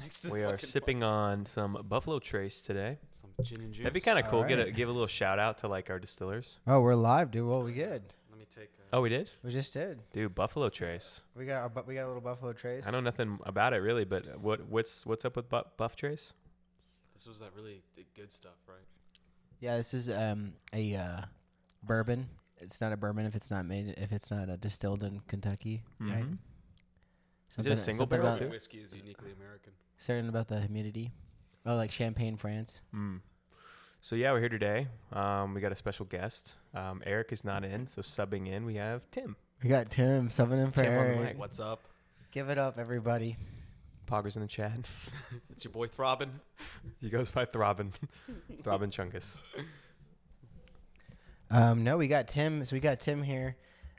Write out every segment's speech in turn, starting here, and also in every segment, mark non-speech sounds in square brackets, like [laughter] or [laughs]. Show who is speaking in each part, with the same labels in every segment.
Speaker 1: next [laughs] to the
Speaker 2: We are
Speaker 1: fucking
Speaker 2: sipping on some Buffalo Trace today.
Speaker 1: bar. some gin and juice.
Speaker 2: That'd be kind of cool. Get a,
Speaker 3: Alright.
Speaker 2: give a little shout out to like our distillers.
Speaker 3: Oh, we're live, dude. What we did?
Speaker 1: Let me take. uh, A,
Speaker 2: Oh, we did,
Speaker 3: We just did.
Speaker 2: dude. Buffalo Trace.
Speaker 3: We got our, bu- we got a little Buffalo Trace.
Speaker 2: I know nothing about it really, but what what's what's up with Buff, Buff Trace?
Speaker 1: This was that really the good stuff, right?
Speaker 3: Yeah, this is um a uh, bourbon. It's not a bourbon if it's not made if it's not uh, distilled in Kentucky, right?
Speaker 2: Mhm. Is it a
Speaker 3: Something-
Speaker 2: single
Speaker 3: something
Speaker 2: barrel
Speaker 3: about-
Speaker 2: too?
Speaker 1: Whiskey is uniquely American.
Speaker 3: Certain about the humidity. Oh, like Champagne, France.
Speaker 2: Mm. So yeah, we're here today. Um, we got a special guest. Um, Eric is not in, so subbing in we have Tim.
Speaker 3: We got Tim subbing in for
Speaker 2: Tim on the
Speaker 3: Eric.
Speaker 2: mic.
Speaker 1: What's up?
Speaker 3: Give it up, everybody.
Speaker 2: Poggers in the chat. [laughs]
Speaker 1: It's your boy Throbbing.
Speaker 2: he goes by Throbbin, [laughs] Throbbin Chunkus.
Speaker 3: Um, no, we got Tim. So we got Tim here.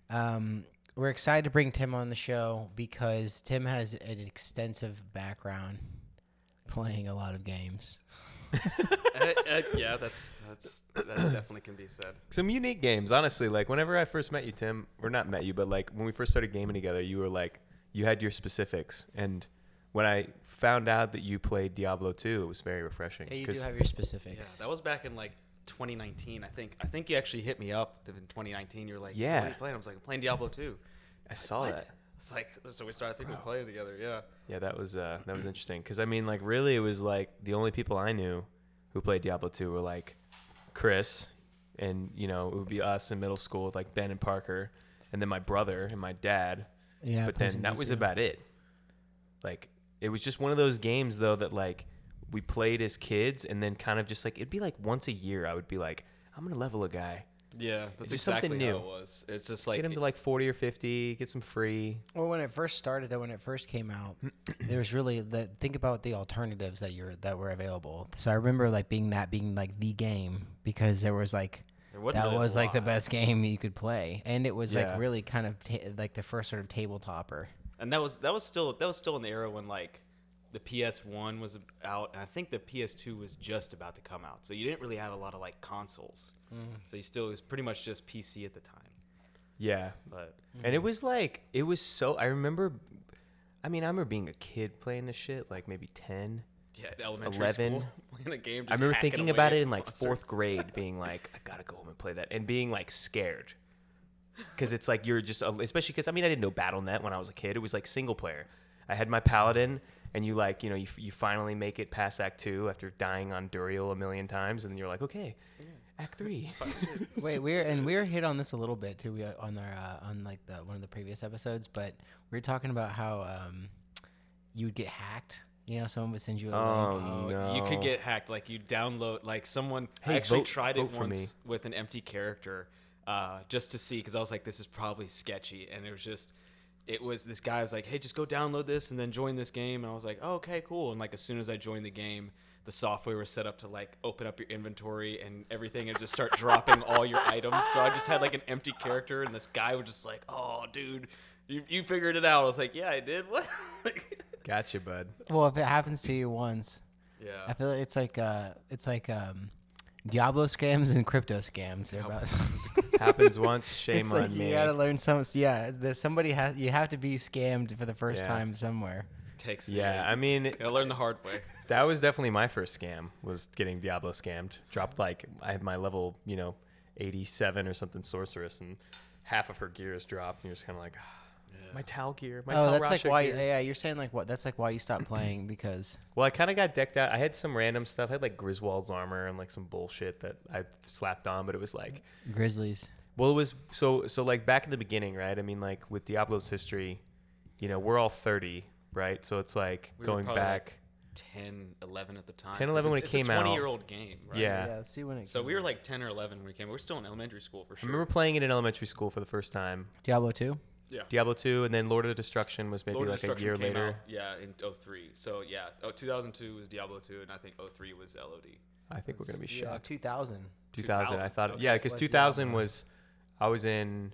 Speaker 3: Um, we're excited to bring Tim on the show because Tim has an extensive background playing a lot of games.
Speaker 1: [laughs] Eh, eh, yeah, that's that's that definitely can be said.
Speaker 2: some unique games honestly like whenever i first met you tim or not met you but like when we first started gaming together you were like you had your specifics and when i found out that you played diablo 2 it was very refreshing
Speaker 3: Yeah, you do
Speaker 2: 'cause-
Speaker 3: have your
Speaker 1: Yeah,
Speaker 3: specifics.
Speaker 1: that was back in like 2019, I think. I think you actually hit me up in 2019. You're like,
Speaker 2: Yeah.
Speaker 1: what are you playing? I was like, I'm playing Diablo 2.
Speaker 2: i saw that
Speaker 1: It's like, so we started thinking
Speaker 2: Wow.
Speaker 1: of playing together. Yeah.
Speaker 2: yeah that was uh that was interesting because i mean like really it was like the only people i knew who played diablo 2 were like chris and you know it would be us in middle school with like ben and parker and then my brother and my dad
Speaker 3: yeah
Speaker 2: but
Speaker 3: plays
Speaker 2: then
Speaker 3: in
Speaker 2: that was
Speaker 3: YouTube.
Speaker 2: about it. Like it was just one of those games though that like we played as kids and then kind of just like it'd be like once a year I would be like I'm gonna level a guy,
Speaker 1: Yeah, that's
Speaker 2: just
Speaker 1: exactly
Speaker 2: something new.
Speaker 1: how it was. It's just like
Speaker 2: get him to like 40 or 50, get some free.
Speaker 3: Well, when it first started, though, when it first
Speaker 2: [clears throat]
Speaker 3: came out, there was really the think about the alternatives that you're that were available. So I remember like being that being like the game because there was like
Speaker 1: there wasn't
Speaker 3: that
Speaker 1: a
Speaker 3: was like the
Speaker 1: lot.
Speaker 3: best [laughs] game you could play, and it was
Speaker 2: Yeah.
Speaker 3: like really kind of ta- like the first sort of table topper.
Speaker 1: and that was that was still that was still in the era when like the PS1 was out, and I think the PS2 was just about to come out. So you didn't really have a lot of like consoles. So you still it was pretty much just PC at the time.
Speaker 2: Yeah,
Speaker 1: But
Speaker 2: and it was like it was so. I remember, I mean, I remember being a kid playing this shit, like maybe 10.
Speaker 1: yeah, at elementary
Speaker 2: 11.
Speaker 1: school [laughs] playing a game.
Speaker 2: I
Speaker 1: just
Speaker 2: remember
Speaker 1: hacking
Speaker 2: thinking
Speaker 1: away
Speaker 2: about
Speaker 1: at
Speaker 2: it in like
Speaker 1: monsters.
Speaker 2: fourth
Speaker 1: [laughs]
Speaker 2: grade, being like, I gotta go home and play that, and being like scared, because it's like you're just, especially because I mean I didn't know BattleNet when I was a kid. It was like single player. I had my paladin, and you like you know you, you finally make it past Act Two after dying on Duriel a million times, and then you're like, okay,
Speaker 1: [laughs]
Speaker 2: Act Three.
Speaker 3: Wait, we're and we were hit on this a little bit too. We uh, on our uh, on like the one of the previous episodes, but we were talking about how um, you would get hacked. You know, someone would send you a link.
Speaker 2: Oh
Speaker 1: Oh,
Speaker 2: no,
Speaker 1: You could get hacked. Like you download, like someone. I
Speaker 2: Hey,
Speaker 1: actually
Speaker 2: vote-
Speaker 1: tried it
Speaker 2: vote for me.
Speaker 1: once with an empty character, uh, just to see, because I was like, this is probably sketchy, and it was just, it was this guy was like, hey, just go download this and then join this game, and I was like, oh, okay, cool, and like as soon as I joined the game. The software was set up to like open up your inventory and everything and just start dropping all your items. So I just had like an empty character, and this guy was just like, Oh, dude, you, you figured it out. I was like, Yeah, I did. [laughs] What? Like-
Speaker 2: gotcha, bud.
Speaker 3: Well, if it happens to you once,
Speaker 1: yeah.
Speaker 3: I feel like it's like uh, it's like um, Diablo scams and crypto scams. They're about [laughs]
Speaker 1: [laughs]
Speaker 2: Happens once, shame
Speaker 3: it's
Speaker 2: on
Speaker 3: like
Speaker 2: me.
Speaker 3: you gotta learn some. Yeah, that somebody has. You have to be scammed for the first
Speaker 2: Yeah.
Speaker 3: time somewhere.
Speaker 1: Takes
Speaker 2: yeah, I mean
Speaker 1: I learned the hard way.
Speaker 2: That was definitely my first scam was getting Diablo scammed. Dropped like I had my level, you know, 87 or something sorceress and half of her gear is dropped and you're just kind of like "Ah, my towel gear, my
Speaker 3: oh,
Speaker 2: towel
Speaker 3: that's like why.
Speaker 2: gear.
Speaker 3: Yeah, you're saying like what? That's like why you stopped playing because
Speaker 2: Well, I kind of got decked out. I had some random stuff. I had like Griswold's armor and like some bullshit that I slapped on, but it was like
Speaker 3: Grizzlies.
Speaker 2: Well, it was so so like back in the beginning, right? I mean, like with Diablo's history, you know, we're all 30, right? So it's like
Speaker 1: We were
Speaker 2: going
Speaker 1: probably,
Speaker 2: back
Speaker 1: like, 10, 11 at the time.
Speaker 2: 10, 11 when it came out.
Speaker 1: It's a 20-year-old game, right?
Speaker 2: Yeah.
Speaker 3: let's see when it.
Speaker 1: So we were like 10 or 11 when we came. We were still in elementary school for
Speaker 2: I
Speaker 1: sure.
Speaker 2: remember playing it in elementary school for the first time.
Speaker 3: Diablo two.
Speaker 1: yeah.
Speaker 2: Diablo 2 and then Lord of Destruction was maybe
Speaker 1: Lord of
Speaker 2: like a
Speaker 1: Destruction
Speaker 2: year
Speaker 1: came
Speaker 2: later.
Speaker 1: out, yeah, in 03. So yeah, oh, 2002 was Diablo 2 and I think 03 was LOD.
Speaker 2: I think we're going to be
Speaker 3: Yeah,
Speaker 2: shocked.
Speaker 3: two thousand.
Speaker 2: 2000, I
Speaker 1: 2000,
Speaker 2: thought
Speaker 1: okay.
Speaker 2: yeah, cuz
Speaker 3: Was
Speaker 2: 2000 was I was in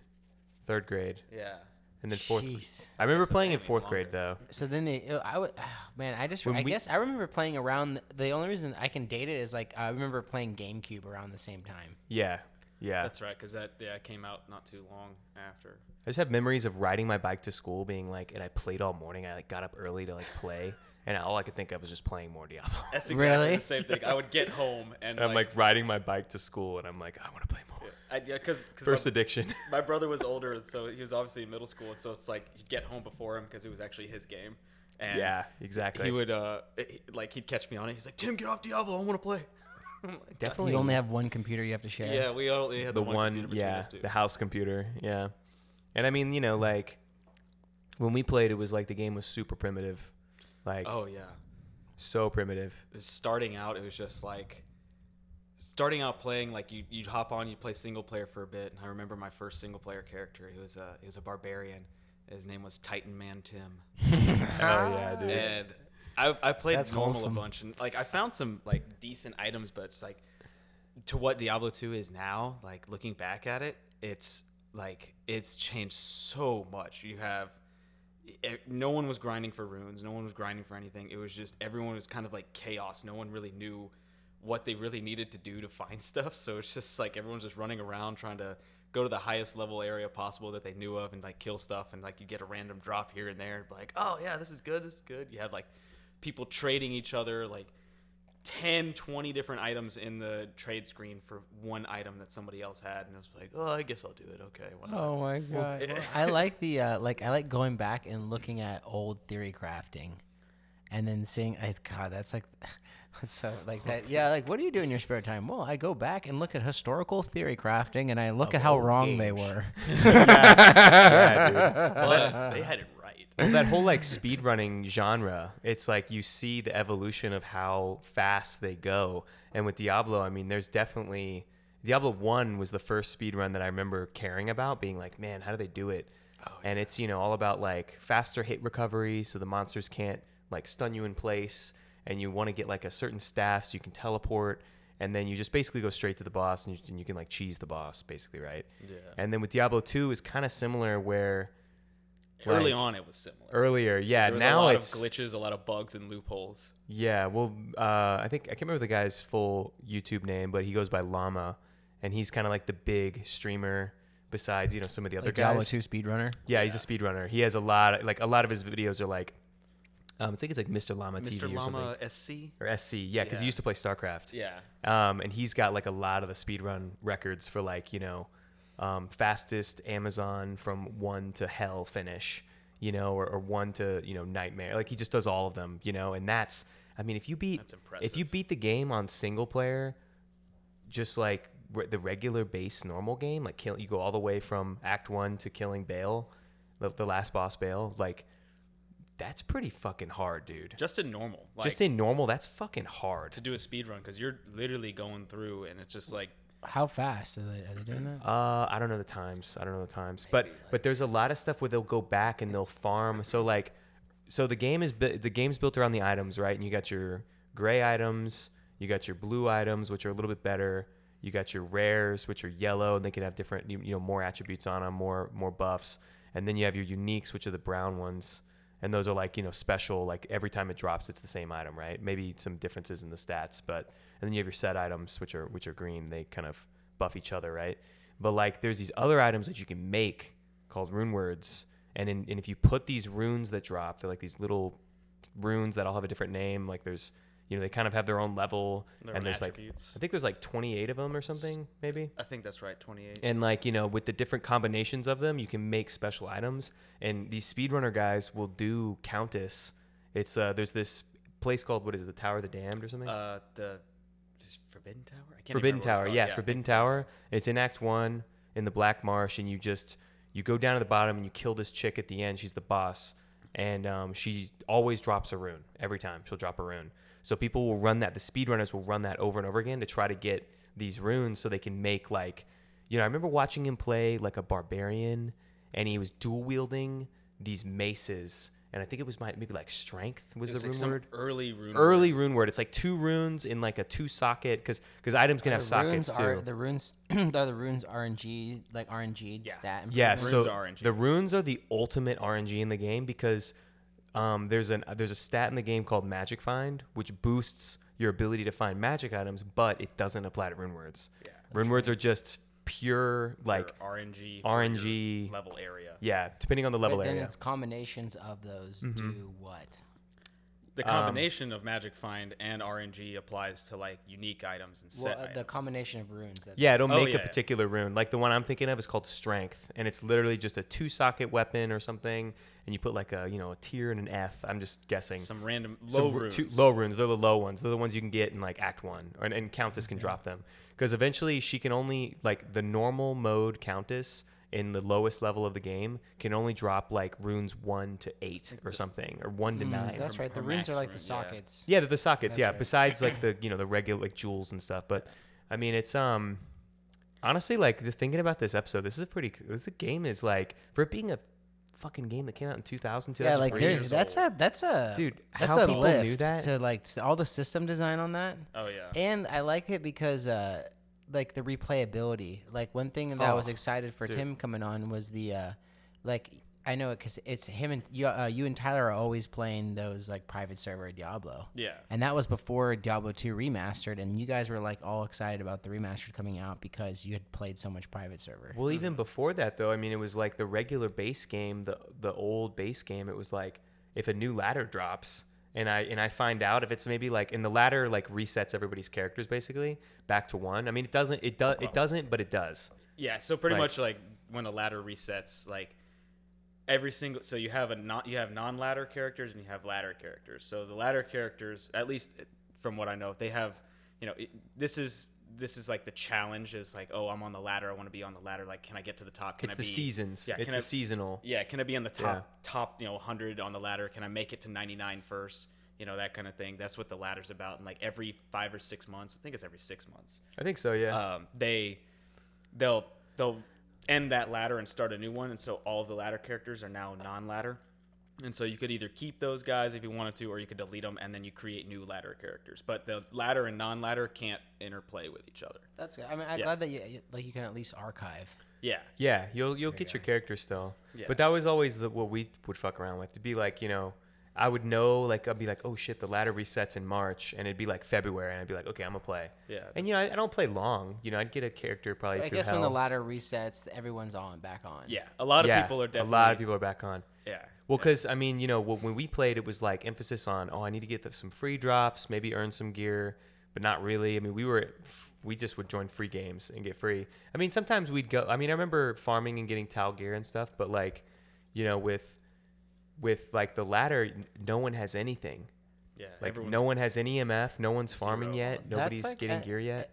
Speaker 2: 3rd grade
Speaker 1: Yeah.
Speaker 2: and then 4th.
Speaker 3: Jeez.
Speaker 2: I remember
Speaker 1: So
Speaker 2: playing in
Speaker 1: maybe
Speaker 2: 4th grade though.
Speaker 3: So then they, uh, I would, man, I just,
Speaker 2: When
Speaker 3: I
Speaker 2: we-
Speaker 3: guess I remember playing around. The, the only reason I can date it is like I remember playing GameCube around the same time.
Speaker 2: Yeah. Yeah.
Speaker 1: That's right cuz that yeah, came out not too long after.
Speaker 2: I just have memories of riding my bike to school being like and I played all morning. I like got up early to like play [laughs] and all I could think of was just playing more
Speaker 1: [laughs]
Speaker 2: Diablo.
Speaker 1: That's exactly
Speaker 3: Really?
Speaker 1: the same thing. I would get home
Speaker 2: [laughs]
Speaker 1: and,
Speaker 2: And I'm like riding my bike to school, and I'm like, I want to play more.
Speaker 1: because
Speaker 2: First addiction. [laughs]
Speaker 1: my brother was older, and so he was obviously in middle school, and so it's like he'd get home before him because it was actually his game. And
Speaker 2: yeah, exactly.
Speaker 1: he would uh he- like he'd catch me on it. He's like, "Tim, get off Diablo! I want to play." [laughs]
Speaker 2: definitely
Speaker 3: You only have one computer you have to share.
Speaker 1: Yeah, we only had
Speaker 2: the
Speaker 1: the, computer
Speaker 2: one,
Speaker 1: between
Speaker 2: yeah,
Speaker 1: us two.
Speaker 2: the house computer, yeah. And I mean, you know, like when we played, it was like the game was super primitive, like
Speaker 1: Oh yeah,
Speaker 2: so primitive.
Speaker 1: starting out, it was just like starting out playing. Like you, you'd hop on, you'd play single player for a bit, and I remember my first single player character. He was a he was a barbarian. His name was Titan Man Tim.
Speaker 2: oh yeah,
Speaker 1: [laughs]
Speaker 2: dude.
Speaker 1: and I, I played
Speaker 3: That's
Speaker 1: normal
Speaker 3: wholesome.
Speaker 1: a bunch, and like I found some like decent items, but it's like to what Diablo two is now. Like looking back at it, it's like it's changed so much. You have e- no one was grinding for runes, no one was grinding for anything. It was just everyone was kind of like chaos. No one really knew what they really needed to do to [laughs] find stuff. So it's just like everyone's just running around trying to go to the highest level area possible that they knew of and like kill stuff and like you get a random drop here and there and be like, "Oh yeah, this is good. This is good." You had like people trading each other like 10 20 different items in the trade screen for one item that somebody else had and it was like, "Oh, I guess I'll do it." Okay. Why not?
Speaker 3: Oh my
Speaker 2: eh.
Speaker 3: god. I like the uh, like I like going back and looking at old theory crafting and then seeing I, god that's like [laughs] that's so like that yeah like what do you do in your spare time well i go back and look at historical theory crafting and i look at how
Speaker 2: old
Speaker 3: wrong they
Speaker 2: age.
Speaker 3: were
Speaker 2: Yeah, dude.
Speaker 1: But they had it right.
Speaker 2: Well, that whole like speedrunning genre, it's like you see the evolution of how fast they go. And with Diablo, I mean, there's definitely Diablo 1 was the first speedrun that I remember caring about, being like, man, how do they do it?
Speaker 1: Oh,
Speaker 2: And it's, you know, all about like faster hit recovery so the monsters can't like stun you in place. And you want to get like a certain staff so you can teleport. And then you just basically go straight to the boss and you, and you can like cheese the boss, basically, right?
Speaker 1: Yeah.
Speaker 2: And then with Diablo 2 is kind of similar where
Speaker 1: Early
Speaker 2: Like-
Speaker 1: on it was similar.
Speaker 2: earlier. Yeah,
Speaker 1: there was
Speaker 2: now
Speaker 1: a lot
Speaker 2: it's
Speaker 1: of glitches, a lot of bugs and loopholes.
Speaker 2: yeah. Well, uh, I think I can't remember the guy's full YouTube name, but he goes by Llama, and he's kind of like the big streamer. Besides, you know, some of
Speaker 3: [laughs]
Speaker 2: the other
Speaker 3: like diablo
Speaker 2: guys.
Speaker 3: 2 speedrunner
Speaker 2: Yeah, he's a speedrunner. He has a lot. Of, like a lot of his videos are like, um, I think it's like Mr. Llama
Speaker 1: Mr.
Speaker 2: TV or something
Speaker 1: Llama SC.
Speaker 2: or SC. Yeah, because
Speaker 1: Yeah.
Speaker 2: he used to play StarCraft.
Speaker 1: Yeah.
Speaker 2: Um, and he's got like a lot of the speedrun records for like, you know, um, fastest Amazon from one to hell finish, you know, or, or one to, you know, nightmare. Like he just does all of them, you know, and that's, I mean, if you beat,
Speaker 1: That's impressive.
Speaker 2: if you beat the game on single player, just like re- the regular base normal game, like kill, you go all the way from act one to killing Bale, the, the last boss Bale, like that's pretty fucking hard, dude.
Speaker 1: Just in normal. Like,
Speaker 2: Just in normal, that's fucking hard.
Speaker 1: to do a speed run because you're literally going through and it's just like
Speaker 3: how fast are they, are they doing that
Speaker 2: Uh, I don't know the times. I don't know the times, but but there's a lot of stuff where they'll go back and they'll farm. So like, so the game is bu- the game's built around the items, right? And you got your gray items, you got your blue items, which are a little bit better. You got your rares, which are yellow, and they can have different, you you know, more attributes on them, more more buffs. And then you have your uniques, which are the brown ones, and those are like you know special. Like every time it drops, it's the same item, right? Maybe some differences in the stats, but and then you have your set items, which are which are green. They kind of buff each other, right? But like there's these other items that you can make called rune words. And in, and if you put these runes that drop, they're like these little runes that all have a different name. Like there's you know, they kind of have their own level
Speaker 1: Their
Speaker 2: and
Speaker 1: own
Speaker 2: there's
Speaker 1: attributes.
Speaker 2: like I think there's like 28 of them or something maybe.
Speaker 1: I think that's right, 28.
Speaker 2: And like, you know, with the different combinations of them, you can make special items. And these speedrunner guys will do Countess. It's uh there's this place called what is it, the Tower of the Damned or something?
Speaker 1: Uh, the just Forbidden Tower. I can't remember what
Speaker 2: Forbidden
Speaker 1: it's
Speaker 2: Tower,
Speaker 1: called.
Speaker 2: yeah,
Speaker 1: I
Speaker 2: Forbidden
Speaker 1: think-
Speaker 2: Tower. It's in Act One in the Black Marsh, and you just you go down to the bottom and you kill this chick at the end. She's the boss, and um, she always drops a rune every time. She'll drop a rune, so people will run that. The speedrunners will run that over and over again to try to get these runes so they can make like, you know, I remember watching him play like a barbarian, and he was dual wielding these maces, and I think it was my maybe like strength was,
Speaker 1: It was
Speaker 2: the
Speaker 1: like
Speaker 2: rune
Speaker 1: some
Speaker 2: word
Speaker 1: early rune.
Speaker 2: early rune word. It's like two runes in like a two socket because because items can have
Speaker 3: Oh, the runes
Speaker 2: sockets
Speaker 3: are
Speaker 2: too.
Speaker 3: the runes [clears throat] are the runes rng like rng stat
Speaker 2: yeah,
Speaker 1: runes
Speaker 2: so
Speaker 1: are RNG.
Speaker 2: the runes are the ultimate RNG in the game because um, there's an there's a stat in the game called Magic Find, which boosts your ability to find magic items, but it doesn't apply to rune words.
Speaker 1: Yeah.
Speaker 2: Rune words are just pure like
Speaker 1: Like RNG. for
Speaker 2: RNG.
Speaker 1: your level area.
Speaker 2: yeah, depending on the level
Speaker 3: but then
Speaker 2: area.
Speaker 3: it's combinations of those do what
Speaker 1: the
Speaker 2: um,
Speaker 1: combination of Magic Find and RNG applies to like unique items and set.
Speaker 3: Well, uh, the
Speaker 1: items.
Speaker 3: combination of runes. That
Speaker 2: Yeah, it'll
Speaker 1: Oh,
Speaker 2: make
Speaker 1: yeah,
Speaker 2: a
Speaker 1: yeah.
Speaker 2: particular rune. Like the one I'm thinking of is called Strength, and it's literally just a two socket weapon or something, and you put like a you know a tier and an F. I'm just guessing.
Speaker 1: Some random
Speaker 2: Some
Speaker 1: low
Speaker 2: ru-
Speaker 1: runes.
Speaker 2: two- low runes. They're the low ones. They're the ones you can get in like Act One, or, and Countess can drop them because eventually she can only like the normal mode Countess in the lowest level of the game can only drop like runes one to eight or something, or one to
Speaker 1: Hmm,
Speaker 2: nine.
Speaker 3: That's
Speaker 2: or-
Speaker 3: right. The
Speaker 1: or max
Speaker 3: runes are like the
Speaker 1: rune, yeah.
Speaker 3: sockets.
Speaker 2: yeah, they're the sockets.
Speaker 3: That's
Speaker 2: yeah,
Speaker 3: right.
Speaker 1: [clears throat]
Speaker 2: besides like the you know the regular like jewels and stuff. But I mean, it's um honestly like the, thinking about this episode. This is a pretty. This game is like for it being a fucking game that came out in 2000,
Speaker 3: Yeah, like
Speaker 2: 2003,
Speaker 1: three
Speaker 3: there-
Speaker 1: years
Speaker 3: that's
Speaker 1: old.
Speaker 3: a that's a
Speaker 2: Dude,
Speaker 3: That's
Speaker 2: how
Speaker 3: a
Speaker 2: people
Speaker 3: lift
Speaker 2: knew that?
Speaker 3: to like s- all the system design on that,
Speaker 1: Oh yeah.
Speaker 3: and I like it because uh, like the replayability. Like one thing that I was
Speaker 2: Oh,
Speaker 3: excited for
Speaker 2: dude.
Speaker 3: Tim coming on was the uh, like I know it because it's him and you, uh, you and Tyler are always playing those like private server Diablo.
Speaker 1: Yeah.
Speaker 3: And that was before Diablo 2 remastered, and you guys were like all excited about the remastered coming out because you had played so much private server.
Speaker 2: Well, even
Speaker 1: Mm-hmm.
Speaker 2: before that, though, I mean, it was like the regular base game, the the old base game. It was like if a new ladder drops, and I and I find out if it's maybe like and the ladder like resets everybody's characters basically back to one. I mean, it doesn't. It does. It doesn't, but it does.
Speaker 1: Yeah, so pretty
Speaker 2: Like-
Speaker 1: much like when a ladder resets, like every single so you have a not you have non ladder characters and you have ladder characters. So the ladder characters, at least eh, from what I know, they have you know it, this is this is like the challenge is like oh I'm on the ladder I want to be on the ladder like can I get to the top? Can
Speaker 2: It's
Speaker 1: I
Speaker 2: the
Speaker 1: be-
Speaker 2: seasons.
Speaker 1: Yeah,
Speaker 2: it's
Speaker 1: can
Speaker 2: the
Speaker 1: I,
Speaker 2: seasonal.
Speaker 1: yeah, can I be on the
Speaker 2: Yeah.
Speaker 1: top top you know 100 on the ladder? Can I make it to 99 first? You know that kind of thing. That's what the ladder's about. And like every five or six months, I think it's every six months
Speaker 2: I think so. Yeah.
Speaker 1: um, they they'll they'll end that ladder and start a new one, and so all of the ladder characters are now non-ladder. And so you could either keep those guys if you wanted to, or you could delete them, and then you create new ladder characters. But the ladder and non-ladder can't interplay with each other.
Speaker 3: That's good. I mean, I'm
Speaker 1: Yeah.
Speaker 3: glad that you you- like you can at least archive.
Speaker 1: Yeah,
Speaker 2: Yeah, you'll you'll get your character still.
Speaker 1: Yeah.
Speaker 2: But that was always the, what we would fuck around with. It'd be like, you know, I would know like I'd be like, oh shit, the ladder resets in March, and it'd be like February, and I'd be like, okay, I'm gonna play.
Speaker 1: Yeah,
Speaker 2: And you know, I, I don't play long. You know, I'd get a character probably.
Speaker 3: I
Speaker 2: through
Speaker 3: guess
Speaker 2: hell.
Speaker 3: when the ladder resets, everyone's on back on.
Speaker 1: yeah. A lot of
Speaker 2: Yeah,
Speaker 1: people are definitely
Speaker 2: a lot of people are back on.
Speaker 1: Yeah.
Speaker 2: Well, because I mean, you know, wh- when we played, it was like emphasis on, oh, I need to get the, some free drops, maybe earn some gear, but not really. I mean, we were, we just would join free games and get free. I mean, sometimes we'd go. I mean, I remember farming and getting towel gear and stuff, but like, you know, with, with like the latter, n- no one has anything.
Speaker 1: yeah.
Speaker 2: Like,
Speaker 1: everyone's-
Speaker 2: no one has any MF. No one's farming
Speaker 1: Zero. eh,
Speaker 2: yet.
Speaker 3: That's
Speaker 2: Nobody's
Speaker 3: like
Speaker 2: getting
Speaker 3: a-
Speaker 2: gear yet.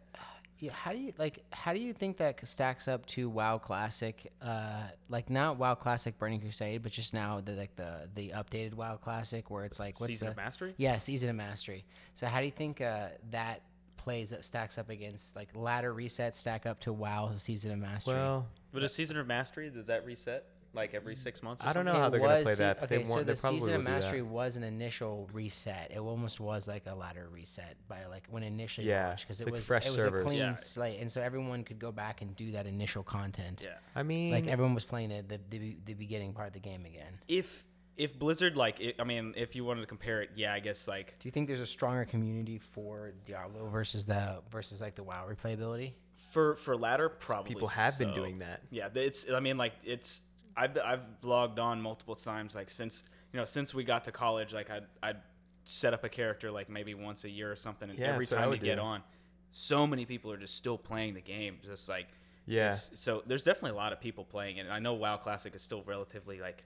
Speaker 3: Yeah, how do you like? How do you think that c- stacks up to WoW Classic? Uh, like not WoW Classic Burning Crusade, but just now the like the the updated WoW Classic where it's like what's
Speaker 1: season
Speaker 3: the
Speaker 1: of mastery.
Speaker 3: yeah season of mastery. So how do you think uh, that plays that stacks up against like ladder resets stack up to WoW season of mastery?
Speaker 2: Well,
Speaker 1: But does season of mastery does that reset like every six months? Or
Speaker 2: I don't
Speaker 1: something?
Speaker 2: know how
Speaker 3: It
Speaker 2: they're gonna
Speaker 3: was
Speaker 2: play
Speaker 3: sea-
Speaker 2: that, but they
Speaker 3: okay, so
Speaker 2: want- they
Speaker 3: the
Speaker 2: probably
Speaker 3: season of
Speaker 2: will do that.
Speaker 3: mastery was an initial reset. It almost was like a ladder reset by like when it initially
Speaker 2: Yeah,
Speaker 3: launched because
Speaker 2: it's
Speaker 3: it
Speaker 2: like
Speaker 3: was
Speaker 2: fresh
Speaker 3: it was
Speaker 2: servers.
Speaker 3: a clean
Speaker 1: Yeah.
Speaker 3: slate, and so everyone could go back and do that initial content.
Speaker 1: Yeah.
Speaker 2: I mean,
Speaker 3: Like everyone was playing the, the the be- the beginning part of the game again.
Speaker 1: If if Blizzard like it, I mean, if you wanted to compare it, yeah, I guess like
Speaker 3: Do you think there's a stronger community for Diablo versus the versus like the WoW replayability?
Speaker 1: for for ladder probably
Speaker 2: people have been
Speaker 1: so.
Speaker 2: doing that.
Speaker 1: Yeah, th- it's. I mean, like it's. I've I've logged on multiple times. Like since you know since we got to college, like I would I'd set up a character like maybe once a year or something, and
Speaker 2: Yeah,
Speaker 1: every
Speaker 2: that's what I
Speaker 1: time you
Speaker 2: would
Speaker 1: get
Speaker 2: do.
Speaker 1: on, so many people are just still playing the game, just like
Speaker 2: Yeah.
Speaker 1: it's- So there's definitely a lot of people playing it, and I know WoW Classic is still relatively like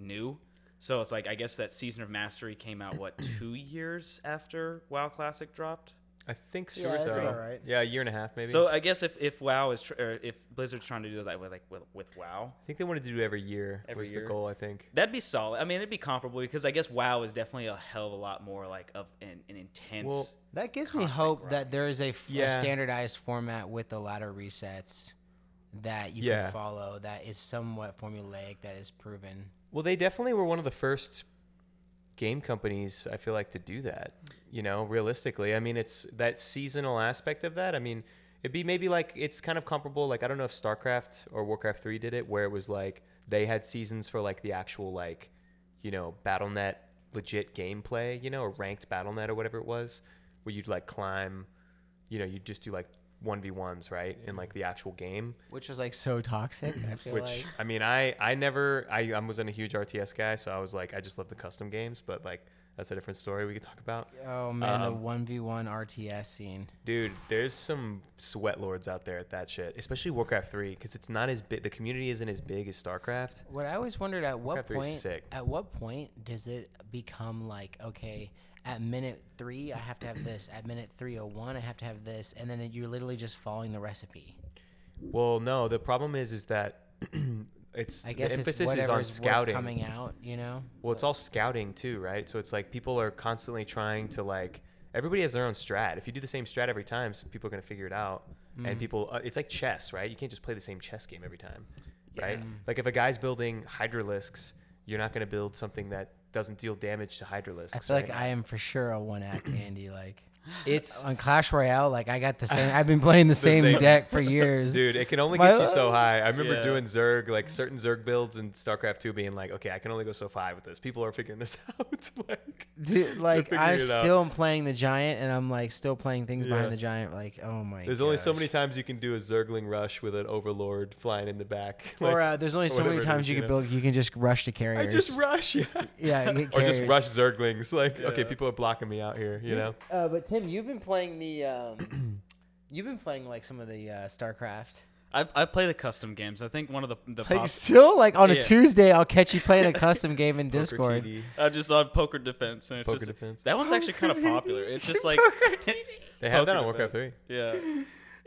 Speaker 1: new. So it's like I guess that season of mastery came out what two years after WoW Classic dropped.
Speaker 2: I think so.
Speaker 3: Yeah, that's about right.
Speaker 2: Yeah, a year and a half maybe.
Speaker 1: So I guess if, if WoW is tr- or if Blizzard's trying to do that with like with, with WoW,
Speaker 2: I think they wanted to do it every year
Speaker 1: Every
Speaker 2: was the
Speaker 1: year.
Speaker 2: goal. I think.
Speaker 1: That'd be solid. I mean, it'd be comparable because I guess WoW is definitely a hell of a lot more like of an, an intense.
Speaker 2: Well-
Speaker 3: That gives me
Speaker 1: Constant
Speaker 3: hope that
Speaker 1: grind.
Speaker 3: there is a, f- a
Speaker 2: Yeah.
Speaker 3: standardized format with the ladder resets that you
Speaker 2: Yeah.
Speaker 3: can follow that is somewhat formulaic that is proven.
Speaker 2: Well, they definitely were one of the first game companies I feel like to do that. You know, realistically, I mean, it's that seasonal aspect of that. I mean, it'd be maybe like it's kind of comparable. Like I don't know if StarCraft or Warcraft Three did it, where it was like they had seasons for like the actual like, you know, BattleNet legit gameplay. You know, or ranked BattleNet or whatever it was, where you'd like climb. You know, you'd just do like one v ones, right, in like the actual game.
Speaker 3: Which was like so toxic. I feel
Speaker 2: which
Speaker 3: like
Speaker 2: I mean, I I never I, I wasn't a huge RTS guy, so I was like I just love the custom games, but like That's a different story we could talk about.
Speaker 3: Oh
Speaker 2: Um,
Speaker 3: man, the one v one RTS scene.
Speaker 2: Dude, there's some sweat lords out there at that shit, especially Warcraft 3, because it's not as big. The community isn't as big as StarCraft.
Speaker 3: What I always wondered at what
Speaker 2: Warcraft three is
Speaker 3: point
Speaker 2: sick.
Speaker 3: at what point does it become like okay at minute three I have to have this at minute three oh one I have to have this and then you're literally just following the recipe.
Speaker 2: Well, no, the problem is is that [clears throat] it's
Speaker 3: I guess
Speaker 2: the
Speaker 3: it's
Speaker 2: emphasis is on
Speaker 3: whatever's- what's
Speaker 2: scouting.
Speaker 3: coming out. You know,
Speaker 2: Well, it's all scouting too, right? So it's like people are constantly trying to like everybody has their own strat. If you do the same strat every time, some people are going to figure it out.
Speaker 3: Mm.
Speaker 2: And people uh, it's like chess, right? You can't just play the same chess game every time, right? Like if a guy's building hydralisks, you're not going to build something that doesn't deal damage to hydralisks.
Speaker 3: I feel
Speaker 2: right?
Speaker 3: like I am for sure a one act Andy. Like
Speaker 2: it's
Speaker 3: on Clash Royale, like I got the same.
Speaker 2: [laughs]
Speaker 3: I've been playing the, same,
Speaker 2: same.
Speaker 3: deck for years.
Speaker 2: Dude, it can only
Speaker 3: My-
Speaker 2: get you so high. I remember
Speaker 4: Yeah.
Speaker 2: doing Zerg, like certain Zerg builds in StarCraft 2 being like, okay, I can only go so high with this. People are figuring this [laughs] out. like,
Speaker 3: [laughs] Dude, like
Speaker 2: figuring
Speaker 3: I
Speaker 2: it out.
Speaker 3: still am playing the giant, and I'm like still playing things
Speaker 2: Yeah.
Speaker 3: behind the giant. Like oh my.
Speaker 2: There's only so
Speaker 3: gosh.
Speaker 2: many times you can do a Zergling rush with an Overlord flying in the back. [laughs]
Speaker 3: or
Speaker 2: like,
Speaker 3: uh, there's only so many
Speaker 2: whatever it
Speaker 3: times
Speaker 2: is,
Speaker 3: you
Speaker 2: you
Speaker 3: can
Speaker 2: know?
Speaker 3: build. You can just rush to
Speaker 2: I
Speaker 3: carriers.
Speaker 2: just rush, yeah.
Speaker 3: [laughs] yeah, you
Speaker 2: [laughs]
Speaker 3: get
Speaker 2: or just
Speaker 3: carriers.
Speaker 2: rush Zerglings. Like, okay,
Speaker 4: Yeah.
Speaker 2: people are blocking me out here, you know?
Speaker 3: Uh, but Tim, you've been playing the. Um, [clears throat] you've been playing like some of the uh, StarCraft.
Speaker 1: I, I play the custom games. I think one of the the
Speaker 3: Like
Speaker 1: pop-
Speaker 3: still, like on a
Speaker 1: Yeah.
Speaker 3: Tuesday, I'll catch
Speaker 2: [laughs]
Speaker 3: you playing a custom game in Discord.
Speaker 1: I just on Poker Defense. And it's
Speaker 2: Poker
Speaker 1: just,
Speaker 2: Defense.
Speaker 1: That one's actually kind of popular. It's just like [laughs]
Speaker 2: They have that
Speaker 1: Poker
Speaker 2: on Warcraft 3.
Speaker 1: yeah.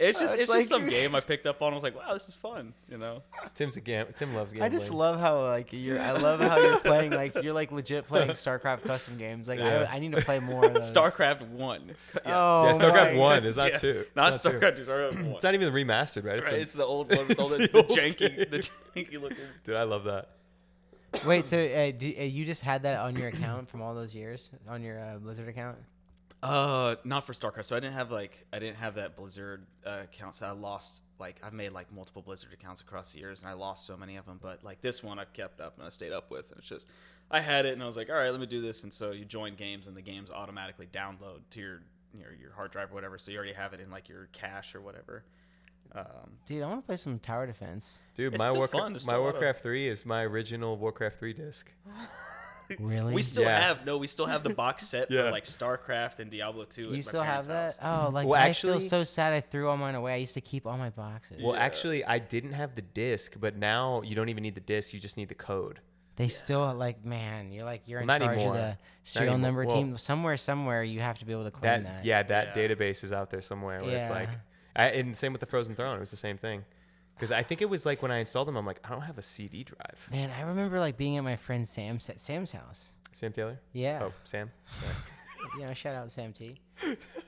Speaker 1: It's just
Speaker 3: it's
Speaker 1: it's,
Speaker 3: like
Speaker 1: just some
Speaker 3: you're-
Speaker 1: game I picked up on. I was like, wow, this is fun. You know.
Speaker 2: 'Cause Tim's a gam- Tim loves gambling.
Speaker 3: I just love how like you're. I love how
Speaker 2: [laughs]
Speaker 3: you're playing like you're like legit playing StarCraft custom games. Like
Speaker 2: Yeah.
Speaker 3: I, I need to play
Speaker 2: [laughs]
Speaker 3: more of those.
Speaker 1: StarCraft One.
Speaker 3: Oh,
Speaker 2: yeah,
Speaker 3: my
Speaker 2: StarCraft
Speaker 3: God.
Speaker 2: 1 is not
Speaker 1: Yeah.
Speaker 2: 2.
Speaker 1: Not
Speaker 2: It's two.
Speaker 1: StarCraft Two. StarCraft One.
Speaker 2: It's not even remastered, right? It's
Speaker 1: Right,
Speaker 2: the-
Speaker 1: it's the old [laughs] one with all the,
Speaker 2: It's
Speaker 1: the,
Speaker 2: the old
Speaker 1: janky, the
Speaker 2: game.
Speaker 1: janky looking.
Speaker 2: [laughs] Dude, I love that.
Speaker 3: Wait, so uh, do, uh, you just had that on your account from all those years on your uh, Blizzard account?
Speaker 1: Uh, not for StarCraft. So I didn't have like I didn't have that Blizzard uh, account. So I lost like I've made like multiple Blizzard accounts across the years, and I lost so many of them. But like this one, I kept up and I stayed up with, and it's just I had it, and I was like, all right, let me do this. And so you join games, and the games automatically download to your your your hard drive or whatever. So you already have it in like your cache or whatever. Um,
Speaker 3: Dude, I want to play some tower defense.
Speaker 2: Dude,
Speaker 1: It's
Speaker 2: my,
Speaker 1: still
Speaker 2: Warcra-
Speaker 1: fun, there's
Speaker 2: my
Speaker 1: still a lot of-
Speaker 2: Warcraft 3 is my original Warcraft 3 disc.
Speaker 3: Really?
Speaker 1: we still
Speaker 2: Yeah.
Speaker 1: have no, we still have the box set
Speaker 2: Yeah.
Speaker 1: for like StarCraft and Diablo two.
Speaker 3: You
Speaker 1: at my
Speaker 3: still have
Speaker 1: parents'
Speaker 3: that?
Speaker 1: house.
Speaker 3: Oh, like
Speaker 2: Well,
Speaker 3: I
Speaker 2: actually-
Speaker 3: feel so sad. I threw all mine away. I used to keep all my boxes.
Speaker 2: Well,
Speaker 1: Yeah.
Speaker 2: actually, I didn't have the disc, but now you don't even need the disc. You just need the code.
Speaker 3: They still are like, man, you're like you're in
Speaker 2: Well, not
Speaker 3: charge
Speaker 2: anymore.
Speaker 3: of
Speaker 2: Not
Speaker 3: the serial
Speaker 2: anymore.
Speaker 3: number
Speaker 2: Well-
Speaker 3: team. Somewhere, somewhere, you have to be able to
Speaker 2: That,
Speaker 3: claim that.
Speaker 2: yeah, that
Speaker 1: Yeah.
Speaker 2: database is out there somewhere where it's
Speaker 3: Yeah.
Speaker 2: like, I, and same with the Frozen Throne. It was the same thing, because I think it was like when I installed them, I'm like, I don't have a CD drive.
Speaker 3: Man, I remember like being at my friend Sam's at Sam's house.
Speaker 2: Sam Taylor.
Speaker 3: Yeah.
Speaker 2: Oh, Sam.
Speaker 3: You know, shout out
Speaker 1: [laughs]
Speaker 3: Sam T.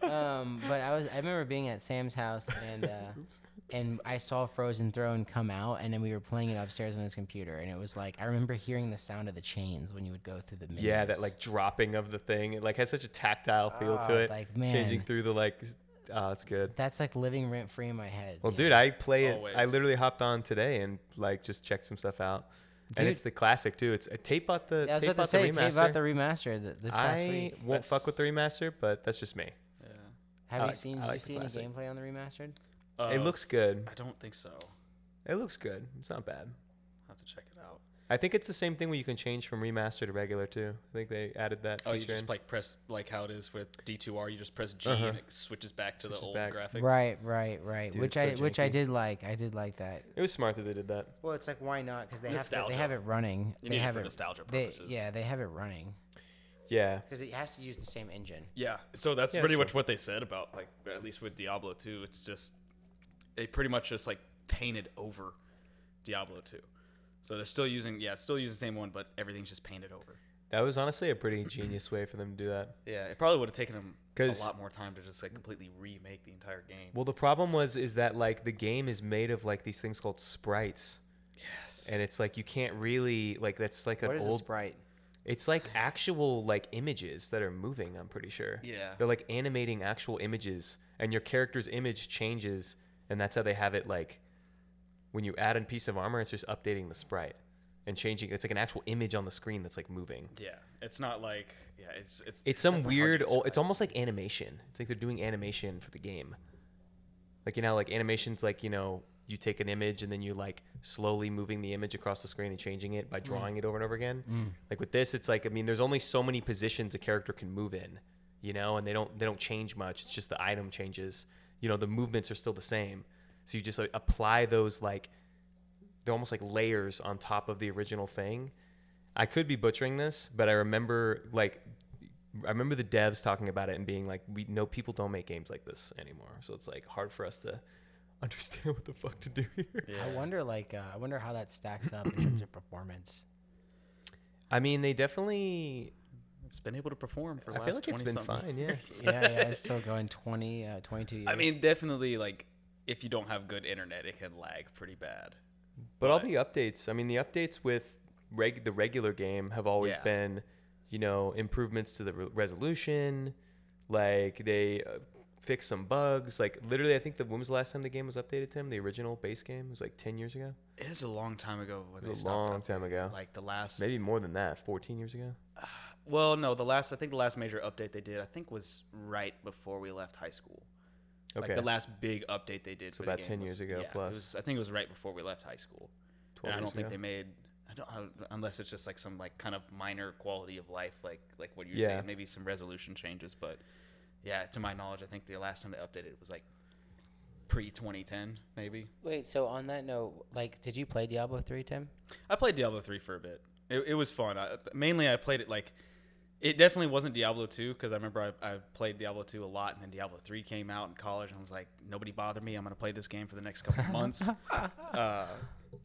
Speaker 3: um, but I was I remember being at Sam's house
Speaker 1: [laughs]
Speaker 3: and uh, and I saw Frozen Throne come out and then we were playing it upstairs on his computer and it was like I remember hearing the sound of the chains when you would go through the menus.
Speaker 2: Yeah, that like dropping of the thing. It like has such a tactile feel to
Speaker 3: Oh,
Speaker 2: it.
Speaker 3: like,
Speaker 2: changing
Speaker 3: man.
Speaker 2: through the like. s- Oh, it's good.
Speaker 3: that's like living rent free in my head.
Speaker 2: Well,
Speaker 3: you
Speaker 2: dude,
Speaker 3: know?
Speaker 2: I play it. I
Speaker 1: Always.
Speaker 2: literally hopped on today and like just checked some stuff out. And
Speaker 3: Dude.
Speaker 2: it's the classic too. It's uh, tape out the
Speaker 3: Yeah, I was
Speaker 2: tape
Speaker 3: about to
Speaker 2: out
Speaker 3: say
Speaker 2: the
Speaker 3: Tape
Speaker 2: remaster.
Speaker 3: about the remaster th- this past
Speaker 2: I
Speaker 3: week.
Speaker 2: won't fuck
Speaker 1: That's-
Speaker 2: with the remaster, but that's just me.
Speaker 1: Yeah.
Speaker 3: Have
Speaker 2: I
Speaker 3: you
Speaker 2: like-
Speaker 3: seen?
Speaker 2: I
Speaker 3: Did
Speaker 2: like the
Speaker 3: you see any
Speaker 2: classic.
Speaker 3: gameplay on the remastered?
Speaker 2: it
Speaker 1: Uh,
Speaker 2: looks good.
Speaker 1: I don't think so. I
Speaker 2: It looks good. It's not bad.
Speaker 1: have to check it out.
Speaker 2: I think it's the same thing where you can change from remaster to regular too. I think they added that feature.
Speaker 1: Oh, you just
Speaker 2: in.
Speaker 1: like press like how it is with D2R. You just press G
Speaker 2: Uh-huh.
Speaker 1: and it switches back to
Speaker 2: Switches
Speaker 1: the old
Speaker 2: back.
Speaker 1: graphics.
Speaker 3: Right, right, right.
Speaker 2: Dude,
Speaker 3: which
Speaker 2: it's so
Speaker 3: I which I
Speaker 2: janky.
Speaker 3: did like. I did like that.
Speaker 2: It was smart that they did that.
Speaker 3: Well, it's like why not? Because they have to, they
Speaker 1: Nostalgia.
Speaker 3: have it running.
Speaker 1: You
Speaker 3: they
Speaker 1: need it
Speaker 3: have
Speaker 1: for
Speaker 3: it
Speaker 1: nostalgia
Speaker 3: they-
Speaker 1: purposes.
Speaker 3: yeah, they have it running
Speaker 2: Yeah.
Speaker 3: because it has to use the same engine.
Speaker 1: Yeah. So that's
Speaker 2: Yeah,
Speaker 1: pretty
Speaker 2: so-
Speaker 1: much what they said about like at least with Diablo 2, it's just they pretty much just like painted over Diablo 2. So they're still using yeah, still using the same one, but everything's just painted over.
Speaker 2: That was honestly a pretty genius way for them to do that.
Speaker 1: Yeah, it probably would have taken them
Speaker 2: 'Cause-
Speaker 1: a lot more time to just like completely remake the entire game.
Speaker 2: Well, the problem was is that like the game is made of like these things called sprites.
Speaker 1: yes.
Speaker 2: And it's like you can't really like that's like an
Speaker 3: What is a
Speaker 2: old
Speaker 3: sprite?
Speaker 2: It's like actual like images that are moving. I'm pretty sure.
Speaker 1: Yeah.
Speaker 2: They're like animating actual images, and your character's image changes, and that's how they have it. Like when you add a piece of armor, it's just updating the sprite and changing. It's like an actual image on the screen that's like moving.
Speaker 1: yeah. It's not like yeah, it's it's
Speaker 2: It's some
Speaker 1: definitely hard to
Speaker 2: weird. Old,
Speaker 1: describe.
Speaker 2: it's almost like animation. It's like they're doing animation for the game. Like you know, like animations, like you know, you take an image and then you're like slowly moving the image across the screen and changing it by
Speaker 1: Mm.
Speaker 2: drawing it over and over again. Like with this, it's like I mean, there's only so many positions a character can move in, you know, and they don't they don't change much. It's just the item changes. You know, the movements are still the same. So you just like, apply those like they're almost like layers on top of the original thing. I could be butchering this, but I remember like I remember the devs talking about it and being like, "We know people don't make games like this anymore, so it's like hard for us to [laughs] understand what the fuck to do here."
Speaker 3: I wonder, like, uh, I wonder how that stacks up in
Speaker 1: [clears throat]
Speaker 3: terms
Speaker 1: [laughs]
Speaker 3: of performance.
Speaker 2: I mean, they definitely.
Speaker 1: It's been able to perform for the
Speaker 2: I
Speaker 1: last
Speaker 2: feel like
Speaker 1: 20
Speaker 2: it's been
Speaker 1: something
Speaker 2: fine. Yeah.
Speaker 3: yeah, yeah, it's still going 20, uh, 22 years.
Speaker 1: I mean, definitely like if you don't have good internet, it can lag pretty bad.
Speaker 2: But all the updates, I mean, the updates with reg- the regular game have always
Speaker 1: Yeah.
Speaker 2: been, you know, improvements to the re- resolution. Like they uh, fix some bugs. Like literally, I think the when was the last time the game was updated? Tim, the original base game it was like ten years ago.
Speaker 1: It is a long time ago when
Speaker 2: It
Speaker 1: they
Speaker 2: was a
Speaker 1: stopped.
Speaker 2: long
Speaker 1: up-
Speaker 2: time ago.
Speaker 1: Like the last,
Speaker 2: Maybe more than that, fourteen years ago.
Speaker 1: well, no, the last I think the last major update they did I think was right before we left high school.
Speaker 2: Okay,
Speaker 1: Like the last big update they did.
Speaker 2: So
Speaker 1: for the
Speaker 2: about
Speaker 1: game
Speaker 2: 10
Speaker 1: was-
Speaker 2: years ago
Speaker 1: yeah, it
Speaker 2: plus.
Speaker 1: was- I think it was right before we left high school. And I don't
Speaker 2: years
Speaker 1: think
Speaker 2: ago.
Speaker 1: they made. I don't I- unless it's just like some like kind of minor quality of life, like like what you're
Speaker 2: Yeah.
Speaker 1: saying, maybe some resolution changes. But yeah, to my knowledge, I think the last time they updated was like pre 2010, maybe.
Speaker 3: wait. So on that note, like, did you play Diablo three, Tim?
Speaker 1: I played Diablo 3 for a bit. It, it was fun. I, mainly, I played it like it definitely wasn't Diablo 2 because I remember I, I played Diablo 2 a lot, and then Diablo 3 came out in college, and I was like, nobody bother me. I'm gonna play this game for the next
Speaker 2: [laughs]
Speaker 1: couple of months. uh,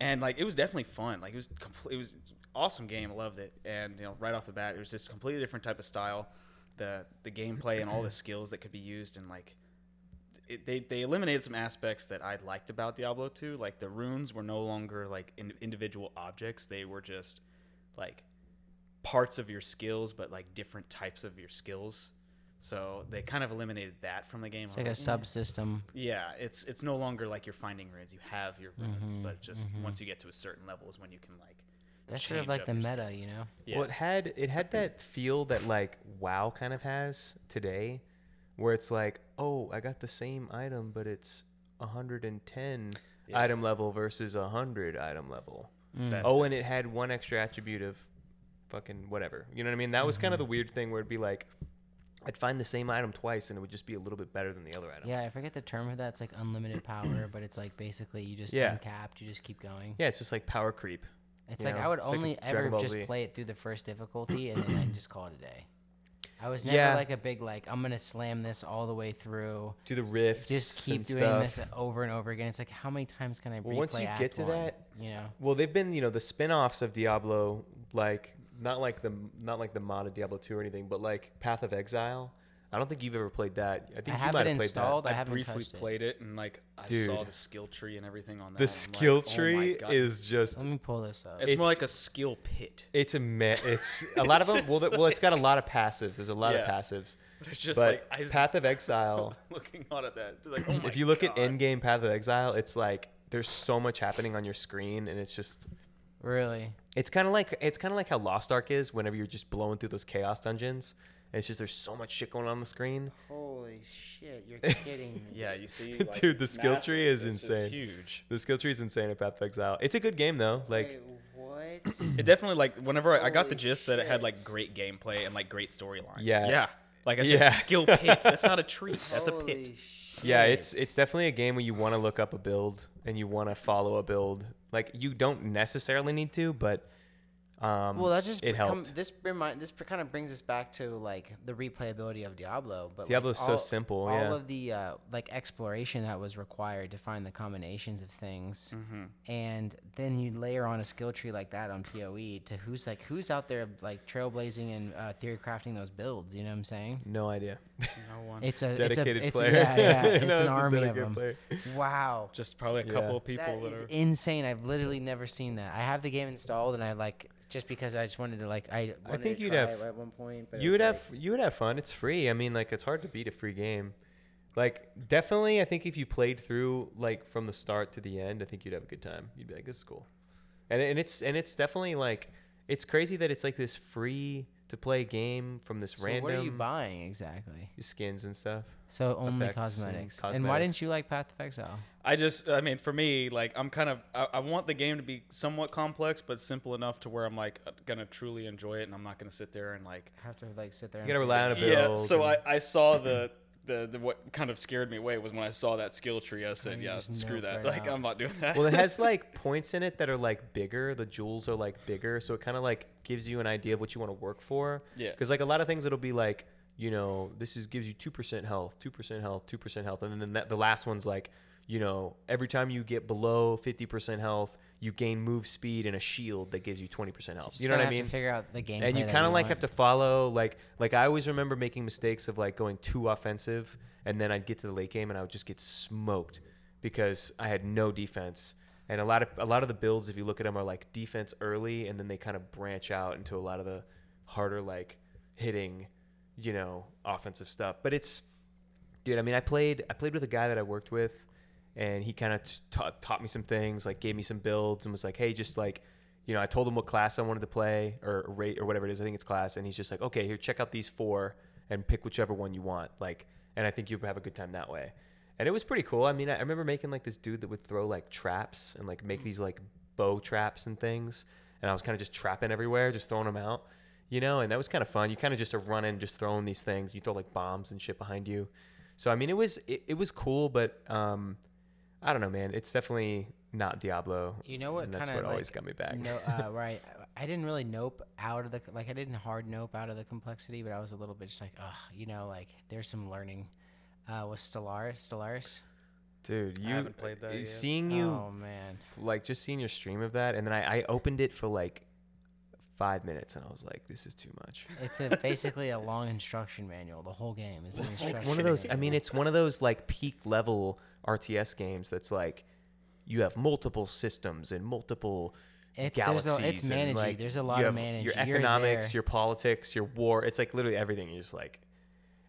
Speaker 1: and like, it was definitely fun. Like, it was complete. It was awesome game. I loved it. And you know, right off the bat, it was just a completely different type of style. The the gameplay and all the skills that could be used, and like it, they they eliminated some aspects that I liked about Diablo 2. Like the runes were no longer like in, individual objects; they were just like parts of your skills, but like different types of your skills. So they kind of eliminated that from the game.
Speaker 3: It's
Speaker 1: I
Speaker 3: like a
Speaker 1: was like,
Speaker 3: subsystem.
Speaker 1: yeah, it's it's no longer like you're finding runes; you have your runes,
Speaker 2: Mm-hmm,
Speaker 1: but just once you get to a certain level is when you can like.
Speaker 3: That's sort of
Speaker 1: change
Speaker 3: like
Speaker 1: up
Speaker 3: the
Speaker 1: your
Speaker 3: meta,
Speaker 1: skills.
Speaker 3: you know.
Speaker 1: Yeah.
Speaker 2: Well, it had it had that feel that like WoW kind of has today, where it's like, oh, I got the same item, but it's 110 item level versus 100 item level.
Speaker 1: That's
Speaker 2: oh, and it had one extra attribute of fucking whatever. You know what I mean? That was
Speaker 3: Mm-hmm.
Speaker 2: kind of the weird thing where it'd be like, I'd find the same item twice, and it would just be a little bit better than the other item.
Speaker 3: Yeah, I forget the term for that. It's like unlimited power, but it's like basically you just
Speaker 2: Yeah.
Speaker 3: uncapped, you just keep going.
Speaker 2: Yeah, it's just like power creep.
Speaker 3: It's
Speaker 2: you
Speaker 3: like I
Speaker 2: know,
Speaker 3: would
Speaker 2: it's like
Speaker 3: only
Speaker 2: a Dragon
Speaker 3: ever
Speaker 2: Ball
Speaker 3: just
Speaker 2: Z.
Speaker 3: play it through the first difficulty and then just call it a day. I was never
Speaker 2: Yeah.
Speaker 3: like a big like I'm gonna slam this all the way through.
Speaker 2: Do the rifts.
Speaker 3: Just keep
Speaker 2: and
Speaker 3: doing
Speaker 2: stuff.
Speaker 3: this over and over again. It's like how many times can I
Speaker 2: Well,
Speaker 3: replay
Speaker 2: once you
Speaker 3: Act
Speaker 2: get to
Speaker 3: One?
Speaker 2: that-
Speaker 3: You know,
Speaker 2: Well, they've been, you know, the spin-offs of Diablo, like not like the not like the mod of Diablo 2 or anything, but like Path of Exile. I don't think you've ever played that. I
Speaker 3: I
Speaker 2: think you
Speaker 3: have
Speaker 2: might
Speaker 3: it
Speaker 2: have played
Speaker 3: installed. I
Speaker 1: I,
Speaker 3: haven't
Speaker 1: briefly
Speaker 3: touched
Speaker 1: played it, and like I saw
Speaker 2: Dude.
Speaker 1: the skill tree and everything on that.
Speaker 2: that. The
Speaker 1: I'm like,
Speaker 2: skill
Speaker 1: "Oh my
Speaker 2: tree
Speaker 1: God." Um,
Speaker 2: is
Speaker 3: it.
Speaker 2: just
Speaker 3: Let me pull this up.
Speaker 1: It's,
Speaker 2: it's-
Speaker 1: more like a skill pit. [laughs]
Speaker 2: it's a me- it's a lot of them. Well, the- well, it's got a lot of passives. There's a lot of
Speaker 1: Yeah.
Speaker 2: passives.
Speaker 1: But it's just
Speaker 2: but
Speaker 1: like I just- [laughs]
Speaker 2: Path of Exile.
Speaker 1: looking on at that. Just like,
Speaker 2: [clears throat]
Speaker 1: oh my
Speaker 2: if you look
Speaker 1: God.
Speaker 2: at Endgame Path of Exile, it's like there's so much happening on your screen, and it's just
Speaker 3: really?
Speaker 2: It's kind of like it's kind of like how Lost Ark is. Whenever you're just blowing through those chaos dungeons, and it's just there's so much shit going on, on the screen.
Speaker 3: Holy shit!
Speaker 2: [laughs]
Speaker 3: You're kidding me.
Speaker 1: yeah, you see,
Speaker 2: Dude, the skill tree is
Speaker 1: It's just
Speaker 2: insane. [clears throat]
Speaker 1: huge.
Speaker 2: The skill tree is insane at Path of Exile. It's a good game though. Like
Speaker 3: what?
Speaker 1: It definitely like whenever I, I got the
Speaker 3: Holy
Speaker 1: gist that it had
Speaker 3: shit.
Speaker 1: like great gameplay and like great storyline.
Speaker 2: Yeah.
Speaker 1: yeah. Like I said,
Speaker 2: Yeah.
Speaker 1: skill pit. That's
Speaker 2: [laughs]
Speaker 1: not a tree. That's a pit.
Speaker 2: yeah, it's it's definitely a game where you want to look up a build and you want to follow a build. Like you don't necessarily need to, but um,
Speaker 3: Well, that's just
Speaker 2: it
Speaker 3: become-
Speaker 2: helped.
Speaker 3: This remind this kind of brings us back to like the replayability of Diablo. But like,
Speaker 2: Diablo's so
Speaker 3: all-
Speaker 2: simple,
Speaker 3: All
Speaker 2: yeah.
Speaker 3: of the uh, like exploration that was required to find the combinations of things,
Speaker 2: Mm-hmm.
Speaker 3: and then you layer on a skill tree like that on Poe to who's like who's out there like trailblazing and uh, theory crafting those builds. You know what I'm saying?
Speaker 2: no idea.
Speaker 1: No one.
Speaker 3: It's a
Speaker 2: dedicated
Speaker 3: it's a,
Speaker 2: player.
Speaker 3: It's,
Speaker 2: [laughs]
Speaker 3: yeah, yeah,
Speaker 2: No,
Speaker 3: it's
Speaker 2: it's
Speaker 3: an
Speaker 2: a
Speaker 3: army of
Speaker 2: dedicated
Speaker 3: them.
Speaker 2: player.
Speaker 3: Wow.
Speaker 1: just probably a
Speaker 2: Yeah.
Speaker 1: couple of
Speaker 3: That
Speaker 1: people that,
Speaker 3: is
Speaker 1: are.
Speaker 3: insane. I've literally never seen that. I have the game installed, and I like just because I just wanted to like I. Wanted
Speaker 2: think
Speaker 3: to
Speaker 2: you'd
Speaker 3: try
Speaker 2: have-
Speaker 3: it at one point. But it
Speaker 2: you
Speaker 3: was
Speaker 2: would
Speaker 3: like-
Speaker 2: have you would have fun. It's free. I mean, like it's hard to beat a free game. Like definitely, I think if you played through like from the start to the end, I think you'd have a good time. You'd be like, this is cool. And and it's and it's definitely like it's crazy that it's like this free to play a game from this
Speaker 3: So
Speaker 2: random
Speaker 3: what are you buying exactly?
Speaker 2: skins and stuff.
Speaker 3: So only
Speaker 2: Effects and
Speaker 3: cosmetics. And why
Speaker 2: cosmetics.
Speaker 3: didn't you like Path of Exile?
Speaker 1: I just, I mean, for me, like, I'm kind of, I, I want the game to be somewhat complex, but simple enough to where I'm like uh, gonna truly enjoy it, and I'm not gonna sit there and like.
Speaker 3: Have to like sit there.
Speaker 2: You gotta rely on a build.
Speaker 1: Yeah. So
Speaker 2: and-
Speaker 1: I, I saw the. The, the, what kind of scared me away was when I saw that skill tree. I said,
Speaker 3: you
Speaker 1: "Yeah,
Speaker 3: just
Speaker 1: screw
Speaker 3: knelt
Speaker 1: that!
Speaker 3: right
Speaker 1: like,
Speaker 3: out.
Speaker 1: I'm not doing that."
Speaker 2: well, it has like points in it that are like bigger. The jewels are like bigger, so it kind of like gives you an idea of what you want to work for.
Speaker 1: Yeah.
Speaker 2: Because like a lot of things, it'll be like you know this is gives you two percent health, two percent health, two percent health, and then that, the last one's like you know every time you get below fifty percent health, you gain move speed and a shield that gives you twenty percent health. You know what I mean?
Speaker 3: Have to figure out the game.
Speaker 2: and you kind of like have to follow like like I always remember making mistakes of like going too offensive, and then I'd get to the late game and I would just get smoked because I had no defense. And a lot of a lot of the builds, if you look at them, are like defense early, and then they kind of branch out into a lot of the harder like hitting, you know, offensive stuff. But it's dude i mean i played i played with a guy that i worked with and he kind of t- ta- taught me some things like gave me some builds and was like hey just like you know i told him what class i wanted to play or or rate or whatever it is i think it's class and he's just like okay here check out these four and pick whichever one you want like and i think you'll have a good time that way and it was pretty cool i mean i, I remember making like this dude that would throw like traps and like
Speaker 3: Mm.
Speaker 2: make these like bow traps and things and i was kind of just trapping everywhere just throwing them out you know and that was kind of fun you kind of just are running just throwing these things you throw like bombs and shit behind you so I mean, it was it, it was cool, but um, I don't know, man. It's definitely not Diablo.
Speaker 3: You know what
Speaker 2: And that's
Speaker 3: kinda,
Speaker 2: what always
Speaker 3: like,
Speaker 2: got me back. [laughs]
Speaker 3: No, uh, right. I didn't really nope out of the like. I didn't hard nope out of the complexity, but I was a little bit just like, ugh, you know, like there's some learning. Uh, was Stellaris? Stellaris?
Speaker 2: Dude, you
Speaker 1: haven't played that
Speaker 2: uh,
Speaker 1: yet.
Speaker 2: Seeing you
Speaker 3: oh man,
Speaker 2: f- like just seeing your stream of that, and then I, I opened it for like five minutes, and I was like, this is too much.
Speaker 3: it's a, basically a long instruction manual. The whole game is an instruction.
Speaker 2: one of those. I
Speaker 3: manual.
Speaker 2: mean, it's one of those like peak level RTS games that's like you have multiple systems and multiple.
Speaker 3: It's- there's a-
Speaker 2: galaxies
Speaker 3: it's
Speaker 2: and,
Speaker 3: managey.
Speaker 2: like,
Speaker 3: There's a lot
Speaker 2: you
Speaker 3: of
Speaker 2: have
Speaker 3: manage.
Speaker 2: Your
Speaker 3: You're
Speaker 2: economics,
Speaker 3: there.
Speaker 2: your politics, your war. It's like literally everything. You're just like,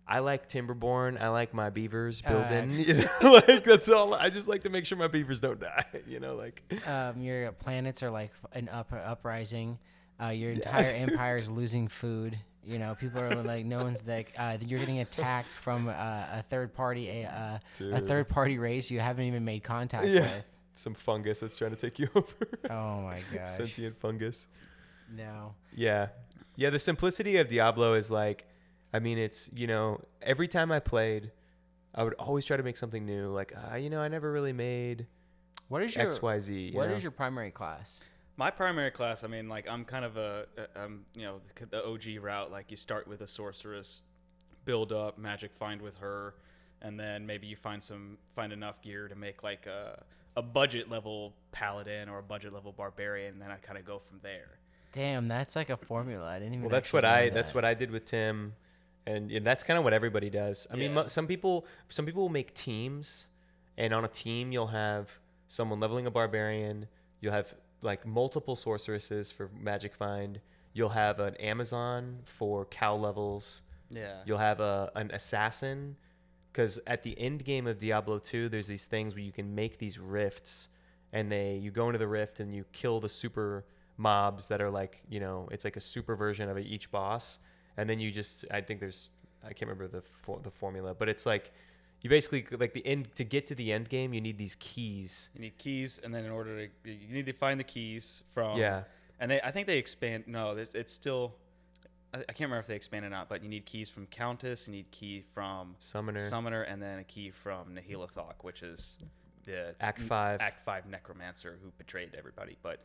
Speaker 2: I like Timberborn. I like my beavers
Speaker 3: Uh, [laughs]
Speaker 2: building. [laughs] you know, like that's all. I just like to make sure my beavers don't die. [laughs] You know, like
Speaker 3: um, your planets are like f- an up uprising. Uh,
Speaker 2: [laughs]
Speaker 3: your entire empire is losing food. You know, people are like, no one's like, uh, you're getting attacked from uh, a third party, a, uh, a
Speaker 2: Dude.
Speaker 3: third party race you haven't even made contact
Speaker 2: Yeah.
Speaker 3: with.
Speaker 2: some fungus that's trying to take you [laughs] over. [laughs]
Speaker 3: Oh my gosh!
Speaker 2: Sentient fungus.
Speaker 3: No,
Speaker 2: Yeah. Yeah, the simplicity of Diablo is like I mean it's, you know, every time I played I would always try to make something new. Like, uh, you know, I never really made
Speaker 3: what is your
Speaker 2: X Y Z. you
Speaker 3: what
Speaker 2: know?
Speaker 3: is your primary class?
Speaker 1: My primary class, I mean, like I'm kind of a, a- um, you know, the, the OG route. Like you start with a sorceress, build up magic, find with her, and then maybe you find some find enough gear to make like a a budget level paladin or a budget level barbarian. And then I kind of go from there.
Speaker 3: Damn, that's like a formula. I didn't even.
Speaker 2: Well, that's
Speaker 3: actually
Speaker 2: what I
Speaker 3: know
Speaker 2: that's
Speaker 3: that.
Speaker 2: what I did with Tim, and, and that's kind of what everybody does. I mean,
Speaker 1: Yeah.
Speaker 2: mo- some people some people will make teams, and on a team you'll have someone leveling a barbarian, you'll have like multiple sorceresses for magic find, you'll have an Amazon for cow levels,
Speaker 1: Yeah.
Speaker 2: You'll have a an assassin because at the end game of Diablo 2, there's these things where you can make these rifts, and they you go into the rift and you kill the super mobs that are like you know it's like a super version of each boss, and then you just I think there's I can't remember the for, the formula, but it's like you basically like the end to get to the end game you need these keys.
Speaker 1: You need keys, and then in order to you need to find the keys from
Speaker 2: Yeah.
Speaker 1: And they, I think they expand. No, it's, it's still. I I can't remember if they expanded or not, but you need keys from Countess, you need key from
Speaker 2: Summoner.
Speaker 1: Summoner, and then a key from Nahilathok, which is the
Speaker 2: Act
Speaker 1: n-
Speaker 2: five.
Speaker 1: Act Five Necromancer who betrayed everybody. But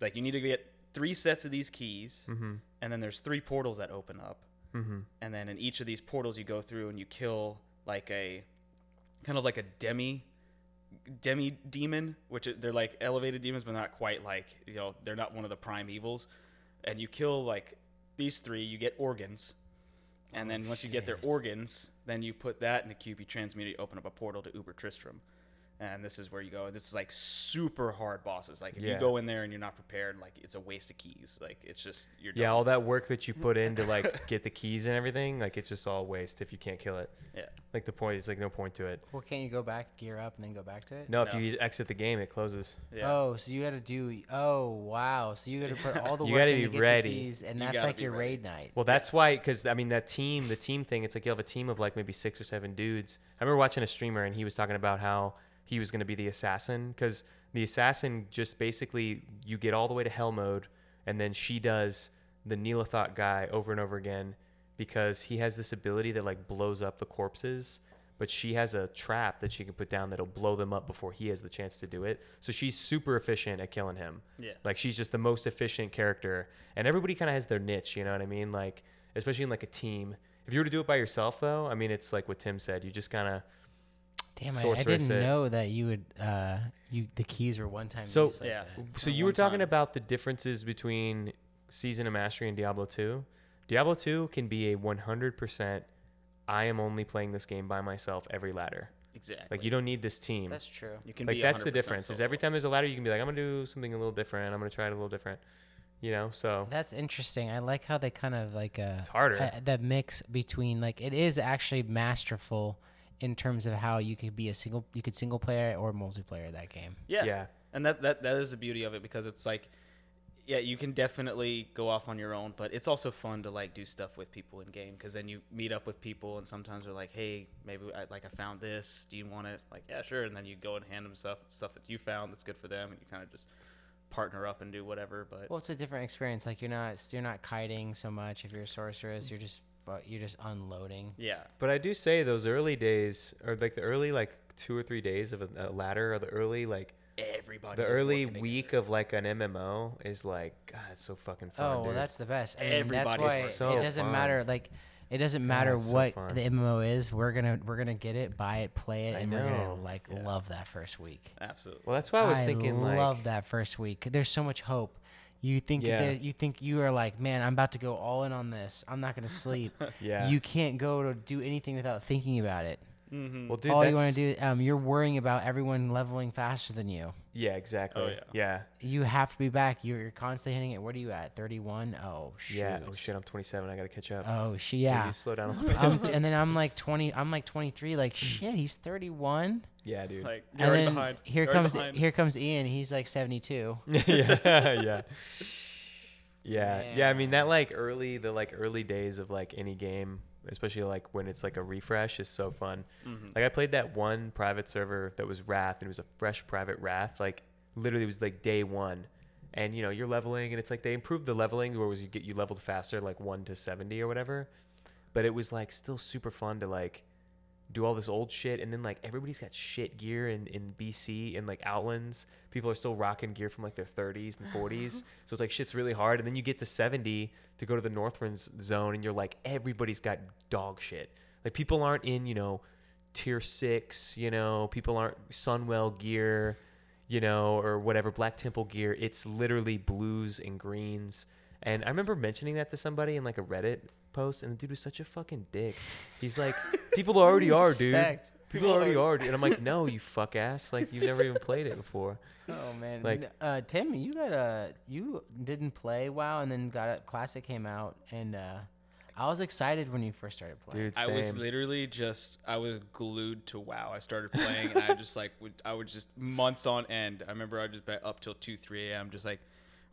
Speaker 1: like, you need to get three sets of these keys,
Speaker 2: Mm-hmm.
Speaker 1: and then there's three portals that open up, and then in each of these portals you go through and you kill like a kind of like a demi demi demon, which is- they're like elevated demons, but not quite like you know they're not one of the prime evils. And you kill like these three, you get organs, and
Speaker 2: Oh,
Speaker 1: then once you get their organs, then you put that in a cube, you transmute, it, you open up a portal to Uber Tristram, and this is where you go. And this is like super hard bosses. Like if
Speaker 2: Yeah.
Speaker 1: you go in there and you're not prepared, like it's a waste of keys. Like it's just you're
Speaker 2: Yeah,
Speaker 1: done.
Speaker 2: all that work that you put in to like get the keys and everything, like it's just all waste if you can't kill it.
Speaker 1: yeah.
Speaker 2: Like the point, it's like no point to it.
Speaker 3: Well, can't you go back, gear up, and then go back to it?
Speaker 2: No, if
Speaker 1: No.
Speaker 2: you exit the game, it closes.
Speaker 1: Yeah.
Speaker 3: Oh, so you got to do. Oh, wow. So you got
Speaker 2: [laughs]
Speaker 3: to put all the
Speaker 2: You
Speaker 3: work
Speaker 2: gotta
Speaker 3: in
Speaker 2: be
Speaker 3: to get
Speaker 2: ready.
Speaker 3: the keys, and
Speaker 1: You
Speaker 3: that's
Speaker 1: gotta
Speaker 3: like
Speaker 1: be
Speaker 3: your
Speaker 1: ready.
Speaker 3: raid night.
Speaker 2: Well, that's why, because I mean, that team, the team thing, it's like you have a team of like maybe six or seven dudes. I remember watching a streamer and he was talking about how he was going to be the assassin, because the assassin just basically you get all the way to hell mode, and then she does the Neelithot guy over and over again because he has this ability that like blows up the corpses. But she has a trap that she can put down that'll blow them up before he has the chance to do it. So she's super efficient at killing him.
Speaker 1: Yeah.
Speaker 2: Like she's just the most efficient character, and everybody kind of has their niche. You know what I mean? Like especially in like a team. If you were to do it by yourself, though, I mean it's like what Tim said. You just kind of
Speaker 3: Damn, I, I
Speaker 2: sorceress
Speaker 3: didn't
Speaker 2: it.
Speaker 3: know that you would. Uh, you the keys were one time.
Speaker 2: So-
Speaker 3: use like
Speaker 1: Yeah.
Speaker 3: that.
Speaker 2: uh, so
Speaker 1: Or
Speaker 2: you were
Speaker 1: one
Speaker 2: talking
Speaker 1: time.
Speaker 2: about the differences between Season of Mastery and Diablo 2. Diablo 2 can be a 100% I am only playing this game by myself every ladder.
Speaker 1: Exactly.
Speaker 2: Like you don't need this team.
Speaker 3: that's true.
Speaker 1: You can
Speaker 2: like
Speaker 1: be
Speaker 2: that's the
Speaker 1: 100%
Speaker 2: difference. Is
Speaker 1: solo.
Speaker 2: every time there's a ladder you can be like I'm going to do something a little different. I'm going to try it a little different. You know? So
Speaker 3: That's interesting. I like how they kind of like uh,
Speaker 2: It's harder.
Speaker 3: uh, that mix between like it is actually masterful in terms of how you could be a single you could single player or multiplayer that game.
Speaker 1: Yeah.
Speaker 2: Yeah.
Speaker 1: And that, that that is the beauty of it because it's like yeah, you can definitely go off on your own, but it's also fun to like do stuff with people in game because then you meet up with people and sometimes they're like, hey, maybe I, like I found this. Do you want it? Like, yeah, sure. And then you go and hand them stuff stuff that you found that's good for them, and you kind of just partner up and do whatever. But
Speaker 3: Well, it's a different experience. Like you're not you're not kiting so much if you're a sorceress. You're just uh, you're just unloading.
Speaker 1: yeah,
Speaker 2: But I do say those early days, or like the early like two or three days of a, a ladder, or the early like
Speaker 1: everybody.
Speaker 2: the
Speaker 1: is
Speaker 2: early
Speaker 1: working
Speaker 2: week of like an MMO is like God, it's so fucking fun.
Speaker 3: Oh well,
Speaker 2: dude.
Speaker 3: that's the best. I mean, that's
Speaker 1: Everybody's
Speaker 3: why
Speaker 1: It's
Speaker 2: so
Speaker 3: it doesn't
Speaker 2: fun.
Speaker 3: matter. Like it doesn't matter
Speaker 2: it's so
Speaker 3: what
Speaker 2: fun.
Speaker 3: the MMO is. We're gonna we're gonna get it, buy it, play it,
Speaker 2: I
Speaker 3: and we're
Speaker 2: know.
Speaker 3: gonna like love that first week.
Speaker 1: together. Absolutely.
Speaker 2: well. That's why I was thinking
Speaker 3: love
Speaker 2: like
Speaker 3: that first week. There's so much hope. You think
Speaker 2: Yeah.
Speaker 3: that you think you are like, man, I'm about to go all in on this. I'm not gonna sleep.
Speaker 2: [laughs] Yeah.
Speaker 3: You can't go to do anything without thinking about it.
Speaker 2: well, dude,
Speaker 3: all you
Speaker 2: that's-
Speaker 3: want to do, um, you're worrying about everyone leveling faster than you.
Speaker 2: Yeah, exactly.
Speaker 1: Oh, yeah.
Speaker 2: yeah,
Speaker 3: You have to be back. You're, you're constantly hitting it. What are you at? 31. Oh shoot.
Speaker 2: yeah. Oh shit, I'm 27. I gotta catch up.
Speaker 3: Oh shit.
Speaker 2: Can
Speaker 3: Yeah.
Speaker 2: you slow
Speaker 3: [laughs]
Speaker 2: down a little bit?
Speaker 1: [laughs]
Speaker 3: Um, t- and then I'm like 20. I'm like 23. Like shit. He's 31.
Speaker 2: yeah, dude.
Speaker 1: It's like Hmm. you're
Speaker 3: And
Speaker 1: already
Speaker 3: then
Speaker 1: behind.
Speaker 3: here
Speaker 1: You're already
Speaker 3: comes
Speaker 1: behind.
Speaker 3: here comes Ian. He's like 72.
Speaker 2: [laughs] yeah, yeah. Yeah. Yeah, I mean that like early the like early days of like any game, especially like when it's like a refresh is so fun. Like I played that one private server that was Wrath and it was a fresh private Wrath, like literally it was like day 1. And you know, you're leveling and it's like they improved the leveling where was you get you leveled faster like 1 to 70 or whatever. But it was like still super fun to like do all this old shit and then like everybody's got shit gear in, in BC and like outlands. People are still rocking gear from like their 30s and 40s. so it's like shit's really hard. And then you get to 70 to go to the Northlands zone and you're like everybody's got dog shit. Like people aren't in, you know, tier 6, you know, people aren't Sunwell gear, you know, or whatever Black Temple gear. It's literally blues and greens. And I remember mentioning that to somebody in like a Reddit post, and the dude was such a fucking dick. He's like, [laughs] people already are, dude.
Speaker 3: Respect.
Speaker 2: People already [laughs] are, dude. And I'm like, no, you fuck ass. Like, you've never even played it before.
Speaker 3: Oh man,
Speaker 2: Like-
Speaker 3: N- uh, Tim, you got a you didn't play WoW, and then got a classic came out, and uh, I was excited when you first started playing.
Speaker 2: Dude,
Speaker 1: I was
Speaker 2: same.
Speaker 1: literally just I was glued to WoW. I started playing and I
Speaker 3: [laughs]
Speaker 1: just like would I would just months on end. I remember I would just be up till two three a.m. Just like,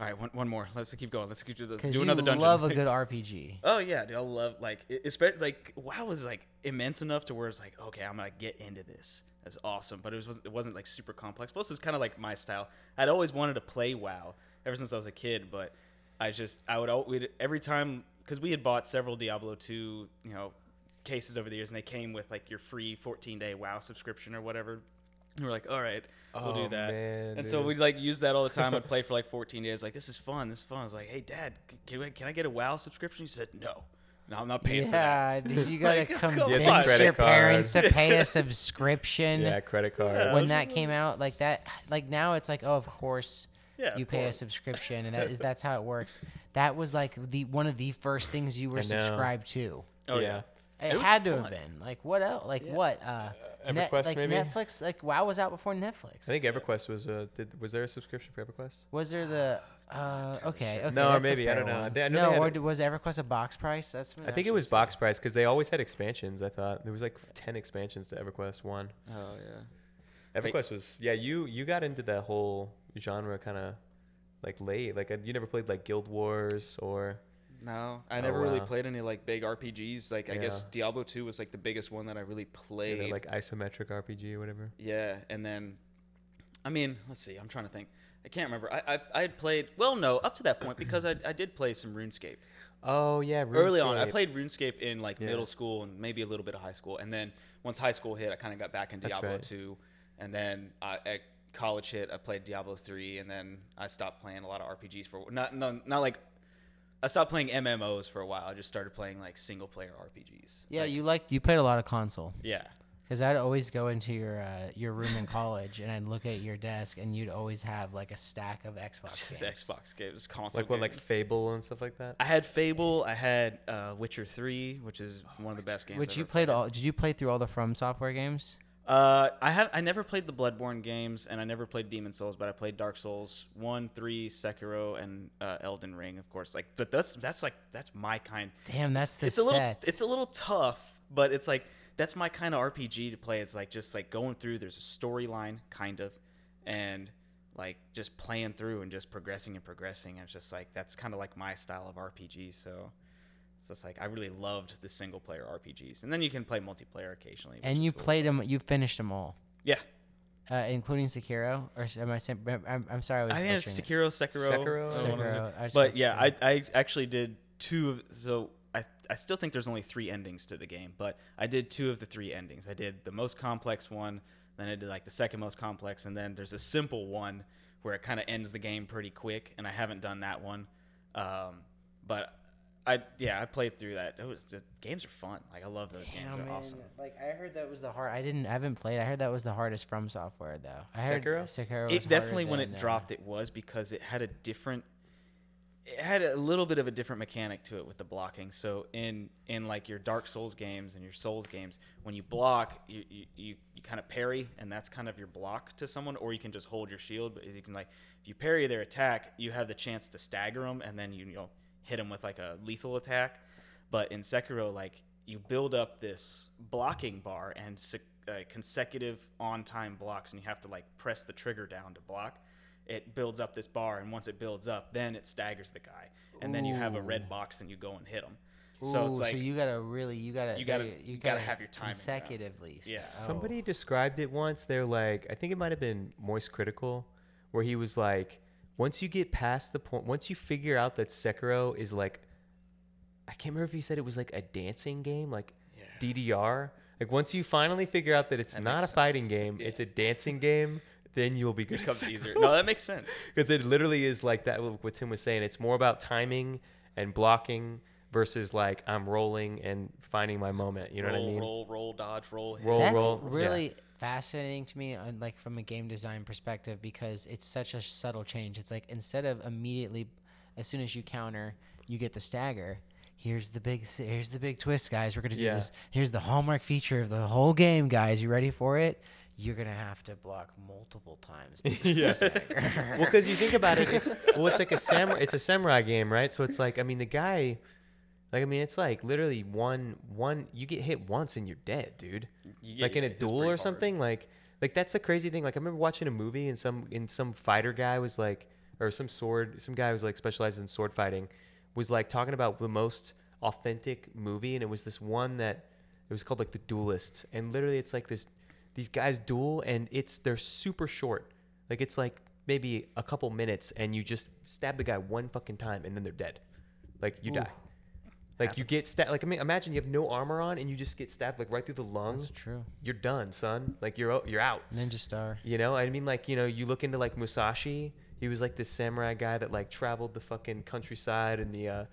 Speaker 1: all right, one, one more. Let's keep going. Let's keep doing this.
Speaker 3: because
Speaker 1: Do
Speaker 3: you
Speaker 1: another dungeon. [laughs]
Speaker 3: love a good RPG. [laughs]
Speaker 1: oh yeah, dude, I love like especially like WoW was like immense enough to where it's like okay, I'm gonna get into this. That's awesome. But it was it wasn't like super complex. Plus it's kind of like my style. I'd always wanted to play WoW ever since I was a kid, but I just I would always every time because we had bought several Diablo two you know cases over the years, and they came with like your free 14 day WoW subscription or whatever. And we're like, all right, we'll
Speaker 2: Oh,
Speaker 1: do that.
Speaker 2: man,
Speaker 1: and so
Speaker 2: dude.
Speaker 1: we'd like use that all the time. I'd play for
Speaker 2: [laughs]
Speaker 1: like 14 days. Like, this is fun. This is fun. I was like, hey, dad, c- can, I, can I get a WoW subscription? He said, no. No, I'm not paying for that.
Speaker 3: Yeah, dude,
Speaker 1: [laughs]
Speaker 3: you gotta
Speaker 1: come on.
Speaker 3: convince
Speaker 2: Yeah, the
Speaker 3: your
Speaker 2: credit
Speaker 3: parents to pay
Speaker 1: [laughs]
Speaker 3: a subscription.
Speaker 2: Yeah, credit card.
Speaker 3: when that came out, like that, like now it's like, oh, of course.
Speaker 1: Yeah,
Speaker 3: you
Speaker 1: of
Speaker 3: pay a
Speaker 1: course.
Speaker 2: [laughs]
Speaker 3: subscription, and that is that's how it works. That was like the one of the first things you were
Speaker 2: know.
Speaker 3: subscribed to.
Speaker 1: Oh,
Speaker 2: yeah.
Speaker 1: yeah.
Speaker 3: It,
Speaker 1: It was
Speaker 3: had to have
Speaker 1: fun.
Speaker 3: been like what else? Like what? Uh,
Speaker 2: EverQuest
Speaker 3: like
Speaker 2: maybe.
Speaker 3: Netflix, like WoW was out before Netflix.
Speaker 2: I think EverQuest was uh, did, was there a subscription for EverQuest?
Speaker 3: was there the uh, okay, okay,
Speaker 2: No, or
Speaker 3: that's a
Speaker 2: maybe, I
Speaker 3: fair
Speaker 2: don't know.
Speaker 3: one.
Speaker 2: They- I know they
Speaker 3: no,
Speaker 2: had
Speaker 3: or
Speaker 2: it-
Speaker 3: d- was EverQuest a box price? That's
Speaker 2: I think it was box price because they always had expansions. I thought there was like ten expansions to EverQuest one.
Speaker 1: Oh yeah. Wait.
Speaker 2: EverQuest was yeah. You you got into that whole genre kind of like late. Like uh, you never played like Guild Wars or
Speaker 1: No, I
Speaker 2: Oh,
Speaker 1: never really
Speaker 2: wow.
Speaker 1: played any like big RPGs. Like I guess
Speaker 2: Yeah.
Speaker 1: Diablo 2 was like the biggest one that I really
Speaker 2: you
Speaker 1: played.
Speaker 2: know, like isometric RPG or whatever.
Speaker 1: Yeah, and then, I mean, let's see. I'm trying to think. I can't remember. I I, I had played well, no, up to that point because I, I did play some RuneScape
Speaker 2: Oh yeah,
Speaker 1: early on. I
Speaker 2: RuneScape.
Speaker 1: played RuneScape in like
Speaker 2: Yeah.
Speaker 1: middle school and maybe a little bit of high school, and then once high school hit, I kind of got back in
Speaker 2: That's
Speaker 1: Diablo
Speaker 2: right.
Speaker 1: two, and then I, at college hit, I played Diablo three, and then I stopped playing a lot of RPGs for not no not like. I stopped playing MMOs for a while. I just started playing like single player RPGs.
Speaker 3: Yeah,
Speaker 1: Like,
Speaker 3: you liked you played a lot of console
Speaker 1: yeah.
Speaker 3: because I'd always go into your uh, your room in college and I'd look at your desk and you'd always have like a stack of Xbox.
Speaker 1: Just
Speaker 3: games.
Speaker 1: Xbox games, console
Speaker 2: like what like
Speaker 1: games.
Speaker 2: Fable and stuff like that.
Speaker 1: I had Fable. I had uh, Witcher Three, which is
Speaker 2: Oh
Speaker 1: one of the best games.
Speaker 3: Which
Speaker 1: I've
Speaker 3: you
Speaker 1: ever
Speaker 3: played all? Did you play through all the From Software games?
Speaker 1: Uh, I have. I never played the Bloodborne games, and I never played Demon Souls, but I played Dark Souls One, Three, Sekiro, and uh, Elden Ring, of course. Like, but that's that's like that's my kind.
Speaker 3: Damn, that's the
Speaker 1: it's a
Speaker 3: set.
Speaker 1: little. It's a little tough, but it's like that's my kind of RPG to play. It's like just like going through. There's a storyline, kind of, and like just playing through and just progressing and progressing. And it's just like that's kind of like my style of RPG. So. it's just like I really loved the single player RPGs, and then you can play multiplayer occasionally. which
Speaker 3: and
Speaker 1: is
Speaker 3: you
Speaker 1: cool.
Speaker 3: played them. You finished them all,
Speaker 1: yeah,
Speaker 3: uh, including Sekiro. Or s- am I? saying- I'm, I'm sorry. I was
Speaker 1: I think it's
Speaker 3: butchering it.
Speaker 1: Sekiro, Sekiro,
Speaker 2: Sekiro.
Speaker 1: uh, one of those.
Speaker 3: Sekiro, I just
Speaker 1: But
Speaker 3: call it
Speaker 1: yeah, I, I actually did two of so I I still think there's only three endings to the game, but I did two of the three endings. I did the most complex one, then I did like the second most complex, and then there's a simple one where it kind of ends the game pretty quick, and I haven't done that one. Um, but I yeah, I played through that. It was the games are fun. Like I love those games.
Speaker 3: Damn,
Speaker 1: They're
Speaker 3: man.
Speaker 1: awesome.
Speaker 3: Like I heard that was the hard. I didn't. I haven't played. I heard that was the hardest From Software though. I heard
Speaker 2: Sekiro?
Speaker 3: Sekiro. Was
Speaker 1: it definitely
Speaker 3: harder
Speaker 1: when
Speaker 3: than,
Speaker 1: it
Speaker 3: uh,
Speaker 1: dropped it was because it had a different it had a little bit of a different mechanic to it with the blocking so in in like your dark souls games and your souls games when you block you you, you, you kind of parry and that's kind of your block to someone or you can just hold your shield but you can like if you parry their attack you have the chance to stagger them and then you, you'll hit them with like a lethal attack but in sekiro like you build up this blocking bar and sec- uh, consecutive on-time blocks and you have to like press the trigger down to block it builds up this bar and once it builds up then it staggers the guy and then you have a red box and you go and hit him so
Speaker 3: ooh,
Speaker 1: it's like
Speaker 3: so you gotta really. You gotta.
Speaker 1: You gotta-
Speaker 3: You,
Speaker 1: you
Speaker 3: gotta,
Speaker 1: gotta have your timing down.
Speaker 3: consecutively.
Speaker 1: Yeah.
Speaker 3: so-
Speaker 1: Oh.
Speaker 2: Somebody described it once. They're like, I think it might have been Moist Critical, where he was like, once you get past the point, once you figure out that Sekiro is like, I can't remember if he said it was like a dancing game, like DDR. Like once you finally figure out that it's
Speaker 1: That
Speaker 2: not a
Speaker 1: makes sense.
Speaker 2: fighting game, it's a
Speaker 1: [laughs]
Speaker 2: dancing game, then you will be good.
Speaker 1: it
Speaker 2: [laughs]
Speaker 1: becomes easier no that makes sense
Speaker 2: because it literally is like that. What Tim was saying, it's more about timing and blocking versus like I'm rolling and finding my moment. You know
Speaker 1: roll
Speaker 2: what I mean?
Speaker 1: roll roll dodge roll hit.
Speaker 2: Roll,
Speaker 3: That's
Speaker 2: roll, yeah.
Speaker 3: really fascinating to me, on, like from a game design perspective, because it's such a subtle change. It's like instead of immediately, as soon as you counter, you get the stagger. Here's the big, s- here's the big twist, guys. We're gonna do
Speaker 2: Yeah.
Speaker 3: this. Here's the hallmark feature of the whole game, guys. You ready for it? You're gonna have to block multiple times. to get
Speaker 2: [laughs]
Speaker 3: the
Speaker 2: Yeah.
Speaker 3: stagger."
Speaker 2: well, because you think about it, it's well, it's like a samurai. It's a samurai game, right? So it's like, I mean, the guy, like, I mean, it's like literally one, one. You get hit once and you're dead, dude.
Speaker 1: Yeah,
Speaker 2: like in a
Speaker 1: it's
Speaker 2: duel
Speaker 1: pretty
Speaker 2: or
Speaker 1: hard.
Speaker 2: something. Like, like that's the crazy thing. Like, I remember watching a movie and some and some fighter guy was like, or some sword, some guy who was like specialized in sword fighting, was like talking about the most authentic movie, and it was this one that it was called like the Duelist, and literally it's like this, these guys duel, and it's they're super short. Like it's like maybe a couple minutes, and you just stab the guy one fucking time, and then they're dead. Like you die. Like you get stabbed. Like I mean, imagine you have no armor on, and you just get stabbed like right through the lungs.
Speaker 3: That's true.
Speaker 2: You're done, son. Like you're o- you're out.
Speaker 3: Ninja Star.
Speaker 2: You know, I mean, like you know, you look into like Musashi. He was like this samurai guy that like traveled the fucking countryside and the uh,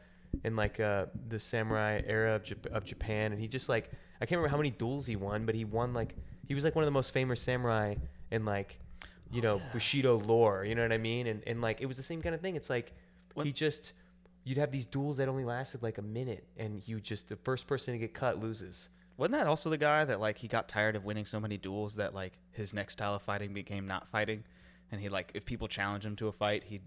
Speaker 2: in like uh the samurai era of, Jap- of Japan, and he just like I can't remember how many duels he won, but he won like he was like one of the most famous samurai in like you know
Speaker 1: Oh.
Speaker 2: Bushido lore. You know what I mean? And and like it was the same kind of thing. It's like he just you'd have these duels that only lasted like a minute, and you just the first person to get cut loses.
Speaker 1: Wasn't that also the guy that like he got tired of winning so many duels that like his next style of fighting became not fighting, and he like if people challenge him to a fight, he'd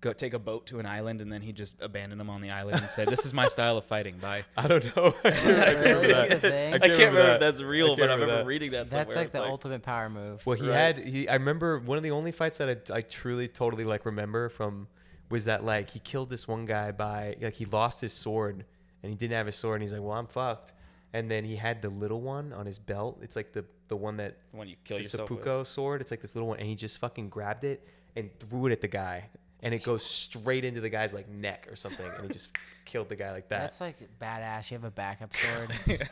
Speaker 1: go take a boat to an island and then he just abandoned them on the island and said, "This is [laughs] my style of fighting." Bye.
Speaker 2: [laughs] I
Speaker 1: [laughs]
Speaker 2: don't know. [laughs]
Speaker 3: Really? That's a thing.
Speaker 1: I can't remember,
Speaker 2: remember
Speaker 1: if
Speaker 2: that.
Speaker 1: that's real,
Speaker 2: I can't
Speaker 1: but I
Speaker 2: remember
Speaker 1: remember
Speaker 2: that.
Speaker 1: reading that somewhere.
Speaker 3: That's like
Speaker 1: It's
Speaker 3: the ultimate power move.
Speaker 2: Well, he had. He, I remember one of the only fights that I, I truly, totally like remember from was that like he killed this one guy by like he lost his sword and he didn't have his sword and he's like, well, I'm fucked. And then he had the little one on his belt. It's like the the one that
Speaker 1: when you kill
Speaker 2: the
Speaker 1: yourself. with.
Speaker 2: seppuku sword. It's like this little one, and he just fucking grabbed it and threw it at the guy, and it goes straight into the guy's like neck or something, and he just killed the guy like that.
Speaker 3: That's like badass. You have a backup
Speaker 2: [laughs]
Speaker 3: sword.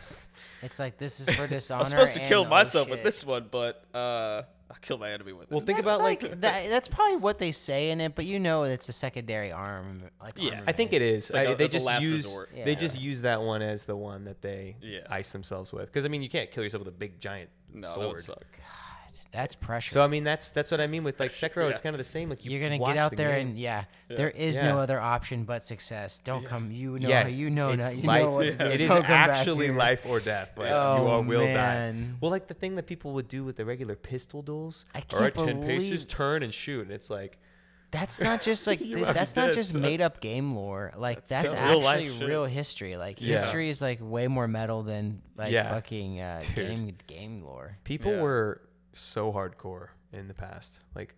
Speaker 3: it's like this is for dishonor.
Speaker 1: I was supposed to
Speaker 3: and
Speaker 1: kill
Speaker 3: oh
Speaker 1: myself with
Speaker 3: shit.
Speaker 1: this one, but uh, I'll kill my enemy with it.
Speaker 2: well, think
Speaker 3: That's
Speaker 2: about like,
Speaker 3: that, that's probably what they say in it, but you know it's a secondary arm. Like
Speaker 1: Yeah,
Speaker 2: I think it is.
Speaker 1: like
Speaker 2: I-
Speaker 1: a-
Speaker 2: they
Speaker 1: the
Speaker 2: just
Speaker 1: last
Speaker 2: use
Speaker 1: resort.
Speaker 2: they
Speaker 3: Yeah.
Speaker 2: just use that one as the one that they
Speaker 1: Yeah.
Speaker 2: ice themselves with. Because I mean, you can't kill yourself with a big giant
Speaker 1: no, that would
Speaker 2: sword.
Speaker 1: suck.
Speaker 3: That's pressure.
Speaker 2: So I mean, that's that's what I mean with like Sekiro. It's
Speaker 1: Yeah.
Speaker 2: kind of the same. Like you
Speaker 3: you are gonna
Speaker 2: watch
Speaker 3: get out
Speaker 2: the
Speaker 3: there
Speaker 2: game.
Speaker 3: and yeah, there is no
Speaker 2: Yeah.
Speaker 3: other option but success. Don't come. You know.
Speaker 2: yeah,
Speaker 3: You know.
Speaker 2: it's
Speaker 3: Now, you
Speaker 2: life.
Speaker 3: know
Speaker 1: [laughs]
Speaker 3: what to do.
Speaker 2: [laughs] It is
Speaker 3: Don't come back
Speaker 2: actually
Speaker 3: here.
Speaker 2: life or death. Like, you
Speaker 3: Oh,
Speaker 2: all will die.
Speaker 3: man.
Speaker 2: Well, like the thing that people would do with the regular pistol duels.
Speaker 3: I
Speaker 2: all right,
Speaker 3: can't
Speaker 2: ten paces,
Speaker 3: believe-
Speaker 2: turn and shoot, and it's like
Speaker 3: That's not
Speaker 2: [laughs]
Speaker 3: just like th-
Speaker 2: might be
Speaker 3: that's not
Speaker 2: dead,
Speaker 3: just
Speaker 2: son.
Speaker 3: made up game lore. Like that's,
Speaker 1: not real life
Speaker 3: actually real,
Speaker 1: shit.
Speaker 3: history. Like
Speaker 2: Yeah.
Speaker 3: history is like way more metal than like
Speaker 2: Yeah.
Speaker 3: fucking uh,
Speaker 2: [laughs] Dude.
Speaker 3: game game lore.
Speaker 2: people
Speaker 1: Yeah.
Speaker 2: were so hardcore in the past, like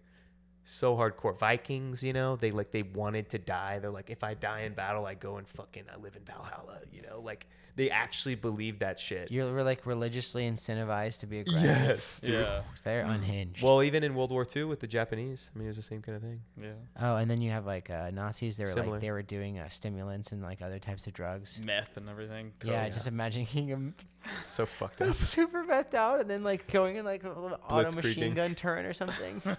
Speaker 2: so hardcore. Vikings, you know, they like they wanted to die. They're like, if I die in battle, I go and fucking I live in Valhalla. You know, like they actually believed that shit.
Speaker 3: You were like religiously incentivized to be
Speaker 2: [laughs]
Speaker 3: aggressive.
Speaker 2: Yes, dude.
Speaker 1: Yeah,
Speaker 3: They're unhinged.
Speaker 2: Well, even in World War II with the Japanese, I mean, it was the same kind of thing.
Speaker 1: yeah.
Speaker 3: oh, and then you have like uh, Nazis. They were
Speaker 2: Similar.
Speaker 3: like they were doing uh, stimulants and like other types of drugs.
Speaker 1: Meth and everything.
Speaker 2: Mm,
Speaker 1: Oh,
Speaker 3: yeah,
Speaker 2: oh,
Speaker 1: Coke.
Speaker 3: just
Speaker 2: [laughs]
Speaker 3: imagining them
Speaker 2: It's so fucked up.
Speaker 3: super methed out and then like going in like a little auto machine
Speaker 2: Blitzkrieging.
Speaker 3: gun turn or something.
Speaker 1: God,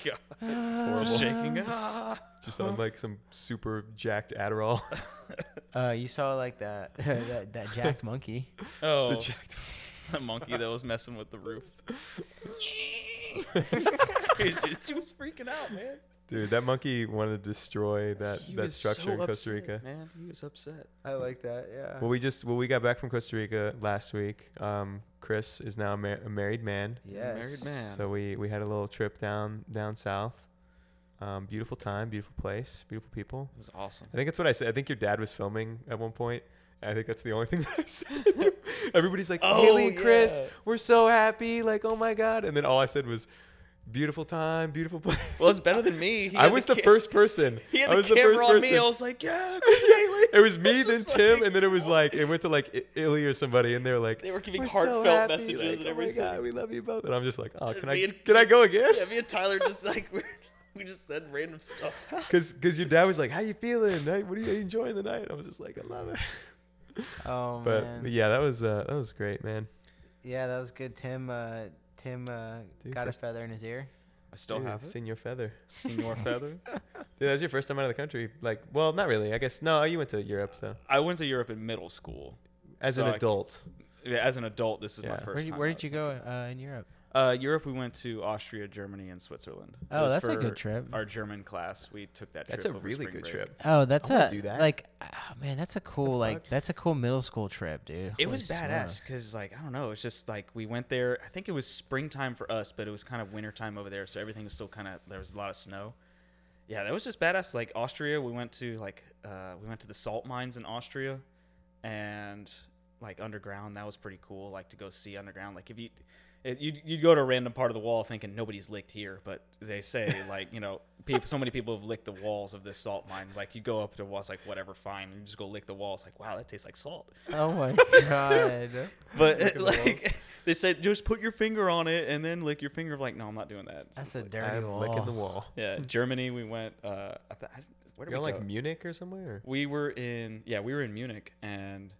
Speaker 2: [laughs] It's
Speaker 1: [laughs]
Speaker 2: horrible.
Speaker 1: shaking. Ah.
Speaker 2: Just on like some super jacked Adderall. [laughs]
Speaker 3: uh, you saw like that [laughs] that, that jacked monkey.
Speaker 1: Oh,
Speaker 2: the
Speaker 1: the,
Speaker 2: jacked.
Speaker 1: monkey that was messing with the
Speaker 2: [laughs]
Speaker 1: roof. He's just- [laughs] he was freaking out, man.
Speaker 2: Dude, that monkey wanted to destroy that,
Speaker 1: He
Speaker 2: that
Speaker 1: was
Speaker 2: structure
Speaker 1: so
Speaker 2: in Costa
Speaker 1: upset,
Speaker 2: Rica.
Speaker 1: Man, he was upset.
Speaker 3: I like that. Yeah.
Speaker 2: Well, we just well we got back from Costa Rica last week. Um, Chris is now a, mar- a married man,
Speaker 3: Yes.
Speaker 1: Married man.
Speaker 2: so we we had a little trip down down south. Um, beautiful time, beautiful place, beautiful people.
Speaker 1: it was awesome.
Speaker 2: I think that's what I said. I think your dad was filming at one point. I think that's the only [laughs] thing that I said. Everybody's like,
Speaker 1: Oh,
Speaker 2: Haley and Chris,
Speaker 1: yeah.
Speaker 2: we're so happy. Like, oh my God. And then all I said was, beautiful time, beautiful place.
Speaker 1: [laughs] Well, it's better than me. He
Speaker 2: I
Speaker 1: had
Speaker 2: was the
Speaker 1: ca-
Speaker 2: first person.
Speaker 1: He had
Speaker 2: I
Speaker 1: the
Speaker 2: was
Speaker 1: camera
Speaker 2: the first
Speaker 1: on
Speaker 2: person.
Speaker 1: me. I was like, yeah, Chris
Speaker 2: [laughs]
Speaker 1: Haley.
Speaker 2: It was
Speaker 1: I
Speaker 2: me,
Speaker 1: was
Speaker 2: then
Speaker 1: just
Speaker 2: Tim,
Speaker 1: like-
Speaker 2: and then it was like it went to like I- Illy or somebody, and they were like
Speaker 1: They were giving
Speaker 2: "We're so
Speaker 1: heartfelt
Speaker 2: happy,"
Speaker 1: messages
Speaker 2: like,
Speaker 1: and
Speaker 2: "Oh my
Speaker 1: everything.
Speaker 2: God, we love you both. And I'm just like, oh, can I
Speaker 1: Me and-
Speaker 2: can I go again?
Speaker 1: [laughs]
Speaker 2: [laughs]
Speaker 1: Yeah, me and Tyler just like [laughs] we we just said random stuff.
Speaker 2: Because your dad was like, how you feeling? How- What are you enjoying the night? I was just like, I love it.
Speaker 3: Oh
Speaker 2: But
Speaker 3: man.
Speaker 2: yeah, that was uh, that was great, man.
Speaker 3: Yeah, that was good. Tim uh, Tim uh,
Speaker 2: Dude,
Speaker 3: got a
Speaker 2: first-
Speaker 3: feather in his ear.
Speaker 1: I still
Speaker 2: Dude,
Speaker 1: have it.
Speaker 2: seen your feather. [laughs]
Speaker 1: Senior feather.
Speaker 2: Dude, that was your first time out of the country. Like, well, not really. I guess no, you went to Europe, so
Speaker 1: I went to Europe in middle school.
Speaker 2: as
Speaker 1: So
Speaker 2: an
Speaker 1: I-
Speaker 2: adult.
Speaker 1: Yeah, As an adult, this is
Speaker 2: Yeah.
Speaker 1: my
Speaker 2: Where
Speaker 1: first.
Speaker 3: Where did,
Speaker 1: time
Speaker 3: where
Speaker 1: out.
Speaker 3: did you go uh, in Europe?
Speaker 1: Uh, Europe, we went to Austria, Germany, and Switzerland. It
Speaker 3: Oh,
Speaker 1: was
Speaker 3: that's a
Speaker 1: for
Speaker 3: good trip.
Speaker 1: Our German class, we took that.
Speaker 2: That's a
Speaker 1: trip over
Speaker 2: really
Speaker 1: spring
Speaker 2: good
Speaker 1: break.
Speaker 2: trip.
Speaker 3: Oh, that's
Speaker 2: I wanna
Speaker 3: a
Speaker 2: do that.
Speaker 3: like, oh, man, that's a cool like
Speaker 2: fuck?
Speaker 3: that's a cool middle school trip, dude.
Speaker 1: It
Speaker 3: Holy
Speaker 1: was
Speaker 3: smokes.
Speaker 1: badass because, like, I don't know, it's just like we went there. I think it was springtime for us, but it was kind of wintertime over there, so everything was still kind of there was a lot of snow. Yeah, that was just badass. Like Austria, we went to like uh, we went to the salt mines in Austria, and like underground, that was pretty cool. Like to go see underground. Like if you it, you'd, you'd go to a random part of the wall thinking nobody's licked here, but they say like you know people, so many people have licked the walls of this salt mine. Like you go up to walls like whatever, fine, and you just go lick the walls. Like wow, that tastes like salt.
Speaker 2: [laughs]
Speaker 3: Oh my god.
Speaker 1: But like [laughs] they said, just put your finger on it and then lick your finger. I'm Like, no, I'm not doing that.
Speaker 3: That's a dirty
Speaker 2: I'm
Speaker 3: wall.
Speaker 2: licking the wall.
Speaker 1: Yeah, Germany. We went. Uh, I th- I, where did
Speaker 2: You're
Speaker 1: we
Speaker 2: like
Speaker 1: go?
Speaker 2: Munich or somewhere.
Speaker 1: we were in. Yeah, we were in Munich, and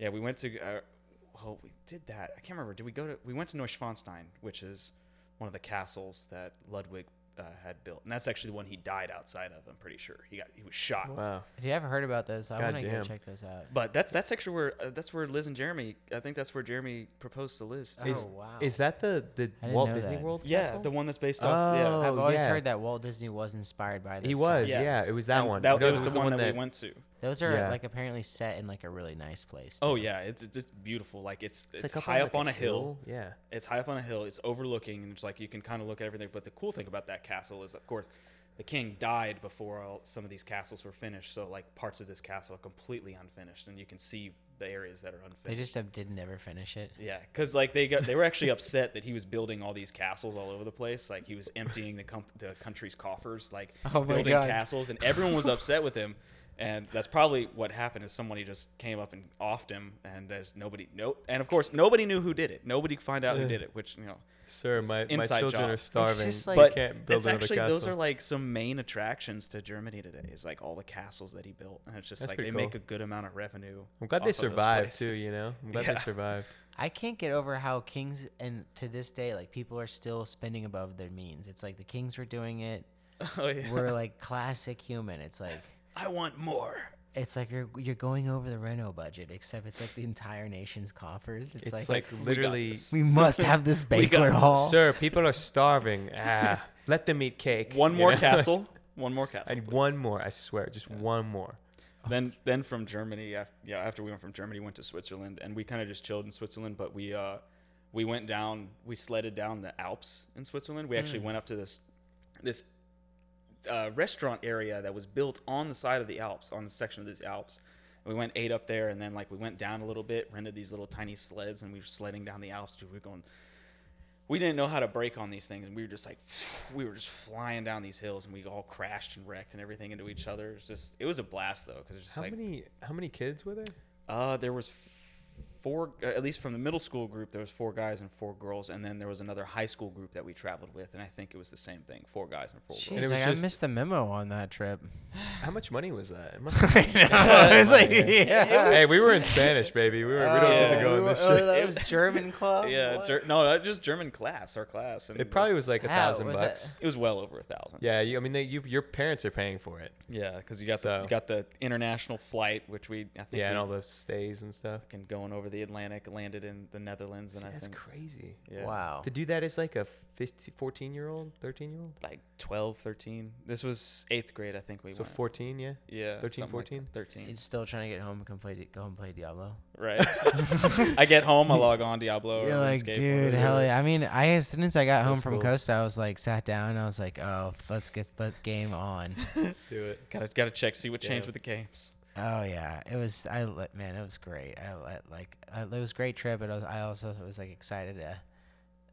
Speaker 1: yeah, we went to. Uh, well, we did that. I can't remember. Did we go to? We went to Neuschwanstein, which is one of the castles that Ludwig uh, had built, and that's actually the one he died outside of. I'm pretty sure he got he was shot.
Speaker 2: Wow.
Speaker 3: Have you ever heard about those? I want to go
Speaker 2: Goddamn.
Speaker 3: check those out.
Speaker 1: But that's that's actually where uh, that's where Liz and Jeremy. I think that's where Jeremy proposed to Liz. too.
Speaker 3: Oh,
Speaker 2: Is,
Speaker 3: wow.
Speaker 2: Is that the the
Speaker 3: I didn't
Speaker 2: Walt
Speaker 3: know
Speaker 2: Disney
Speaker 3: that.
Speaker 2: World?
Speaker 1: yeah,
Speaker 2: castle?
Speaker 1: the one that's based off. Yeah.
Speaker 2: Oh,
Speaker 3: I've always
Speaker 2: yeah.
Speaker 3: heard that Walt Disney was inspired by this.
Speaker 2: He was,
Speaker 1: Yeah.
Speaker 2: yeah. It was that
Speaker 1: And
Speaker 2: one.
Speaker 1: That
Speaker 2: No,
Speaker 1: it
Speaker 2: it
Speaker 1: was the
Speaker 2: the
Speaker 1: one,
Speaker 2: one
Speaker 1: that,
Speaker 2: that-
Speaker 1: we went to.
Speaker 3: Those are
Speaker 5: Yeah.
Speaker 3: like apparently set in like a really nice place.
Speaker 1: Oh yeah, it's it's just beautiful. Like it's it's,
Speaker 5: like
Speaker 1: high up on a hill.
Speaker 5: Yeah.
Speaker 1: It's high up on a hill. It's overlooking, and it's like you can kind of look at everything. But the cool thing about that castle is, of course, the king died before all, some of these castles were finished. So like parts of this castle are completely unfinished, and you can see the areas that are unfinished.
Speaker 3: They just have, did never finish it.
Speaker 1: Yeah, because like they got they were actually upset that he was building all these castles all over the place. Like he was emptying the com- the country's coffers,
Speaker 2: [laughs]
Speaker 1: like
Speaker 3: Oh my
Speaker 1: building
Speaker 3: God.
Speaker 1: castles, and everyone was upset with him. And that's probably what happened is somebody just came up and offed him, and there's nobody no, and of course nobody knew who did it. Nobody could find out who did it, which you know.
Speaker 2: Sir, my, my
Speaker 1: inside
Speaker 2: children
Speaker 1: job.
Speaker 2: are
Speaker 1: It's
Speaker 2: starving.
Speaker 3: just
Speaker 2: You
Speaker 3: like-
Speaker 1: But
Speaker 2: can't build
Speaker 1: it's
Speaker 2: another
Speaker 1: actually
Speaker 2: castle.
Speaker 1: those are like some main attractions to Germany today. Is like all the castles that he built, and it's just
Speaker 2: That's
Speaker 1: like
Speaker 2: pretty
Speaker 1: they make a
Speaker 2: cool.
Speaker 1: good amount of revenue.
Speaker 2: I'm glad they
Speaker 1: off of those
Speaker 2: survived too.
Speaker 1: places.
Speaker 2: You know, I'm glad
Speaker 1: Yeah.
Speaker 2: they survived.
Speaker 3: I can't get over how kings and to this day, like people are still spending above their means. It's like the kings were doing it.
Speaker 1: [laughs] Oh yeah,
Speaker 3: We're like classic human. It's like
Speaker 1: I want more.
Speaker 3: it's like you're you're going over the reno budget, except it's like the entire nation's coffers. It's,
Speaker 2: It's
Speaker 3: like,
Speaker 2: like, literally,
Speaker 1: this.
Speaker 3: we must have this
Speaker 1: got
Speaker 3: banquet
Speaker 1: this.
Speaker 3: hall.
Speaker 2: sir, people are starving. Ah, let them eat cake.
Speaker 1: One
Speaker 2: you
Speaker 1: more
Speaker 2: [laughs] know?
Speaker 1: castle. One more castle.
Speaker 2: and
Speaker 1: please.
Speaker 2: one more. I swear, just one more.
Speaker 1: then then from Germany, af- yeah, after we went from Germany, went to Switzerland, and we kind of just chilled in Switzerland. But we uh, we went down, we sledded down the Alps in Switzerland. We actually went up to this this uh, restaurant area that was built on the side of the Alps, on the section of these Alps. And we went ate up there, and then like we went down a little bit, rented these little tiny sleds, and we were sledding down the Alps. Dude, we were going. We didn't know how to brake on these things, and we were just like, [sniffs] we were just flying down these hills, and we all crashed and wrecked and everything into each other. It's just, it was a blast though, because it's just
Speaker 2: How
Speaker 1: like,
Speaker 2: many? How many kids were there?
Speaker 1: uh, there was f- four, uh, at least from the middle school group, there was four guys and four girls, and then there was another high school group that we traveled with, and I think it was the same thing, four guys and four
Speaker 3: Jeez,
Speaker 1: girls.
Speaker 2: it was
Speaker 3: like,
Speaker 2: just-
Speaker 3: I missed the memo on that trip.
Speaker 2: How much money was that? It must have
Speaker 3: [laughs] I [laughs] know. It's like,
Speaker 2: Yeah.
Speaker 3: yeah.
Speaker 2: hey, we were in Spanish, baby. We were. we don't get
Speaker 1: Yeah.
Speaker 2: to go
Speaker 3: we
Speaker 2: in this
Speaker 3: were- oh,
Speaker 2: shit.
Speaker 3: that was
Speaker 1: [laughs]
Speaker 3: German club.
Speaker 1: Yeah,
Speaker 3: What?
Speaker 1: ger- no, that- just German class, our class. And
Speaker 2: It probably was like a
Speaker 3: How
Speaker 2: thousand
Speaker 3: was
Speaker 2: bucks.
Speaker 3: that-
Speaker 1: it was well over a thousand.
Speaker 2: Yeah, you, I mean, they, you, your parents are paying for it.
Speaker 1: Yeah, because you got
Speaker 2: So-
Speaker 1: the you got the international flight, which we I think
Speaker 2: Yeah,
Speaker 1: we
Speaker 2: and all the stays and stuff.
Speaker 1: fucking going over the Atlantic, landed in the Netherlands, and I
Speaker 2: That's
Speaker 1: think
Speaker 2: crazy.
Speaker 1: yeah,
Speaker 3: Wow.
Speaker 2: To do that as like a 15, 14 year old, 13 year old?
Speaker 1: like 12, 13. This was eighth grade, I think we
Speaker 2: So
Speaker 1: went.
Speaker 2: 14, yeah?
Speaker 1: yeah,
Speaker 2: 13,
Speaker 1: something like that.
Speaker 2: 14?
Speaker 1: thirteen.
Speaker 3: You're still trying to get home and come play, go and play Diablo.
Speaker 1: [laughs]
Speaker 3: [laughs]
Speaker 1: Right. I get home, I log on Diablo.
Speaker 3: You're
Speaker 1: or
Speaker 3: like,
Speaker 1: Runescape or
Speaker 3: dude,
Speaker 1: whatever.
Speaker 3: hell yeah. I mean, I as soon as I got home
Speaker 2: That's
Speaker 3: from
Speaker 2: cool.
Speaker 3: Costa, I was like, sat down, and I was like, oh, f- let's get let
Speaker 2: [laughs]
Speaker 3: game on.
Speaker 2: [laughs] Let's do
Speaker 1: [laughs]
Speaker 2: it.
Speaker 1: Gotta gotta check, see what changed
Speaker 2: Yeah.
Speaker 1: with the games.
Speaker 3: oh yeah, it was. I li- man, it was great. I li- like uh, it was a great trip, but I, was, I also was like excited to.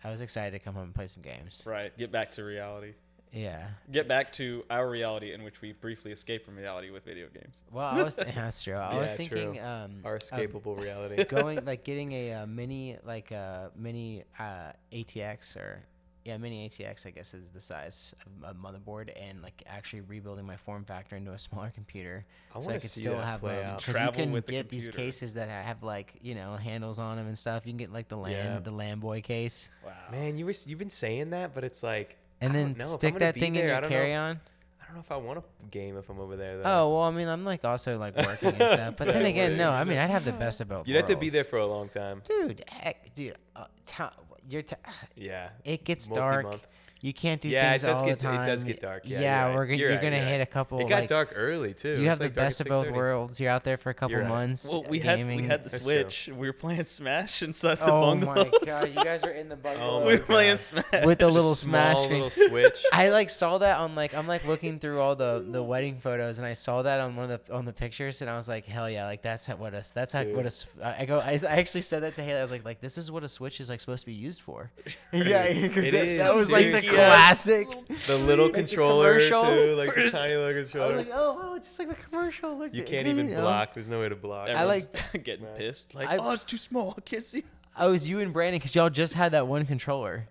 Speaker 3: I was excited to come home and play some games.
Speaker 1: Right. Get back to reality.
Speaker 3: Yeah.
Speaker 1: Get back to our reality in which we briefly escaped from reality with video games.
Speaker 3: Well, I was. [laughs] that's true. I was
Speaker 2: [laughs] Yeah,
Speaker 3: thinking.
Speaker 2: true.
Speaker 3: Um,
Speaker 2: Our
Speaker 3: of
Speaker 2: escapable reality.
Speaker 3: [laughs] going like getting a uh, mini like a mini uh, ATX or yeah mini ATX I guess is the size of a motherboard and like actually rebuilding my form factor into a smaller computer
Speaker 2: I
Speaker 3: so I
Speaker 2: wanna
Speaker 3: could
Speaker 2: see
Speaker 3: still
Speaker 2: that
Speaker 3: have
Speaker 2: play
Speaker 3: um,
Speaker 2: out.
Speaker 3: 'cause you
Speaker 1: Travel
Speaker 3: can
Speaker 1: with the
Speaker 3: get these
Speaker 1: computer.
Speaker 3: cases that have like you know handles on them and stuff you can get like the land
Speaker 2: Yeah.
Speaker 3: the Lamboy case
Speaker 1: Wow.
Speaker 2: Man, you were, s- you've been saying that, but it's like.
Speaker 3: and
Speaker 2: I don't
Speaker 3: then
Speaker 2: know if I'm
Speaker 3: stick
Speaker 2: gonna
Speaker 3: that
Speaker 2: be
Speaker 3: thing in
Speaker 2: there. I
Speaker 3: your
Speaker 2: don't know if-
Speaker 3: carry on.
Speaker 2: I don't know if I want a game if I'm over there, though.
Speaker 3: Oh well, I mean, I'm like also like working
Speaker 2: [laughs]
Speaker 3: and stuff, but then
Speaker 2: right,
Speaker 3: again,
Speaker 2: what
Speaker 3: no,
Speaker 2: do you
Speaker 3: I mean, I'd have the best of both.
Speaker 2: You'd have to be
Speaker 3: worlds.
Speaker 2: there for a long time.
Speaker 3: dude. Heck, dude, uh, to- you're t-
Speaker 2: Yeah.
Speaker 3: it gets
Speaker 2: Multi-month.
Speaker 3: dark. You can't do
Speaker 2: Yeah, it
Speaker 3: things
Speaker 2: does
Speaker 3: all
Speaker 2: get
Speaker 3: the time.
Speaker 2: it does get dark. Yeah,
Speaker 3: yeah
Speaker 2: you're right.
Speaker 3: we're gonna
Speaker 2: You're
Speaker 3: you're,
Speaker 2: right,
Speaker 3: gonna
Speaker 2: you're
Speaker 3: hit
Speaker 2: right.
Speaker 3: a couple.
Speaker 2: It got
Speaker 3: like,
Speaker 2: dark early too. It
Speaker 3: You
Speaker 2: was,
Speaker 3: have
Speaker 2: like,
Speaker 3: the
Speaker 2: dark at
Speaker 3: best of both
Speaker 2: 6:30.
Speaker 3: worlds. You're out there for a couple
Speaker 2: You're right.
Speaker 3: months.
Speaker 1: Well,
Speaker 3: of
Speaker 1: we had
Speaker 3: gaming.
Speaker 1: we had the
Speaker 2: That's true.
Speaker 1: Switch. We were playing Smash inside the
Speaker 3: oh my
Speaker 1: bungalows. [laughs]
Speaker 3: god, you guys were in the bungalow
Speaker 2: Oh my
Speaker 1: we were playing Smash.
Speaker 3: with the
Speaker 1: [laughs]
Speaker 2: Just
Speaker 3: little
Speaker 2: small
Speaker 3: smash. screen.
Speaker 2: little switch.
Speaker 3: [laughs] I like saw that on like I'm like looking through all the the wedding photos and I saw that on one of the on the pictures and I was like hell yeah like that's how, what us that's how,
Speaker 2: Dude.
Speaker 3: what us I go I, I actually said that to Haley I was like like this is what a switch is like supposed to be used for [laughs] yeah because
Speaker 2: It
Speaker 3: that,
Speaker 2: is,
Speaker 3: that was like the
Speaker 2: dude.
Speaker 1: Yeah.
Speaker 3: classic
Speaker 2: the little
Speaker 3: Like the
Speaker 2: controller
Speaker 3: commercial.
Speaker 2: too, like the
Speaker 1: Where's-
Speaker 2: tiny little
Speaker 3: I was
Speaker 2: controller.
Speaker 3: like oh wow just like the commercial look
Speaker 2: You
Speaker 3: at-
Speaker 2: can't even
Speaker 3: you know?
Speaker 2: block. There's no way to block.
Speaker 3: I like-
Speaker 1: Everyone's [laughs] getting pissed. Like,
Speaker 3: I-
Speaker 1: oh, it's too small. I can't see.
Speaker 3: I Oh, was you and Brandon because y'all just had that one controller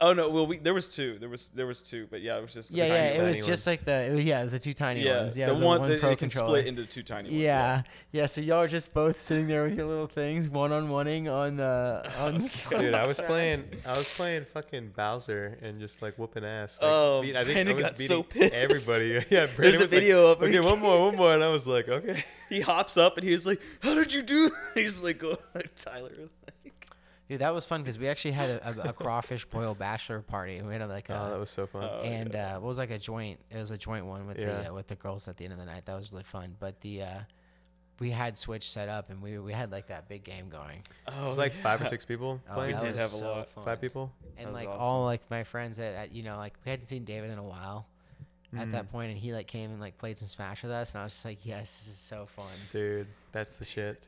Speaker 1: Oh no. Well, we there was two. There was there was two. But yeah, it was just
Speaker 3: yeah yeah it
Speaker 2: tiny
Speaker 3: was just
Speaker 2: ones.
Speaker 3: like the it was, yeah it was the two tiny
Speaker 1: yeah.
Speaker 3: ones yeah it
Speaker 1: the
Speaker 3: was
Speaker 1: one,
Speaker 3: the
Speaker 1: that
Speaker 3: one pro
Speaker 1: it can
Speaker 3: controller
Speaker 1: split into two tiny ones.
Speaker 3: Yeah, yeah. So y'all are just both sitting there with your little things, one on oneing on uh [laughs] on.
Speaker 2: Dude, I was playing. I was playing fucking Bowser and just like whooping ass. Like,
Speaker 1: Oh,
Speaker 2: I think I
Speaker 1: Brandon
Speaker 2: was
Speaker 1: got
Speaker 2: beating
Speaker 1: so pissed.
Speaker 2: everybody. [laughs] yeah, Brandon
Speaker 1: There's a
Speaker 2: was like,
Speaker 1: video of him.
Speaker 2: Okay, one more, one more, and I was
Speaker 1: [laughs]
Speaker 2: like, okay.
Speaker 1: [laughs] He hops up and he's like, "How did you do?" that?" He's like, "Go, "Oh, Tyler." Like,
Speaker 3: Dude, that was fun because we actually had a, a, a crawfish boil bachelor party. We had like a
Speaker 2: Oh, that was so fun.
Speaker 3: and uh, what was like a joint. It was a joint one with the
Speaker 2: Yeah.
Speaker 3: uh, with the girls at the end of the night. That was really fun. But the uh, we had Switch set up and we we had like that big game going.
Speaker 1: Oh,
Speaker 2: it was like five or six people
Speaker 3: Oh,
Speaker 2: playing.
Speaker 3: that
Speaker 2: it?
Speaker 3: was
Speaker 1: have a
Speaker 3: so
Speaker 1: lot.
Speaker 3: fun.
Speaker 2: Five people.
Speaker 1: That
Speaker 3: and
Speaker 1: was
Speaker 3: like
Speaker 1: awesome.
Speaker 3: all like my friends at, at you know like we hadn't seen David in a while at that point, and he like came and like played some Smash with us, and I was just like, yes, this is so fun.
Speaker 2: Dude, that's the shit.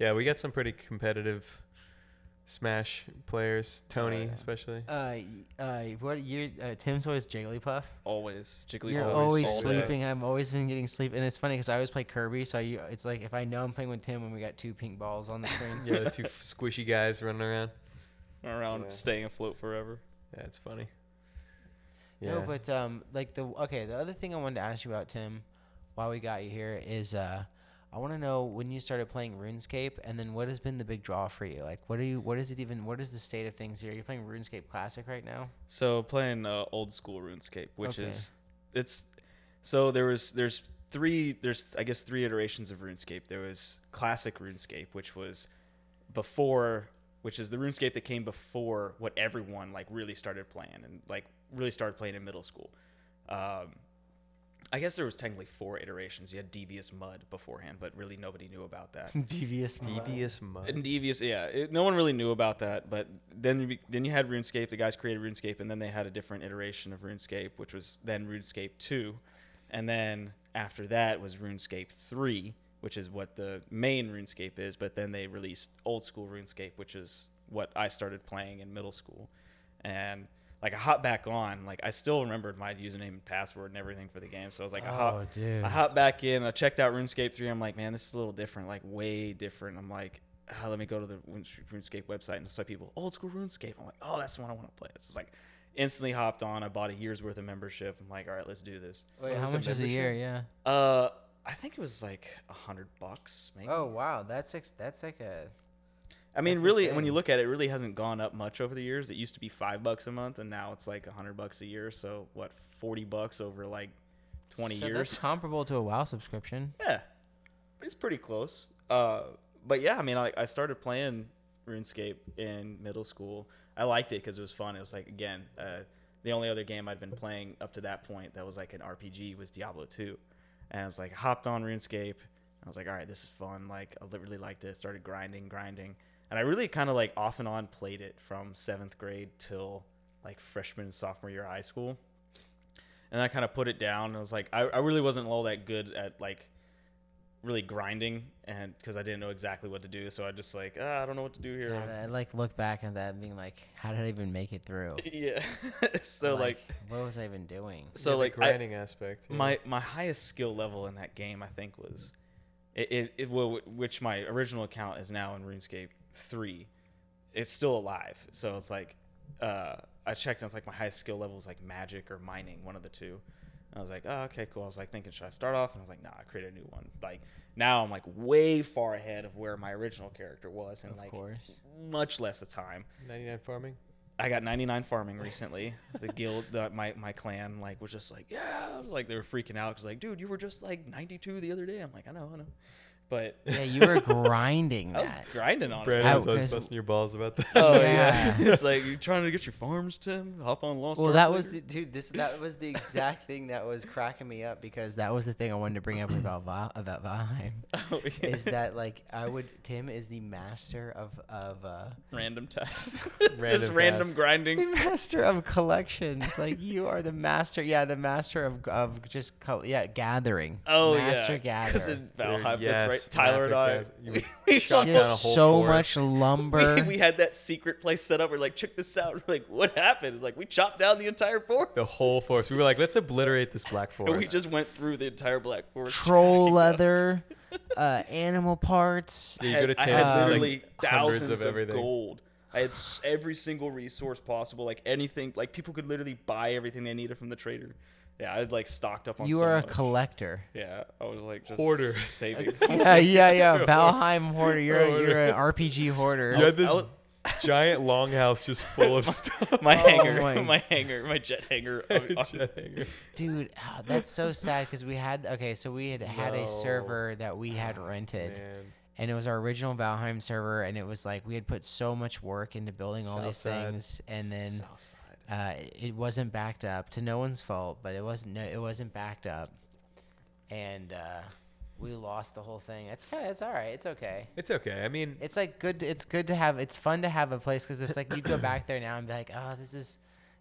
Speaker 2: Yeah, we got some pretty competitive Smash players. Tony,
Speaker 1: Oh, yeah.
Speaker 2: especially.
Speaker 3: Uh, y- uh, what you uh, Tim's always Jigglypuff.
Speaker 1: Always Jigglypuff.
Speaker 3: You're
Speaker 2: always
Speaker 3: always,
Speaker 2: all day.
Speaker 3: sleeping. I've always been getting sleep, and it's funny because I always play Kirby. So you, it's like if I know I'm playing with Tim, when we got two pink balls on the screen.
Speaker 2: [laughs] Yeah,
Speaker 1: [laughs]
Speaker 2: the two f- squishy guys running around.
Speaker 1: around
Speaker 2: Yeah.
Speaker 1: staying afloat forever.
Speaker 2: Yeah, it's funny.
Speaker 3: No, but um, like the okay, the other thing I wanted to ask you about, Tim, while we got you here, is uh, I want to know when you started playing RuneScape, and then what has been the big draw for you? Like, what are you? What is it even? What is the state of things here? You're playing RuneScape Classic right now.
Speaker 1: So playing uh, old school RuneScape, which
Speaker 3: Okay.
Speaker 1: is it's so there was there's three there's I guess three iterations of RuneScape. There was classic RuneScape, which was before which is the RuneScape that came before what everyone like really started playing and like really started playing in middle school. Um, I guess there was technically four iterations. You had Devious Mud beforehand, but really nobody knew about that.
Speaker 3: [laughs] Devious.
Speaker 2: devious mud.
Speaker 1: And Devious, yeah, it, no one really knew about that. But then, you be- then you had RuneScape. The guys created RuneScape, and then they had a different iteration of RuneScape, which was then RuneScape two, and then after that was RuneScape three, which is what the main RuneScape is. But then they released old school RuneScape, which is what I started playing in middle school, and. Like I hopped back on, like I still remembered my username and password and everything for the game. So I was like, I
Speaker 3: Oh,
Speaker 1: hop,
Speaker 3: dude.
Speaker 1: I hopped back in. I checked out RuneScape 3. I'm like, man, this is a little different, like way different. I'm like, ah, let me go to the Rune- RuneScape website and just people, old school RuneScape. I'm like, oh, that's the one I want to play. It's just like instantly hopped on. I bought a year's worth of membership. I'm like, all right, let's do this.
Speaker 3: Wait, how much is a year? Yeah.
Speaker 1: Uh, I think it was like a hundred bucks, maybe.
Speaker 3: Oh wow, that's ex- that's like a
Speaker 1: I mean,
Speaker 3: that's the
Speaker 1: really, when you
Speaker 3: thing.
Speaker 1: look at it, it really hasn't gone up much over the years. It used to be five bucks a month, and now it's like a hundred bucks a year. So what, forty bucks over like twenty
Speaker 3: so
Speaker 1: years?
Speaker 3: That's comparable to a WoW subscription.
Speaker 1: Yeah, it's pretty close. Uh, but yeah, I mean, I, I started playing RuneScape in middle school. I liked it because it was fun. It was like again, uh, the only other game I'd been playing up to that point that was like an RPG was Diablo two, and I was like hopped on RuneScape. I was like, all right, this is fun. Like I li- really liked it. Started grinding, grinding, and I really kind of like off and on played it from seventh grade till like freshman and sophomore year of high school and I kind of put it down. And I was like, I, I really wasn't all that good at like really grinding, and because I didn't know exactly what to do, so I just like ah, I don't know what to do here.
Speaker 3: God, I like look back at that and being like, how did I even make it through?
Speaker 1: [laughs] yeah, [laughs] so like,
Speaker 3: what was I
Speaker 1: [laughs]
Speaker 3: even doing?
Speaker 1: so
Speaker 2: Yeah, the
Speaker 1: like I-
Speaker 2: grinding aspect. yeah.
Speaker 1: my my highest skill level in that game, I think, was it, it, it will, which my original account is now in RuneScape three. It's still alive, so it's like uh, I checked and it's like my highest skill level was like magic or mining, one of the two. And I was like, oh, okay, cool. I was like thinking, should I start off? And I was like, nah, I create a new one. Like now I'm like way far ahead of where my original character was, and like
Speaker 3: course.
Speaker 1: much less a time.
Speaker 2: 99 farming.
Speaker 1: I got 99 farming recently. The guild, the, my my clan, like was just like, yeah, I was like they were freaking out because like, dude, you were just like 92 the other day. I'm like, I know, I know, but
Speaker 3: Yeah, you were
Speaker 1: [laughs]
Speaker 3: grinding
Speaker 1: I was
Speaker 3: that.
Speaker 1: grinding on it.
Speaker 2: Brad
Speaker 3: I-
Speaker 2: was always
Speaker 3: because- [laughs]
Speaker 2: busting your balls about that.
Speaker 1: Oh
Speaker 3: Yeah.
Speaker 1: yeah, [laughs] it's like you trying to get your farms, Tim. Hop on Lost.
Speaker 3: Well,
Speaker 1: Ark
Speaker 3: that was the,
Speaker 1: later."
Speaker 3: dude. This that was the
Speaker 1: [laughs]
Speaker 3: exact thing that was cracking me up because that was the thing I wanted to bring up about Va- about Valheim
Speaker 1: [laughs] Oh, yeah.
Speaker 3: is that like I would Tim is the master of of uh,
Speaker 1: random [laughs] tasks, just
Speaker 2: Random
Speaker 1: random
Speaker 2: tasks.
Speaker 1: grinding.
Speaker 3: the [laughs] master of collections. Like you are the master. Yeah, the master of of just col- yeah gathering.
Speaker 1: Oh
Speaker 3: master
Speaker 1: yeah,
Speaker 3: gatherer.
Speaker 1: in Valheim, that's
Speaker 2: yes,
Speaker 1: right. Tyler and I,
Speaker 2: rapid gas- you
Speaker 1: we,
Speaker 2: would
Speaker 1: shot
Speaker 2: shotgun a
Speaker 3: Just
Speaker 2: whole
Speaker 3: so
Speaker 2: forest.
Speaker 3: much
Speaker 1: [laughs]
Speaker 3: lumber.
Speaker 1: we, we had that secret place set up. We're like, check this out. [laughs] We're like, what happened? It's like we chopped down the entire forest.
Speaker 2: The whole forest. We were like, let's obliterate this black
Speaker 1: And [laughs] we
Speaker 2: forest.
Speaker 1: just went through the entire Black Forest.
Speaker 3: troll
Speaker 1: tracking them. [laughs]
Speaker 3: leather, uh, animal parts.
Speaker 2: Yeah,
Speaker 1: I
Speaker 2: you
Speaker 1: had,
Speaker 2: go to
Speaker 1: I
Speaker 2: Tim's,
Speaker 1: had
Speaker 2: it's like
Speaker 1: literally
Speaker 2: hundreds
Speaker 1: thousands of,
Speaker 2: everything.
Speaker 1: gold. I had s- every single resource possible, like anything. Like people could literally buy everything they needed from the trader. Yeah, I had like stocked up on.
Speaker 3: You
Speaker 1: so
Speaker 3: are a
Speaker 1: much.
Speaker 3: collector.
Speaker 1: Yeah, I was like just
Speaker 2: Hoarder.
Speaker 1: saving. [laughs]
Speaker 2: [laughs]
Speaker 3: yeah, yeah, yeah. Valheim hoarder. You're a, you're an RPG hoarder.
Speaker 2: You had this
Speaker 1: I was- [laughs]
Speaker 2: giant longhouse just full of stuff.
Speaker 1: my hanger,
Speaker 3: my-
Speaker 1: [laughs] my. hanger, my jet
Speaker 2: [laughs]
Speaker 1: hanger.
Speaker 3: Dude, oh, that's so sad because we had okay, so we had had a
Speaker 2: No.
Speaker 3: server that we had rented,
Speaker 2: Man.
Speaker 3: and it was our original Valheim server, and it was like we had put so much work into building all these
Speaker 2: Southside.
Speaker 3: things, and then uh, it wasn't backed up to no one's fault, but it wasn't no, it wasn't backed up, and uh, we lost the whole thing. It's kind of it's all right. It's okay.
Speaker 2: It's okay. I mean,
Speaker 3: It's like good. It's good to have. It's fun to have a place because it's like you go back there now and be like, oh, this is,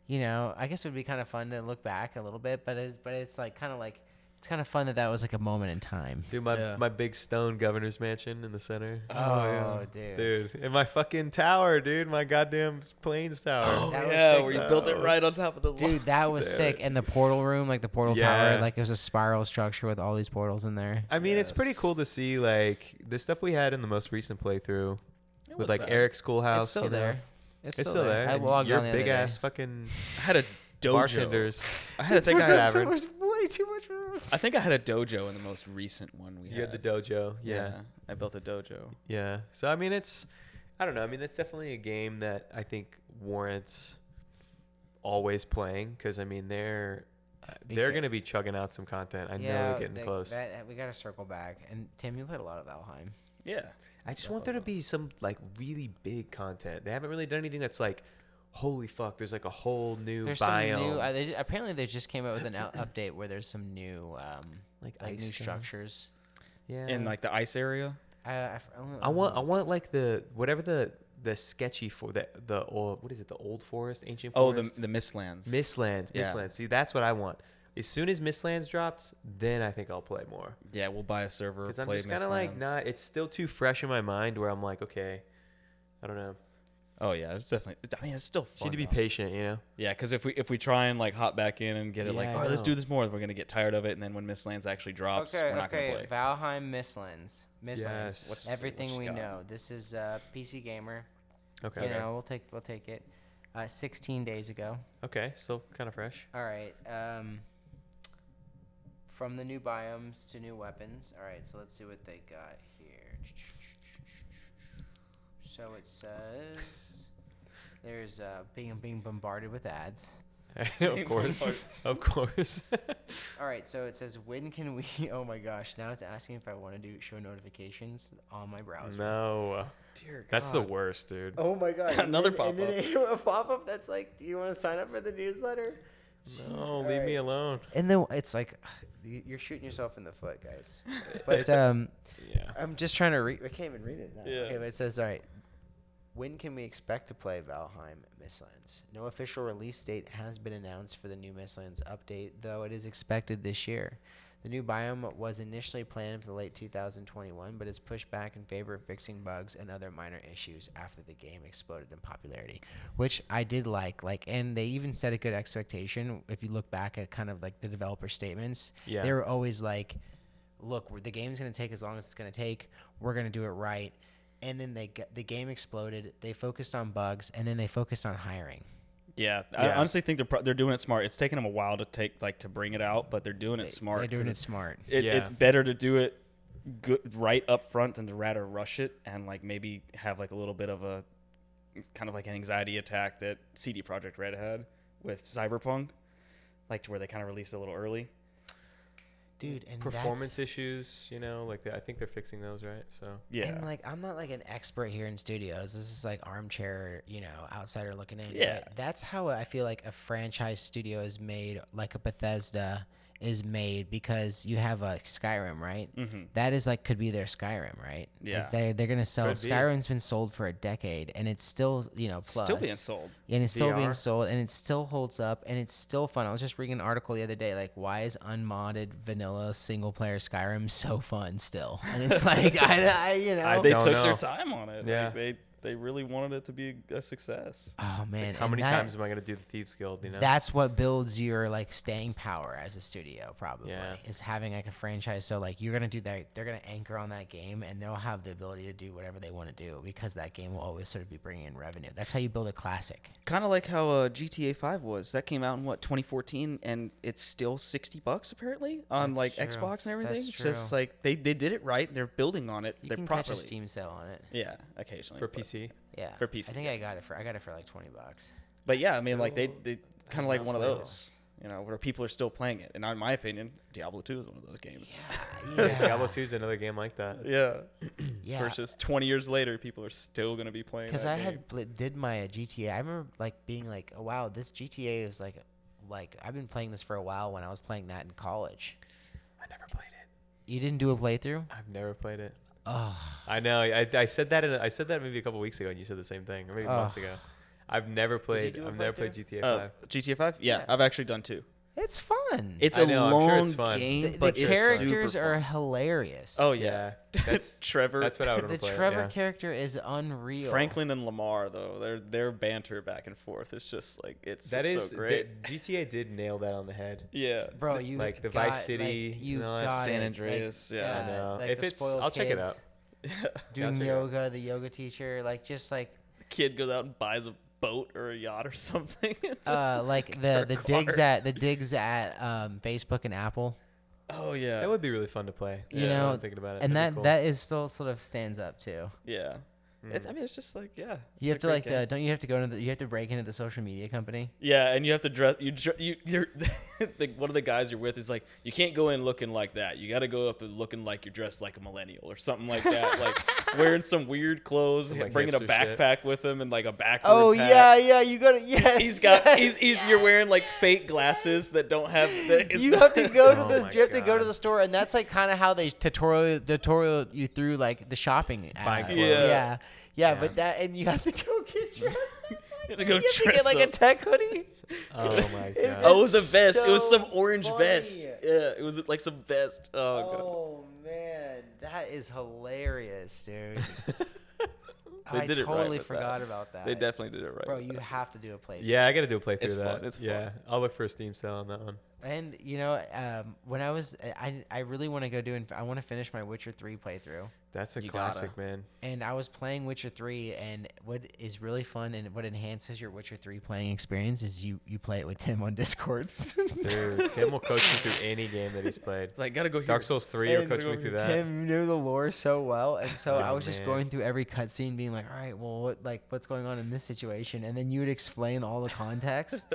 Speaker 3: you know, I guess it would be kind of fun to look back a little bit, but it's but it's like kind of like it's kind of fun that that was like a moment in time.
Speaker 2: dude, my
Speaker 1: Yeah.
Speaker 2: my big stone governor's mansion in the center.
Speaker 3: Oh, yeah. dude.
Speaker 2: Ah, Dude, and my fucking tower, dude, my goddamn s- planes tower.
Speaker 3: That was
Speaker 1: Oh, yeah,
Speaker 3: sick,
Speaker 1: where you built it
Speaker 2: though.
Speaker 1: right on top of the wall.
Speaker 3: Dude, that was sick. And the portal room, like the portal
Speaker 2: Yeah.
Speaker 3: tower, like it was a spiral structure with all these portals in there.
Speaker 2: I mean, it's pretty cool to see like the stuff we had in the most recent playthrough with like Eric's cool house.
Speaker 3: it's still
Speaker 2: you know?
Speaker 3: there.
Speaker 2: It's, still there.
Speaker 3: I
Speaker 2: and
Speaker 3: logged
Speaker 2: your
Speaker 3: on the other
Speaker 2: big
Speaker 3: day.
Speaker 2: ass fucking
Speaker 1: [laughs] I had a dojo.
Speaker 2: bartenders. [laughs]
Speaker 1: I had a think I had,
Speaker 2: so average.
Speaker 3: way too much room.
Speaker 1: I think I had a dojo in the most recent one we
Speaker 2: You had the dojo. yeah.
Speaker 1: I built a dojo.
Speaker 2: Yeah. So I mean, it's I don't know. I mean, it's definitely a game that I think warrants always playing because I mean they're uh, they're
Speaker 3: get-
Speaker 2: gonna be chugging out some content. I know they're getting close.
Speaker 3: we got to circle back. And Tim, you played a lot of Valheim.
Speaker 1: Yeah.
Speaker 2: I just want there to be some like really big content. They haven't really done anything that's like, holy fuck, there's like a whole new
Speaker 3: There's
Speaker 2: biome.
Speaker 3: some new. Uh, they, apparently, they just came out with an out- update where there's some new, um,
Speaker 2: Like
Speaker 3: like, new
Speaker 2: ice stuff.
Speaker 3: structures.
Speaker 2: yeah.
Speaker 1: In like the ice area.
Speaker 3: I, I, f- I don't
Speaker 2: I want I
Speaker 3: know.
Speaker 2: want like the whatever the the sketchy for the the old, what is it the old forest ancient
Speaker 1: Oh,
Speaker 2: forest
Speaker 1: the the Mistlands.
Speaker 2: Mistlands,
Speaker 1: Yeah.
Speaker 2: Mistlands. See, that's what I want. As soon as Mistlands drops, then I think I'll play more.
Speaker 1: yeah, we'll buy a server.
Speaker 2: Because I'm
Speaker 1: play
Speaker 2: just kind of like
Speaker 1: Mistlands.
Speaker 2: not. It's still too fresh in my mind where I'm like, okay, I don't know.
Speaker 1: Oh yeah, it's definitely. I mean, it's still
Speaker 2: Just
Speaker 1: fun.
Speaker 2: need to be
Speaker 1: though.
Speaker 2: patient, you know.
Speaker 1: Yeah, because if we if we try and like hop back in and get it like,
Speaker 2: Yeah, I
Speaker 1: all right, let's
Speaker 2: know.
Speaker 1: do this more, we're gonna get tired of it, and then when Mistlands actually drops,
Speaker 3: Okay,
Speaker 1: we're not
Speaker 3: okay.
Speaker 1: gonna play.
Speaker 3: Valheim Mistlands. Mistlands.
Speaker 2: Yes. Let's
Speaker 1: see what
Speaker 3: Everything
Speaker 1: you
Speaker 3: we
Speaker 1: got.
Speaker 3: know. This is uh, PC Gamer.
Speaker 2: Okay.
Speaker 3: You know, we'll take we'll take it. Uh, 16 days ago.
Speaker 2: Okay. Still kind
Speaker 1: [laughs]
Speaker 2: of fresh. [laughs]
Speaker 3: All right. Um, from the new biomes to new weapons. All right, so let's see what they got here. So it says there's uh, being being bombarded with ads.
Speaker 2: of course.
Speaker 1: [laughs]
Speaker 2: of course.
Speaker 3: All right, so it says when can we? [laughs] Oh my gosh! Now it's asking if I want to do show notifications on
Speaker 2: [laughs]
Speaker 3: my browser.
Speaker 2: no.
Speaker 1: Dear
Speaker 2: That's the worst, dude.
Speaker 3: Oh
Speaker 2: [laughs]
Speaker 3: my god!
Speaker 1: Another
Speaker 3: and then- And then a pop up that's like, do you want to sign up for the newsletter?
Speaker 2: No, leave me
Speaker 3: Alright.
Speaker 2: alone.
Speaker 3: And then it's like, you- [sighs] you're shooting yourself in the foot, guys. But
Speaker 2: It's-
Speaker 3: um,
Speaker 2: Yeah.
Speaker 3: I'm just trying to read. I can't even read it now.
Speaker 2: Yeah.
Speaker 3: Okay, but it says, all right. When can we expect to play Valheim Mistlands? No official release date has been announced for the new Mistlands update, though it is expected this year. The new biome was initially planned for late 2021, but is pushed back in favor of fixing bugs and other minor issues after the game exploded in popularity, which I did like. Like, and they even set a good expectation. If you look back at kind of like the developer statements,
Speaker 2: Yeah.
Speaker 3: they were always like, look, we're- the game's going to take as long as it's going to take. We're going to do it right. And then they got, the game exploded. They focused on bugs, and then they focused on hiring.
Speaker 1: Yeah, I
Speaker 2: Yeah.
Speaker 1: honestly think they're pro- they're doing it smart. It's taken them a while to take like to bring it out, but they're doing
Speaker 3: They-
Speaker 1: it smart.
Speaker 3: They're doing
Speaker 1: 'cause
Speaker 3: it smart.
Speaker 1: it,
Speaker 2: Yeah.
Speaker 1: it's better to do it good right up front than to rather rush it and like maybe have like a little bit of a kind of like an anxiety attack that CD Project Red had with Cyberpunk, like to where they kind of released it a little early.
Speaker 3: Dude, and
Speaker 2: Performance
Speaker 3: that's,
Speaker 2: issues, you know, like I think they're fixing those, right? So.
Speaker 1: Yeah,
Speaker 3: And like, I'm not like an expert here in studios. This is like armchair, you know, outsider looking in.
Speaker 1: Yeah.
Speaker 3: but that's how I feel like a franchise studio is made, like a Bethesda is made, because you have a Skyrim, right?
Speaker 1: mm-hmm.
Speaker 3: That is like could be their Skyrim, right?
Speaker 1: Yeah.
Speaker 3: Like they they're gonna sell.
Speaker 2: Could be.
Speaker 3: Skyrim's been sold for a decade, and it's still you know plus
Speaker 1: still being sold.
Speaker 3: and it's still
Speaker 2: DR.
Speaker 3: being sold, and it still holds up, and it's still fun. I was just reading an article the other day, like why is unmodded vanilla single player Skyrim so fun still? And
Speaker 2: [laughs]
Speaker 3: it's like I, I you know.
Speaker 2: I
Speaker 1: They
Speaker 2: don't
Speaker 1: took
Speaker 2: know.
Speaker 1: their time on it.
Speaker 2: Yeah.
Speaker 1: Like, they they really wanted it to be a success.
Speaker 3: Oh man!
Speaker 2: How
Speaker 3: and
Speaker 2: many
Speaker 3: that-
Speaker 2: times am I gonna do the Thieves Guild? You know.
Speaker 3: That's what builds your like staying power as a studio, probably.
Speaker 2: Yeah.
Speaker 3: Is having like a franchise. So like you're gonna do that. They're gonna anchor on that game, and they'll have the ability to do whatever they want to do because that game will always sort of be bringing in revenue. That's how you build a classic.
Speaker 1: Kind of like how uh, GTA 5 was. That came out in what 2014, and it's still 60 bucks apparently on
Speaker 3: That's
Speaker 1: like
Speaker 3: true.
Speaker 1: Xbox and everything.
Speaker 3: That's
Speaker 1: It's just
Speaker 3: true.
Speaker 1: like they, they did it right. They're building on it.
Speaker 3: You
Speaker 1: They're
Speaker 3: can
Speaker 1: properly.
Speaker 3: catch a Steam sale on it.
Speaker 1: Yeah, occasionally
Speaker 2: for
Speaker 1: but-
Speaker 2: PC.
Speaker 3: Yeah.
Speaker 1: For
Speaker 3: I
Speaker 1: PC,
Speaker 3: think I got it for I got it for like twenty bucks.
Speaker 1: But yeah, I mean, like they
Speaker 2: Still-
Speaker 1: they kind of like one of
Speaker 2: Still.
Speaker 1: those. you know, where people are still playing it. And in my opinion, Diablo 2 is one of those games. [laughs]
Speaker 2: [laughs]
Speaker 3: Yeah.
Speaker 2: Diablo 2 is another game like that.
Speaker 1: Yeah.
Speaker 3: yeah.
Speaker 1: Versus 20 years later, people are still going to be playing
Speaker 3: Because
Speaker 1: that
Speaker 3: I
Speaker 1: game.
Speaker 3: had bl- did my uh, GTA. I remember like being like, oh, wow, this GTA is like, like I've been playing this for a while. When I was playing that in college,
Speaker 2: I never played it.
Speaker 3: you didn't do a playthrough.
Speaker 2: I've never played it.
Speaker 3: Oh,
Speaker 2: I know. I, I said that. In a, I said that maybe a couple weeks ago, and you said the same thing, or maybe months
Speaker 3: Ugh.
Speaker 2: ago. I've never played.
Speaker 3: do a
Speaker 2: I've never played
Speaker 3: playthrough?
Speaker 2: GTA
Speaker 1: Uh,
Speaker 2: Five.
Speaker 1: GTA 5? Yeah,
Speaker 3: Yeah.
Speaker 1: I've actually done two.
Speaker 3: it's fun.
Speaker 1: It's
Speaker 2: I
Speaker 1: a
Speaker 2: know,
Speaker 1: long
Speaker 2: I'm sure it's fun.
Speaker 1: game,
Speaker 3: the, the
Speaker 1: but it's
Speaker 3: characters
Speaker 1: super
Speaker 3: are
Speaker 1: fun.
Speaker 3: hilarious.
Speaker 1: Oh yeah,
Speaker 2: yeah,
Speaker 3: [laughs]
Speaker 2: that's
Speaker 1: Trevor.
Speaker 2: that's what I would
Speaker 3: the [laughs]
Speaker 2: want to play.
Speaker 3: Trevor
Speaker 2: yeah.
Speaker 3: character is unreal.
Speaker 1: Franklin and Lamar though. Their their banter back and forth is just like it's
Speaker 2: That
Speaker 1: just
Speaker 2: is
Speaker 1: so great.
Speaker 3: [laughs]
Speaker 2: that- GTA did nail that on the head.
Speaker 1: [laughs] yeah. [laughs]
Speaker 3: bro, you
Speaker 2: like the
Speaker 3: got-
Speaker 2: Vice City
Speaker 3: like, you
Speaker 2: and all that.
Speaker 3: got
Speaker 1: San
Speaker 3: it.
Speaker 1: Andreas,
Speaker 3: like,
Speaker 1: yeah.
Speaker 2: I know.
Speaker 3: like
Speaker 2: If
Speaker 3: the
Speaker 2: it's-
Speaker 3: spoiled
Speaker 2: I'll check it
Speaker 3: kids
Speaker 2: out.
Speaker 3: Doing
Speaker 2: check it out.
Speaker 3: yoga, the yoga teacher, like just like
Speaker 1: The kid goes out and buys a boat or a yacht or [laughs] something. and just-
Speaker 3: [laughs] uh,
Speaker 1: [laughs]
Speaker 3: like the
Speaker 1: her
Speaker 3: the digs
Speaker 1: card.
Speaker 3: at the digs at um, Facebook and Apple.
Speaker 1: oh yeah.
Speaker 2: That would be really fun to play.
Speaker 3: You
Speaker 2: Yeah, now
Speaker 3: know,
Speaker 2: I'm thinking about it.
Speaker 3: and
Speaker 2: that'd
Speaker 3: that
Speaker 2: be cool.
Speaker 3: that is still sort of stands up too.
Speaker 1: yeah. It's, I mean, it's just like yeah.
Speaker 3: Mm. You have
Speaker 1: it's
Speaker 3: to
Speaker 1: a
Speaker 3: like
Speaker 1: great
Speaker 3: uh,
Speaker 1: game.
Speaker 3: the, don't you have to go into the, you have to break into the social media company.
Speaker 1: Yeah, and you have to dress. You, dr- you you're [laughs] the, one of the guys you're with is like, you can't go in looking like that. You got to go up and looking like you're dressed like a millennial or something like
Speaker 3: [laughs]
Speaker 1: that. like wearing some weird clothes,
Speaker 2: like,
Speaker 1: bringing a
Speaker 2: hipster shit.
Speaker 1: backpack with him and like a backwards. hat.
Speaker 3: Oh, yeah, you got to
Speaker 1: [laughs]
Speaker 3: yes.
Speaker 1: He's got he's, he's you're wearing like fake glasses that don't have the
Speaker 3: [laughs]
Speaker 1: [laughs]
Speaker 3: you have to go to
Speaker 2: Oh
Speaker 3: the
Speaker 2: my
Speaker 3: you have to go
Speaker 2: God.
Speaker 3: to the store and that's like kind of how they tutorial tutorial you through like the shopping
Speaker 2: Buying
Speaker 3: app.
Speaker 2: clothes.
Speaker 3: yeah.
Speaker 1: Yeah.
Speaker 3: yeah but that and you have to go get dressed
Speaker 1: have to go
Speaker 3: you have to
Speaker 1: dress
Speaker 3: get like a
Speaker 1: up.
Speaker 3: tech hoodie
Speaker 2: Oh
Speaker 3: [laughs]
Speaker 2: my god.
Speaker 1: Oh, it was a
Speaker 3: That's
Speaker 1: vest. it was
Speaker 3: so
Speaker 1: some orange
Speaker 3: funny.
Speaker 1: vest. Yeah, it was like some vest. Oh, god.
Speaker 3: oh man that is hilarious
Speaker 1: [laughs]
Speaker 3: dude
Speaker 1: They
Speaker 3: I
Speaker 1: did it right
Speaker 3: totally
Speaker 1: with that.
Speaker 3: forgot about
Speaker 1: [laughs]
Speaker 3: that
Speaker 1: They definitely did it right.
Speaker 3: bro
Speaker 1: with
Speaker 3: you
Speaker 1: that.
Speaker 3: have to do a play
Speaker 2: Yeah, I gotta do a playthrough
Speaker 1: It's
Speaker 2: of that.
Speaker 1: fun, it's fun.
Speaker 2: yeah, I'll look for a Steam sale on that one.
Speaker 3: and you know um, when I was I I really want to go do and I want to finish my Witcher three playthrough
Speaker 2: That's a
Speaker 1: You gotta.
Speaker 2: classic, man.
Speaker 3: and I was playing Witcher 3 and what is really fun and what enhances your Witcher 3 playing experience is you you play it with Tim on Discord. [laughs]
Speaker 2: Dude, Tim will coach me through any game that he's played.
Speaker 1: It's like gotta go here.
Speaker 2: Dark Souls 3 will
Speaker 3: And
Speaker 2: coach me through that.
Speaker 3: Tim knew the lore so well and so I
Speaker 2: Oh,
Speaker 3: was just
Speaker 2: man.
Speaker 3: going through every cutscene being like, "All right, well what like what's going on in this situation?" and then you would explain all the
Speaker 2: [laughs]
Speaker 3: context.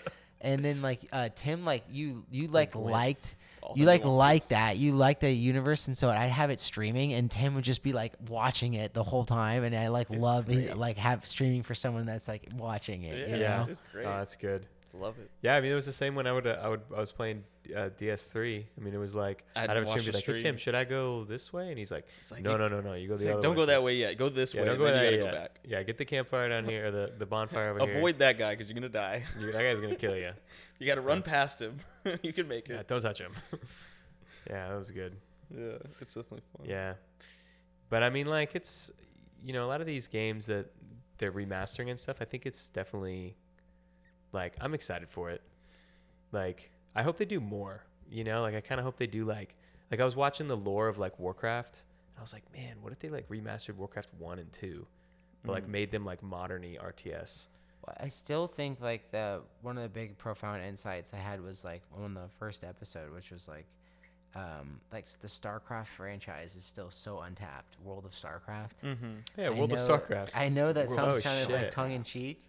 Speaker 3: and then like uh Tim like you you like liked
Speaker 1: all
Speaker 3: you
Speaker 1: the
Speaker 3: like like
Speaker 1: nuances.
Speaker 3: that. You like the universe and so I'd have it streaming and Tim would just be like watching it the whole time and I like love like have streaming for someone that's like watching it, you
Speaker 2: Yeah.
Speaker 3: know.
Speaker 1: It's great.
Speaker 2: Oh, that's good.
Speaker 1: Love it.
Speaker 2: Yeah, I mean it was the same when I would uh, I would I was playing uh, DS3. I mean it was like I'd,
Speaker 1: I'd
Speaker 2: have a
Speaker 1: watch
Speaker 2: stream be
Speaker 1: the
Speaker 2: like, "Hey
Speaker 1: stream.
Speaker 2: Tim, should I go this way?" And he's like,
Speaker 1: like,
Speaker 2: "No,
Speaker 1: you-
Speaker 2: no, no, no. You go
Speaker 1: It's
Speaker 2: the
Speaker 1: like,
Speaker 2: other
Speaker 1: don't
Speaker 2: way
Speaker 1: go that
Speaker 2: first."
Speaker 1: way yet. Go this
Speaker 2: Yeah,
Speaker 1: way.
Speaker 2: don't
Speaker 1: and
Speaker 2: go
Speaker 1: then
Speaker 2: that
Speaker 1: you
Speaker 2: way.
Speaker 1: gotta go
Speaker 2: yet.
Speaker 1: back.
Speaker 2: Yeah, get the campfire down here or the the bonfire over
Speaker 1: [laughs]
Speaker 2: here.
Speaker 1: Avoid that guy because you're gonna die.
Speaker 2: Dude, that guy's gonna kill [laughs] you.
Speaker 1: [laughs] You gotta run past him. [laughs] you can make
Speaker 2: [laughs] Yeah,
Speaker 1: it.
Speaker 2: don't touch him. [laughs] yeah, that was good.
Speaker 1: Yeah, it's definitely fun.
Speaker 2: Yeah. But I mean like it's you know, a lot of these games that they're remastering and stuff, I think it's definitely like I'm excited for it. Like I hope they do more, you know? Like I kind of hope they do like like I was watching the lore of like Warcraft and I was like, "Man, what if they like remastered Warcraft 1 and 2?" But like made them like moderny RTS.
Speaker 3: Well, I still think like the one of the big profound insights I had was like on the first episode, which was like, um, like s- the StarCraft franchise is still so untapped. World of StarCraft.
Speaker 2: Mm-hmm. Yeah,
Speaker 3: I
Speaker 2: World of
Speaker 3: know-
Speaker 2: Starcraft.
Speaker 3: I know that
Speaker 2: World-
Speaker 3: sounds
Speaker 2: oh,
Speaker 3: kind of like
Speaker 2: shit.
Speaker 3: tongue in cheek,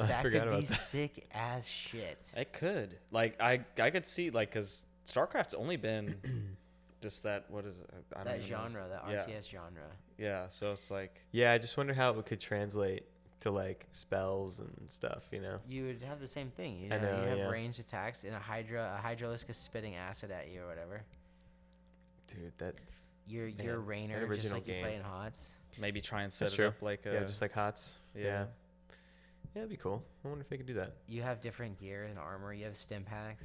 Speaker 2: [laughs] I
Speaker 3: that
Speaker 2: forgot
Speaker 3: could
Speaker 2: about
Speaker 3: be
Speaker 2: that.
Speaker 3: sick as shit.
Speaker 1: I could. Like I I could see like because StarCraft's only
Speaker 2: [clears throat]
Speaker 1: been just that what is it? I don't
Speaker 3: That
Speaker 1: even know.
Speaker 3: genre, that
Speaker 1: Yeah.
Speaker 3: RTS genre.
Speaker 1: Yeah, so it's like
Speaker 2: yeah, I just wonder how it could translate to like spells and stuff, you know.
Speaker 3: You would have the same thing. You know,
Speaker 2: I know,
Speaker 3: you have
Speaker 2: yeah.
Speaker 3: ranged attacks and a Hydra, a Hydralisk is spitting acid at you or whatever.
Speaker 2: Dude, that
Speaker 3: Your
Speaker 2: Man,
Speaker 3: your
Speaker 2: that
Speaker 3: Rainer, just
Speaker 2: original
Speaker 3: like you
Speaker 2: game.
Speaker 3: play in Hots.
Speaker 1: maybe try and set
Speaker 2: That's
Speaker 1: it
Speaker 2: true.
Speaker 1: up like a
Speaker 2: yeah, just like HOTS. Yeah.
Speaker 1: yeah.
Speaker 2: yeah. it'd be cool. I wonder if they could do [laughs] that.
Speaker 3: You have different gear and armor. You have stim packs.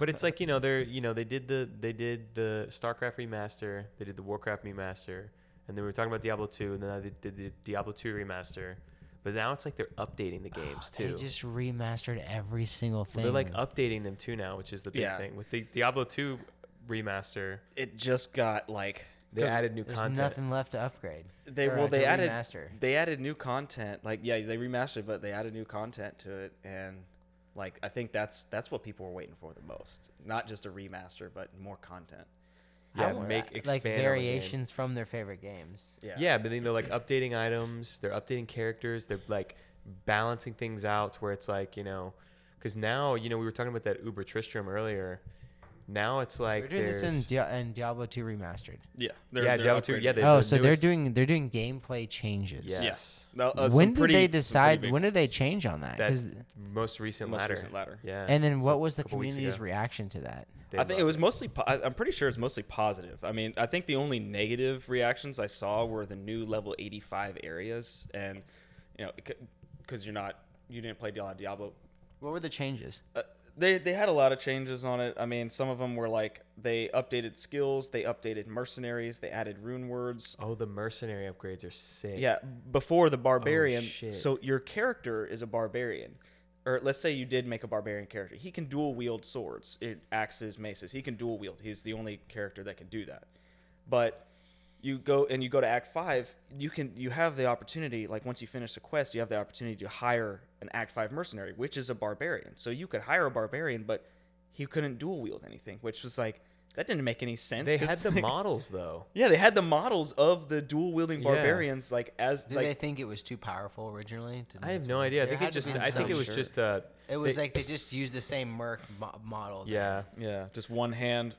Speaker 2: But it's like, you know, they're you know, they did the they did the StarCraft remaster, they did the Warcraft remaster, and then we were talking about Diablo 2, and then I did, did the Diablo 2 remaster. But now it's like they're updating [gasps] the games
Speaker 3: They
Speaker 2: too.
Speaker 3: just remastered every single thing.
Speaker 2: Well, they're like updating them too now, which is the big
Speaker 1: Yeah.
Speaker 2: thing. With the Diablo 2 remaster,
Speaker 1: it just got like
Speaker 2: they
Speaker 1: 'cause
Speaker 2: added new
Speaker 3: There's
Speaker 2: content.
Speaker 3: nothing left to upgrade.
Speaker 1: they
Speaker 3: or,
Speaker 1: well
Speaker 3: like,
Speaker 1: they
Speaker 3: to
Speaker 1: added
Speaker 3: remaster.
Speaker 1: they added new content like yeah they remastered but they added new content to it and like I think that's that's what people were waiting for the most not just a remaster but more content
Speaker 2: Yeah,
Speaker 3: I want
Speaker 2: make
Speaker 3: that.
Speaker 2: expand
Speaker 3: like
Speaker 2: on the game.
Speaker 3: variations from their favorite games.
Speaker 2: Yeah. but then they're like updating items, they're updating characters, they're like balancing things out to where it's like, you know, Because now, you know, we were talking about that Uber Tristram earlier. Now it's
Speaker 3: we
Speaker 2: like
Speaker 3: are doing
Speaker 2: there's
Speaker 3: this in, Dia- in Diablo 2 remastered.
Speaker 1: Yeah,
Speaker 2: yeah, Diablo 2, yeah, they-
Speaker 3: oh,
Speaker 2: the
Speaker 3: so
Speaker 2: newest-
Speaker 3: they're doing they're doing gameplay changes.
Speaker 2: yes.
Speaker 1: yes. Now, uh, some
Speaker 3: when did
Speaker 1: pretty-
Speaker 3: they
Speaker 1: some pretty
Speaker 3: decide?
Speaker 1: big
Speaker 3: When did they
Speaker 1: ones.
Speaker 3: change on that?
Speaker 2: That
Speaker 3: 'Cause-
Speaker 2: most recent
Speaker 1: Most
Speaker 2: ladder.
Speaker 1: recent ladder.
Speaker 2: Yeah.
Speaker 3: and then
Speaker 2: so
Speaker 3: what
Speaker 2: a
Speaker 3: was the
Speaker 2: couple weeks
Speaker 3: community's
Speaker 2: ago.
Speaker 3: reaction to that?
Speaker 2: They
Speaker 1: I think it
Speaker 2: loved
Speaker 1: was mostly. Po- I- I'm pretty sure it's mostly positive. I mean, I think the only negative reactions I saw were the new level 85 areas, and you know, because you're not, you didn't play Diablo. Diablo.
Speaker 3: What were the changes?
Speaker 1: Uh, they they had a lot of changes on it. I mean, some of them were like they updated skills, they updated mercenaries, they added rune words.
Speaker 2: Oh, the mercenary upgrades are sick. Oh,
Speaker 1: Yeah, before the barbarian.
Speaker 2: shit.
Speaker 1: so your character is a barbarian. Or let's say you did make a barbarian character. He can dual wield swords, it, axes, maces. He can dual wield. He's the only character that can do that. But you go and you go to Act Five. You can you have the opportunity. Like once you finish a quest, you have the opportunity to hire an Act Five mercenary, which is a barbarian. So you could hire a barbarian, but he couldn't dual wield anything, which was like that didn't make any sense.
Speaker 2: They
Speaker 1: 'cause, [laughs]
Speaker 2: had the
Speaker 1: like-
Speaker 2: models though.
Speaker 1: yeah, they had the models of the dual wielding
Speaker 2: Yeah.
Speaker 1: barbarians, like as
Speaker 3: Did
Speaker 1: like
Speaker 3: they think it was too powerful originally? Did
Speaker 2: I
Speaker 3: they-
Speaker 2: have no idea. I
Speaker 3: There
Speaker 2: think
Speaker 3: had
Speaker 2: it
Speaker 3: to
Speaker 2: just.
Speaker 3: be
Speaker 2: I think
Speaker 3: some
Speaker 2: it was
Speaker 3: sure.
Speaker 2: just uh
Speaker 3: It was
Speaker 2: they-
Speaker 3: like they just used the same Merc mo- model. that-
Speaker 2: Yeah.
Speaker 1: Yeah, just one hand,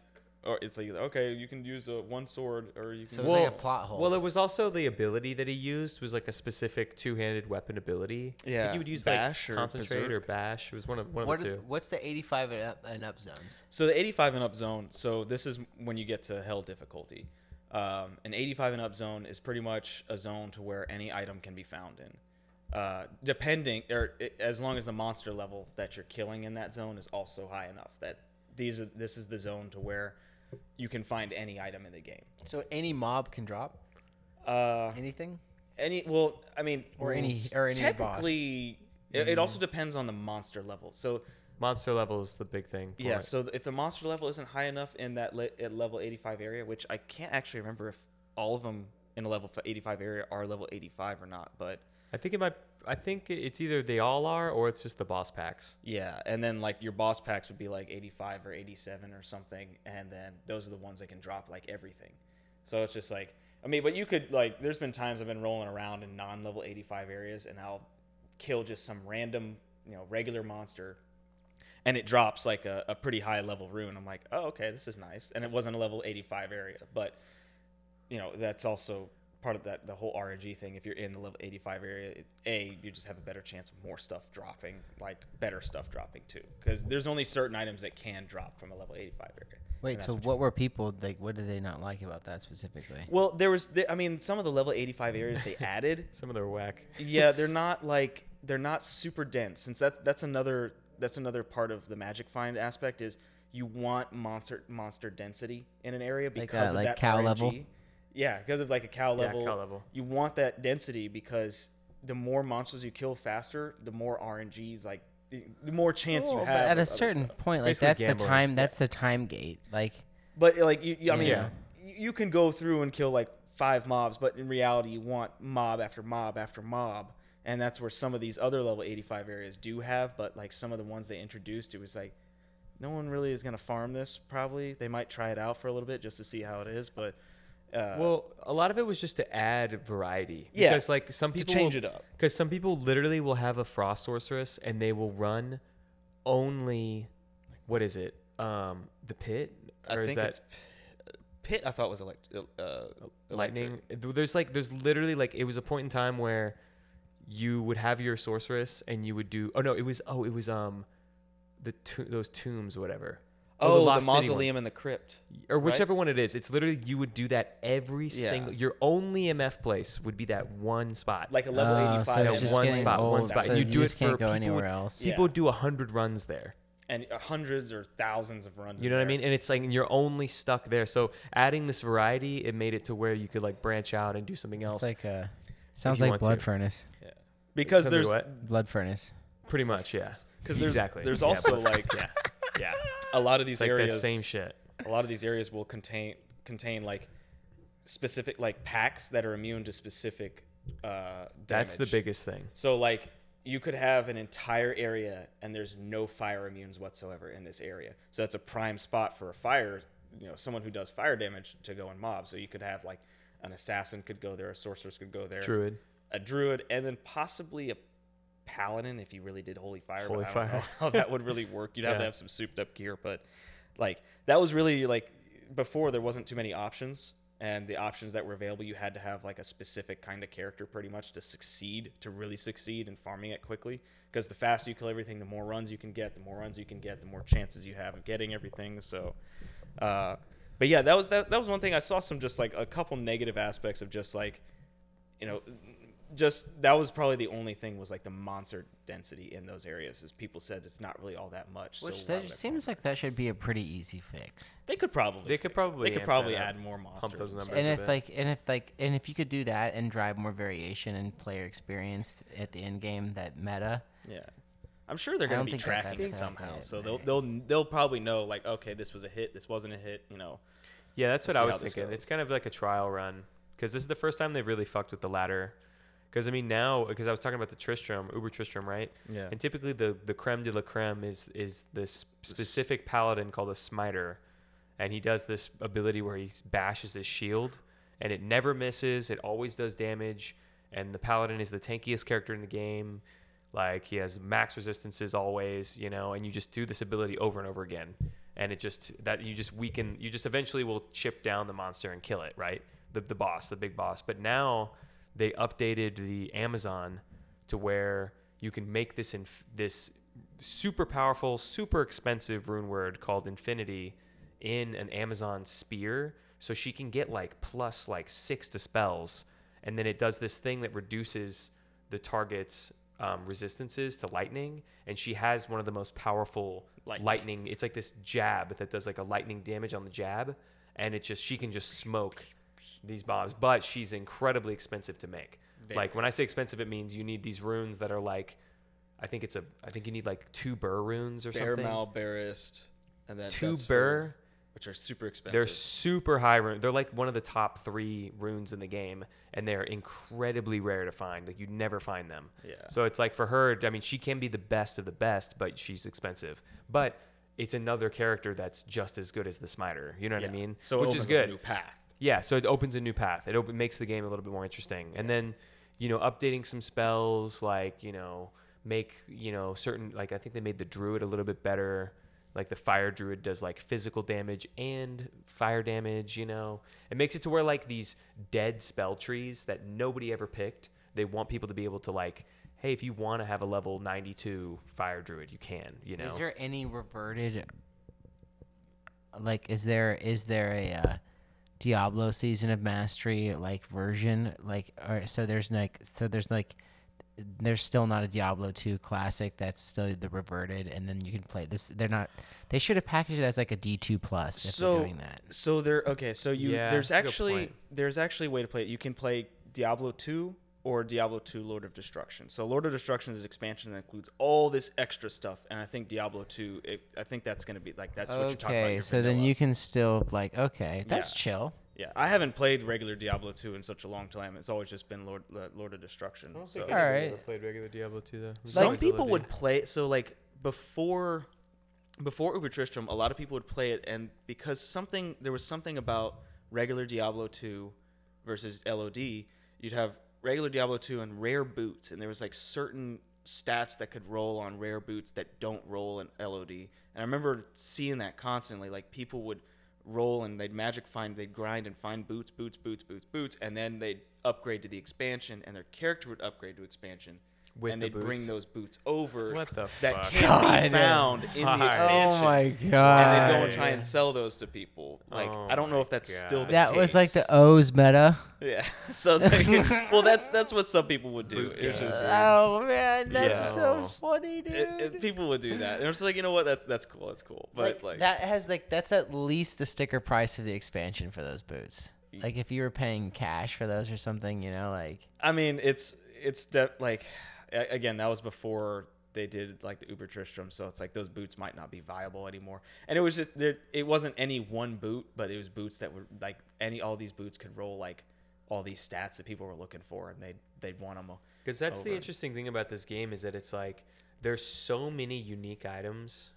Speaker 1: or it's like okay, you can use a one sword, or you can.
Speaker 3: So it was like a plot hole.
Speaker 2: Well, it was also the ability that he used was like a specific two-handed weapon ability. I think
Speaker 1: Yeah,
Speaker 2: you would use
Speaker 1: bash or
Speaker 2: like concentrate or
Speaker 1: berserk.
Speaker 2: bash. It was one of one of
Speaker 3: what
Speaker 2: the
Speaker 3: are-
Speaker 2: two.
Speaker 3: what's the 85 and up, and up zones?
Speaker 1: so the 85 and up zone. So this is when you get to hell difficulty. Um, an 85 and up zone is pretty much a zone to where any item can be found in, uh, depending or i as long as the monster level that you're killing in that zone is also high enough that these are this is the zone to where you can find any item in the game.
Speaker 3: So any mob can drop
Speaker 1: Uh,
Speaker 3: anything.
Speaker 1: Any well, I mean,
Speaker 3: Or any-
Speaker 1: s-
Speaker 3: or any boss.
Speaker 1: technically, it, it also depends on the monster level. So
Speaker 2: Monster level is the big thing. for
Speaker 1: yeah,
Speaker 2: it.
Speaker 1: so th- if the monster level isn't high enough in that le- at level eighty five area, which I can't actually remember if all of them in a level eighty five area are level eighty five or not, but
Speaker 2: I think it might. I think it's either they all are or it's just the boss packs.
Speaker 1: yeah, and then like your boss packs would be like eighty five or eighty seven or something, and then those are the ones that can drop like everything. So it's just like I mean, but you could like there's been times I've been rolling around in non level eighty five areas and I'll kill just some random you know regular monster and it drops like a, a pretty high level rune. I'm like, oh, okay, this is nice. And it wasn't a level 85 area, but you know, that's also part of that the whole RNG thing. If you're in the level 85 area, it, a you just have a better chance of more stuff dropping, like better stuff dropping too, because there's only certain items that can drop from a level 85 area.
Speaker 3: Wait,
Speaker 1: And
Speaker 3: so
Speaker 1: that's
Speaker 3: what, were people like? What did they not like about that specifically?
Speaker 1: Well, there was, the, I mean, some of the level 85 areas they [laughs] added
Speaker 2: Some of them are whack.
Speaker 1: yeah, they're not like they're not super dense. Since that's that's another that's another part of the magic find aspect is you want monster monster density in an area
Speaker 3: Like, uh,
Speaker 1: because of
Speaker 3: like
Speaker 1: that
Speaker 3: cow
Speaker 1: RNG.
Speaker 3: level?
Speaker 1: Yeah, because of like a cow level.
Speaker 2: cow level.
Speaker 1: You want that density because the more monsters you kill faster, the more RNGs like the more chance you
Speaker 3: Well,
Speaker 1: have.
Speaker 3: but at
Speaker 1: of other
Speaker 3: a certain
Speaker 1: stuff.
Speaker 3: point, like
Speaker 2: basically
Speaker 3: that's the
Speaker 2: gambling.
Speaker 3: time. That's the time gate. Like
Speaker 1: But like you, you I mean,
Speaker 3: Yeah.
Speaker 1: you you can go through and kill like five mobs, but in reality, you want mob after mob after mob, and that's where some of these other level 85 areas do have. But like some of the ones they introduced, it was like no one really is gonna farm this. Probably they might try it out for a little bit just to see how it is, but uh,
Speaker 2: Well, a lot of it was just to add variety.
Speaker 1: Yeah,
Speaker 2: Because like some
Speaker 1: to
Speaker 2: people
Speaker 1: change it up.
Speaker 2: Because some people literally will have a frost sorceress and they will run only what is it? Um, the pit or is that
Speaker 1: pit. I thought was elect- uh,
Speaker 2: lightning? Th- There's like there's literally like it was a point in time where you would have your sorceress and you would do oh no it was oh it was um the to- those tombs or whatever
Speaker 1: Oh, the,
Speaker 2: Lost City one.
Speaker 1: mausoleum and the crypt.
Speaker 2: or whichever one it is. It's literally you would do that every
Speaker 1: Yeah.
Speaker 2: single. Your only MF place would be that one spot.
Speaker 1: Like a level
Speaker 3: Oh, so
Speaker 1: 85
Speaker 3: it's
Speaker 1: and
Speaker 2: that
Speaker 3: just
Speaker 2: one
Speaker 3: getting
Speaker 2: spot, one
Speaker 3: old,
Speaker 2: spot.
Speaker 3: so
Speaker 2: you
Speaker 3: you
Speaker 2: do it
Speaker 3: just can't
Speaker 2: for
Speaker 3: go
Speaker 2: people,
Speaker 3: anywhere else.
Speaker 2: People
Speaker 1: Yeah.
Speaker 2: do a hundred runs there.
Speaker 1: and hundreds or thousands of runs.
Speaker 2: You
Speaker 1: in
Speaker 2: know what I
Speaker 1: there.
Speaker 2: mean? And it's like and you're only stuck there. So adding this variety, it made it to where you could like branch out and do something
Speaker 3: it's
Speaker 2: else.
Speaker 3: like a sounds
Speaker 2: you
Speaker 3: like
Speaker 2: want
Speaker 3: blood
Speaker 2: to.
Speaker 3: furnace.
Speaker 1: Because
Speaker 2: Something
Speaker 1: there's
Speaker 2: what?
Speaker 3: Blood furnace.
Speaker 2: pretty much yeah.
Speaker 1: 'Cause there's-
Speaker 2: exactly.
Speaker 1: there's
Speaker 2: Yeah,
Speaker 1: also,
Speaker 2: but- [laughs]
Speaker 1: like-
Speaker 2: yeah, yeah.
Speaker 1: a lot of
Speaker 2: It's
Speaker 1: these
Speaker 2: like
Speaker 1: areas
Speaker 2: that same shit.
Speaker 1: a lot of these areas will contain contain like specific like packs that are immune to specific uh
Speaker 2: That's the
Speaker 1: damage.
Speaker 2: biggest thing.
Speaker 1: so like you could have an entire area and there's no fire immunes whatsoever in this area so that's a prime spot for a fire you know someone who does fire damage to go and mob so you could have like an assassin could go there a sorceress could go there
Speaker 2: Druid.
Speaker 1: a druid and then possibly a paladin if you really did holy fire.
Speaker 2: Holy
Speaker 1: but I don't
Speaker 2: Fire.
Speaker 1: know how that would really work. You'd have
Speaker 2: Yeah.
Speaker 1: to have some souped up gear, but like that was really like before there wasn't too many options, and the options that were available, you had to have like a specific kind of character pretty much to succeed, to really succeed in farming it quickly. Because the faster you kill everything, the more runs you can get. The more runs you can get, the more chances you have of getting everything. So. Uh, but yeah, that was that, that was one thing I saw some just like a couple negative aspects of just like you know just that was probably the only thing was like the monster density in those areas is people said it's not really all that much
Speaker 3: Which
Speaker 1: so why
Speaker 3: that
Speaker 1: would I-
Speaker 3: seems like that should be a pretty easy fix.
Speaker 1: they could probably
Speaker 2: They
Speaker 1: fix
Speaker 2: could
Speaker 1: it.
Speaker 2: probably
Speaker 1: they could
Speaker 2: amp
Speaker 1: probably
Speaker 2: that up,
Speaker 1: add more monsters
Speaker 2: pump those
Speaker 1: and stuff.
Speaker 2: numbers.
Speaker 3: and
Speaker 2: a bit.
Speaker 3: if like and if like and if you could do that and drive more variation and player experience at the end game, that meta.
Speaker 1: yeah i'm sure they're
Speaker 3: I
Speaker 1: going
Speaker 3: don't
Speaker 1: to be
Speaker 3: think that
Speaker 1: tracking
Speaker 3: that's
Speaker 1: it
Speaker 3: gonna
Speaker 1: somehow
Speaker 3: happen.
Speaker 1: so they'll they'll they'll probably know like okay this was a hit this wasn't a hit you know
Speaker 2: Yeah, that's what
Speaker 1: Let's
Speaker 2: I
Speaker 1: see
Speaker 2: was
Speaker 1: how this
Speaker 2: thinking.
Speaker 1: goes.
Speaker 2: It's kind of like a trial run because this is the first time they've really fucked with the ladder. Because I mean now, because I was talking about the Tristram, Uber Tristram, right?
Speaker 1: Yeah.
Speaker 2: And typically the the creme de la creme is is this specific paladin called a smiter, and he does this ability where he bashes his shield, and it never misses. It always does damage, and the paladin is the tankiest character in the game. Like he has max resistances always, you know, and you just do this ability over and over again. And it just that you just weaken you just eventually will chip down the monster and kill it, right? The the boss, the big boss. But now they updated the Amazon to where you can make this inf- this super powerful, super expensive rune word called infinity in an Amazon spear so she can get like plus like 6 to spells and then it does this thing that reduces the target's um, resistances to lightning, and she has one of the most powerful lightning.
Speaker 1: Lightning.
Speaker 2: It's like this jab that does like a lightning damage on the jab, and it just she can just smoke these bombs. But she's incredibly expensive to make. Like when I say expensive, it means you need these runes that are like, I think it's a, I think you need like two burr runes or
Speaker 1: bear
Speaker 2: something.
Speaker 1: mal barist and then
Speaker 2: two
Speaker 1: Dustful,
Speaker 2: burr.
Speaker 1: which are super expensive
Speaker 2: They're super high rune. They're like one of the top three runes in the game, and they're incredibly rare to find. Like you never find them.
Speaker 1: Yeah.
Speaker 2: So it's like for her, I mean, she can be the best of the best, but she's expensive. But it's another character that's just as good as the smiter. You know what I
Speaker 1: Yeah.
Speaker 2: mean?
Speaker 1: so it
Speaker 2: which is
Speaker 1: opens up a
Speaker 2: good.
Speaker 1: new path
Speaker 2: Yeah, so it opens a new path. It op- makes the game a little bit more interesting. And then, you know, updating some spells like, you know, make, you know, certain like I think they made the druid a little bit better. Like the fire druid does like physical damage and fire damage, you know. It makes it to where like these dead spell trees that nobody ever picked, they want people to be able to like, hey, if you want to have a level 92 fire druid, you can, you know.
Speaker 3: Is there any reverted? Like, is there is there a uh, Diablo Season of Mastery like version? Like, or, so there's like so there's like there's still not a Diablo 2 classic that's still the reverted and then you can play this they're not they should have packaged it as like a D2 plus if
Speaker 1: so
Speaker 3: they're doing that.
Speaker 1: so there okay so you
Speaker 2: Yeah,
Speaker 1: there's
Speaker 2: that's a good
Speaker 1: actually
Speaker 2: point.
Speaker 1: there's actually a way to play it you can play diablo 2 or diablo 2 lord of destruction so lord of destruction is an expansion that includes all this extra stuff and i think diablo 2 it, i think that's going to be like that's what you're talking about
Speaker 3: Okay,
Speaker 1: your
Speaker 3: so then
Speaker 1: vanilla.
Speaker 3: you can still like okay, that's
Speaker 1: Yeah.
Speaker 3: chill.
Speaker 1: yeah i haven't played regular diablo 2 in such a long time it's always just been lord uh, lord of destruction so.
Speaker 3: All right.
Speaker 6: played regular Diablo 2 though.
Speaker 1: Some people would play so like before before Uber Tristram, a lot of people would play it and because something there was something about regular Diablo 2 versus LOD, you'd have regular Diablo 2 and rare boots and there was like certain stats that could roll on rare boots that don't roll in LOD. And I remember seeing that constantly like people would roll and they'd magic find they'd grind and find boots boots boots boots boots and then they'd upgrade to the expansion and their character would upgrade to expansion
Speaker 2: With
Speaker 1: and
Speaker 2: the
Speaker 1: they'd bring
Speaker 2: boots?
Speaker 1: those boots over
Speaker 2: What the
Speaker 1: that
Speaker 2: fuck?
Speaker 1: can't be
Speaker 3: God. Oh
Speaker 1: found in the
Speaker 2: Fuck.
Speaker 1: expansion.
Speaker 3: god.
Speaker 1: And they go and try and sell those to people. Like
Speaker 2: Oh
Speaker 1: I don't know
Speaker 2: my
Speaker 1: if that's still
Speaker 2: God.
Speaker 1: the
Speaker 3: that was like
Speaker 1: case.
Speaker 3: the O's meta.
Speaker 1: yeah. [laughs] So
Speaker 3: [laughs]
Speaker 1: they, well, that's that's what some people would do. It was just
Speaker 3: Oh man, that's
Speaker 2: Yeah.
Speaker 3: so funny, dude.
Speaker 1: it, it- people would do that. And it's like you know what that's that's cool. That's cool. But
Speaker 3: like,
Speaker 1: like,
Speaker 3: that has like that's at least the sticker price of the expansion for those boots. Like if you were paying cash for those or something, you know, like
Speaker 1: I mean, it's it's de- like a- again that was before they did like the Uber Tristram, so it's like those boots might not be viable anymore. And it was just there. It wasn't any one boot, but it was boots that were like any all these boots could roll like all these stats that people were looking for, and they would they'd want them.
Speaker 2: Because that's the
Speaker 1: over.
Speaker 2: interesting thing about this game is that it's like there's so many unique items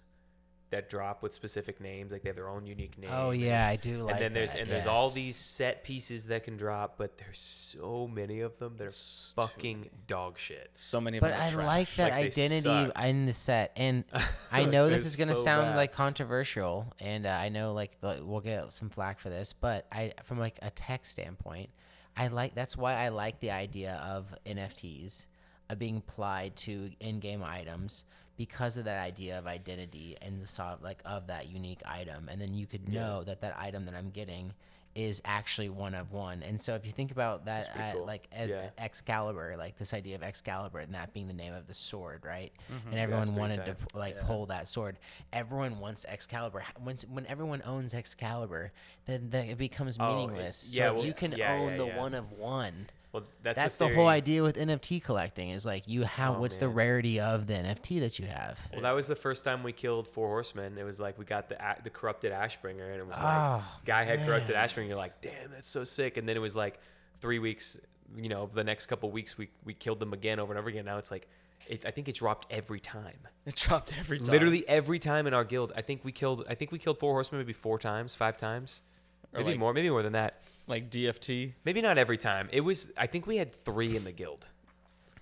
Speaker 2: that drop with specific names, like they have their own unique name.
Speaker 3: Oh,
Speaker 2: and
Speaker 3: yeah,
Speaker 2: it's-
Speaker 3: I do like
Speaker 2: And then there's
Speaker 3: that,
Speaker 2: and there's all
Speaker 3: yes.
Speaker 2: these set pieces that can drop, but there's so many of them that are fucking dog shit.
Speaker 1: So many of
Speaker 3: But
Speaker 1: them are
Speaker 3: I
Speaker 1: trash.
Speaker 3: like that
Speaker 2: Like, they
Speaker 3: identity
Speaker 2: suck.
Speaker 3: in the set,
Speaker 2: [laughs]
Speaker 3: and I know this
Speaker 2: They're
Speaker 3: is gonna
Speaker 2: so
Speaker 3: sound
Speaker 2: bad.
Speaker 3: like controversial, and uh, I know like the, we'll get some flack for this, but I, from like a tech standpoint, I like that's why I like the idea of NFTs uh, being applied to in-game items because of that idea of identity and the sort like of that unique item, and then you could know that that item that I'm getting is actually one of one. And so if you think about that, uh, like as
Speaker 2: Yeah.
Speaker 3: Excalibur, like this idea of Excalibur and that being the name of the sword, right?
Speaker 2: Mm-hmm.
Speaker 3: And everyone wanted to p- like pull that sword. Everyone wants Excalibur. H- Once when everyone owns Excalibur, then, then it becomes
Speaker 2: Oh, it-
Speaker 3: meaningless.
Speaker 2: yeah,
Speaker 3: so if
Speaker 2: well,
Speaker 3: you can
Speaker 2: yeah,
Speaker 3: own
Speaker 2: yeah,
Speaker 3: the
Speaker 2: yeah.
Speaker 3: one of one.
Speaker 2: Well, that's,
Speaker 3: That's,
Speaker 2: the,
Speaker 3: the, whole
Speaker 2: theory. Oh,
Speaker 3: idea with NFT collecting is like you how what's the
Speaker 2: man.
Speaker 3: rarity of the NFT that you have.
Speaker 2: Well, that was the first time we killed four horsemen. It was like we got the a- the corrupted Ashbringer, and it was like
Speaker 1: Ah,
Speaker 3: Oh,
Speaker 2: guy had corrupted Ashbringer. You're like, damn, that's so sick. And then it was like three weeks. You know, the next couple weeks we we killed them again over and over again. Now it's like, it, I think it dropped every time.
Speaker 1: It dropped every time.
Speaker 2: Literally every time in our guild. I think we killed. I think we killed four horsemen maybe four times, five times, maybe
Speaker 1: like-
Speaker 2: more, maybe more than that.
Speaker 1: like DFT.
Speaker 2: Maybe not every time. It was. I think we had three in the guild.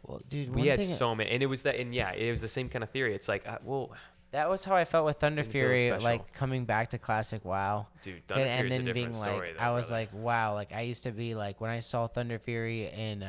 Speaker 3: Well, dude,
Speaker 2: We
Speaker 3: one
Speaker 2: had
Speaker 3: thing-
Speaker 2: so many, and it was that. And yeah, it was the same kind of theory. It's like, uh, well,
Speaker 3: that was how I felt with Thunder
Speaker 2: feel
Speaker 3: Fury,
Speaker 2: special.
Speaker 3: like coming back to classic WoW.
Speaker 2: dude,
Speaker 3: and,
Speaker 2: Thunder
Speaker 3: and
Speaker 2: Fury's a
Speaker 3: then
Speaker 2: different
Speaker 3: being like,
Speaker 2: story. though,
Speaker 3: I was
Speaker 2: brother.
Speaker 3: like, wow, like I used to be like when I saw Thunder Fury and uh,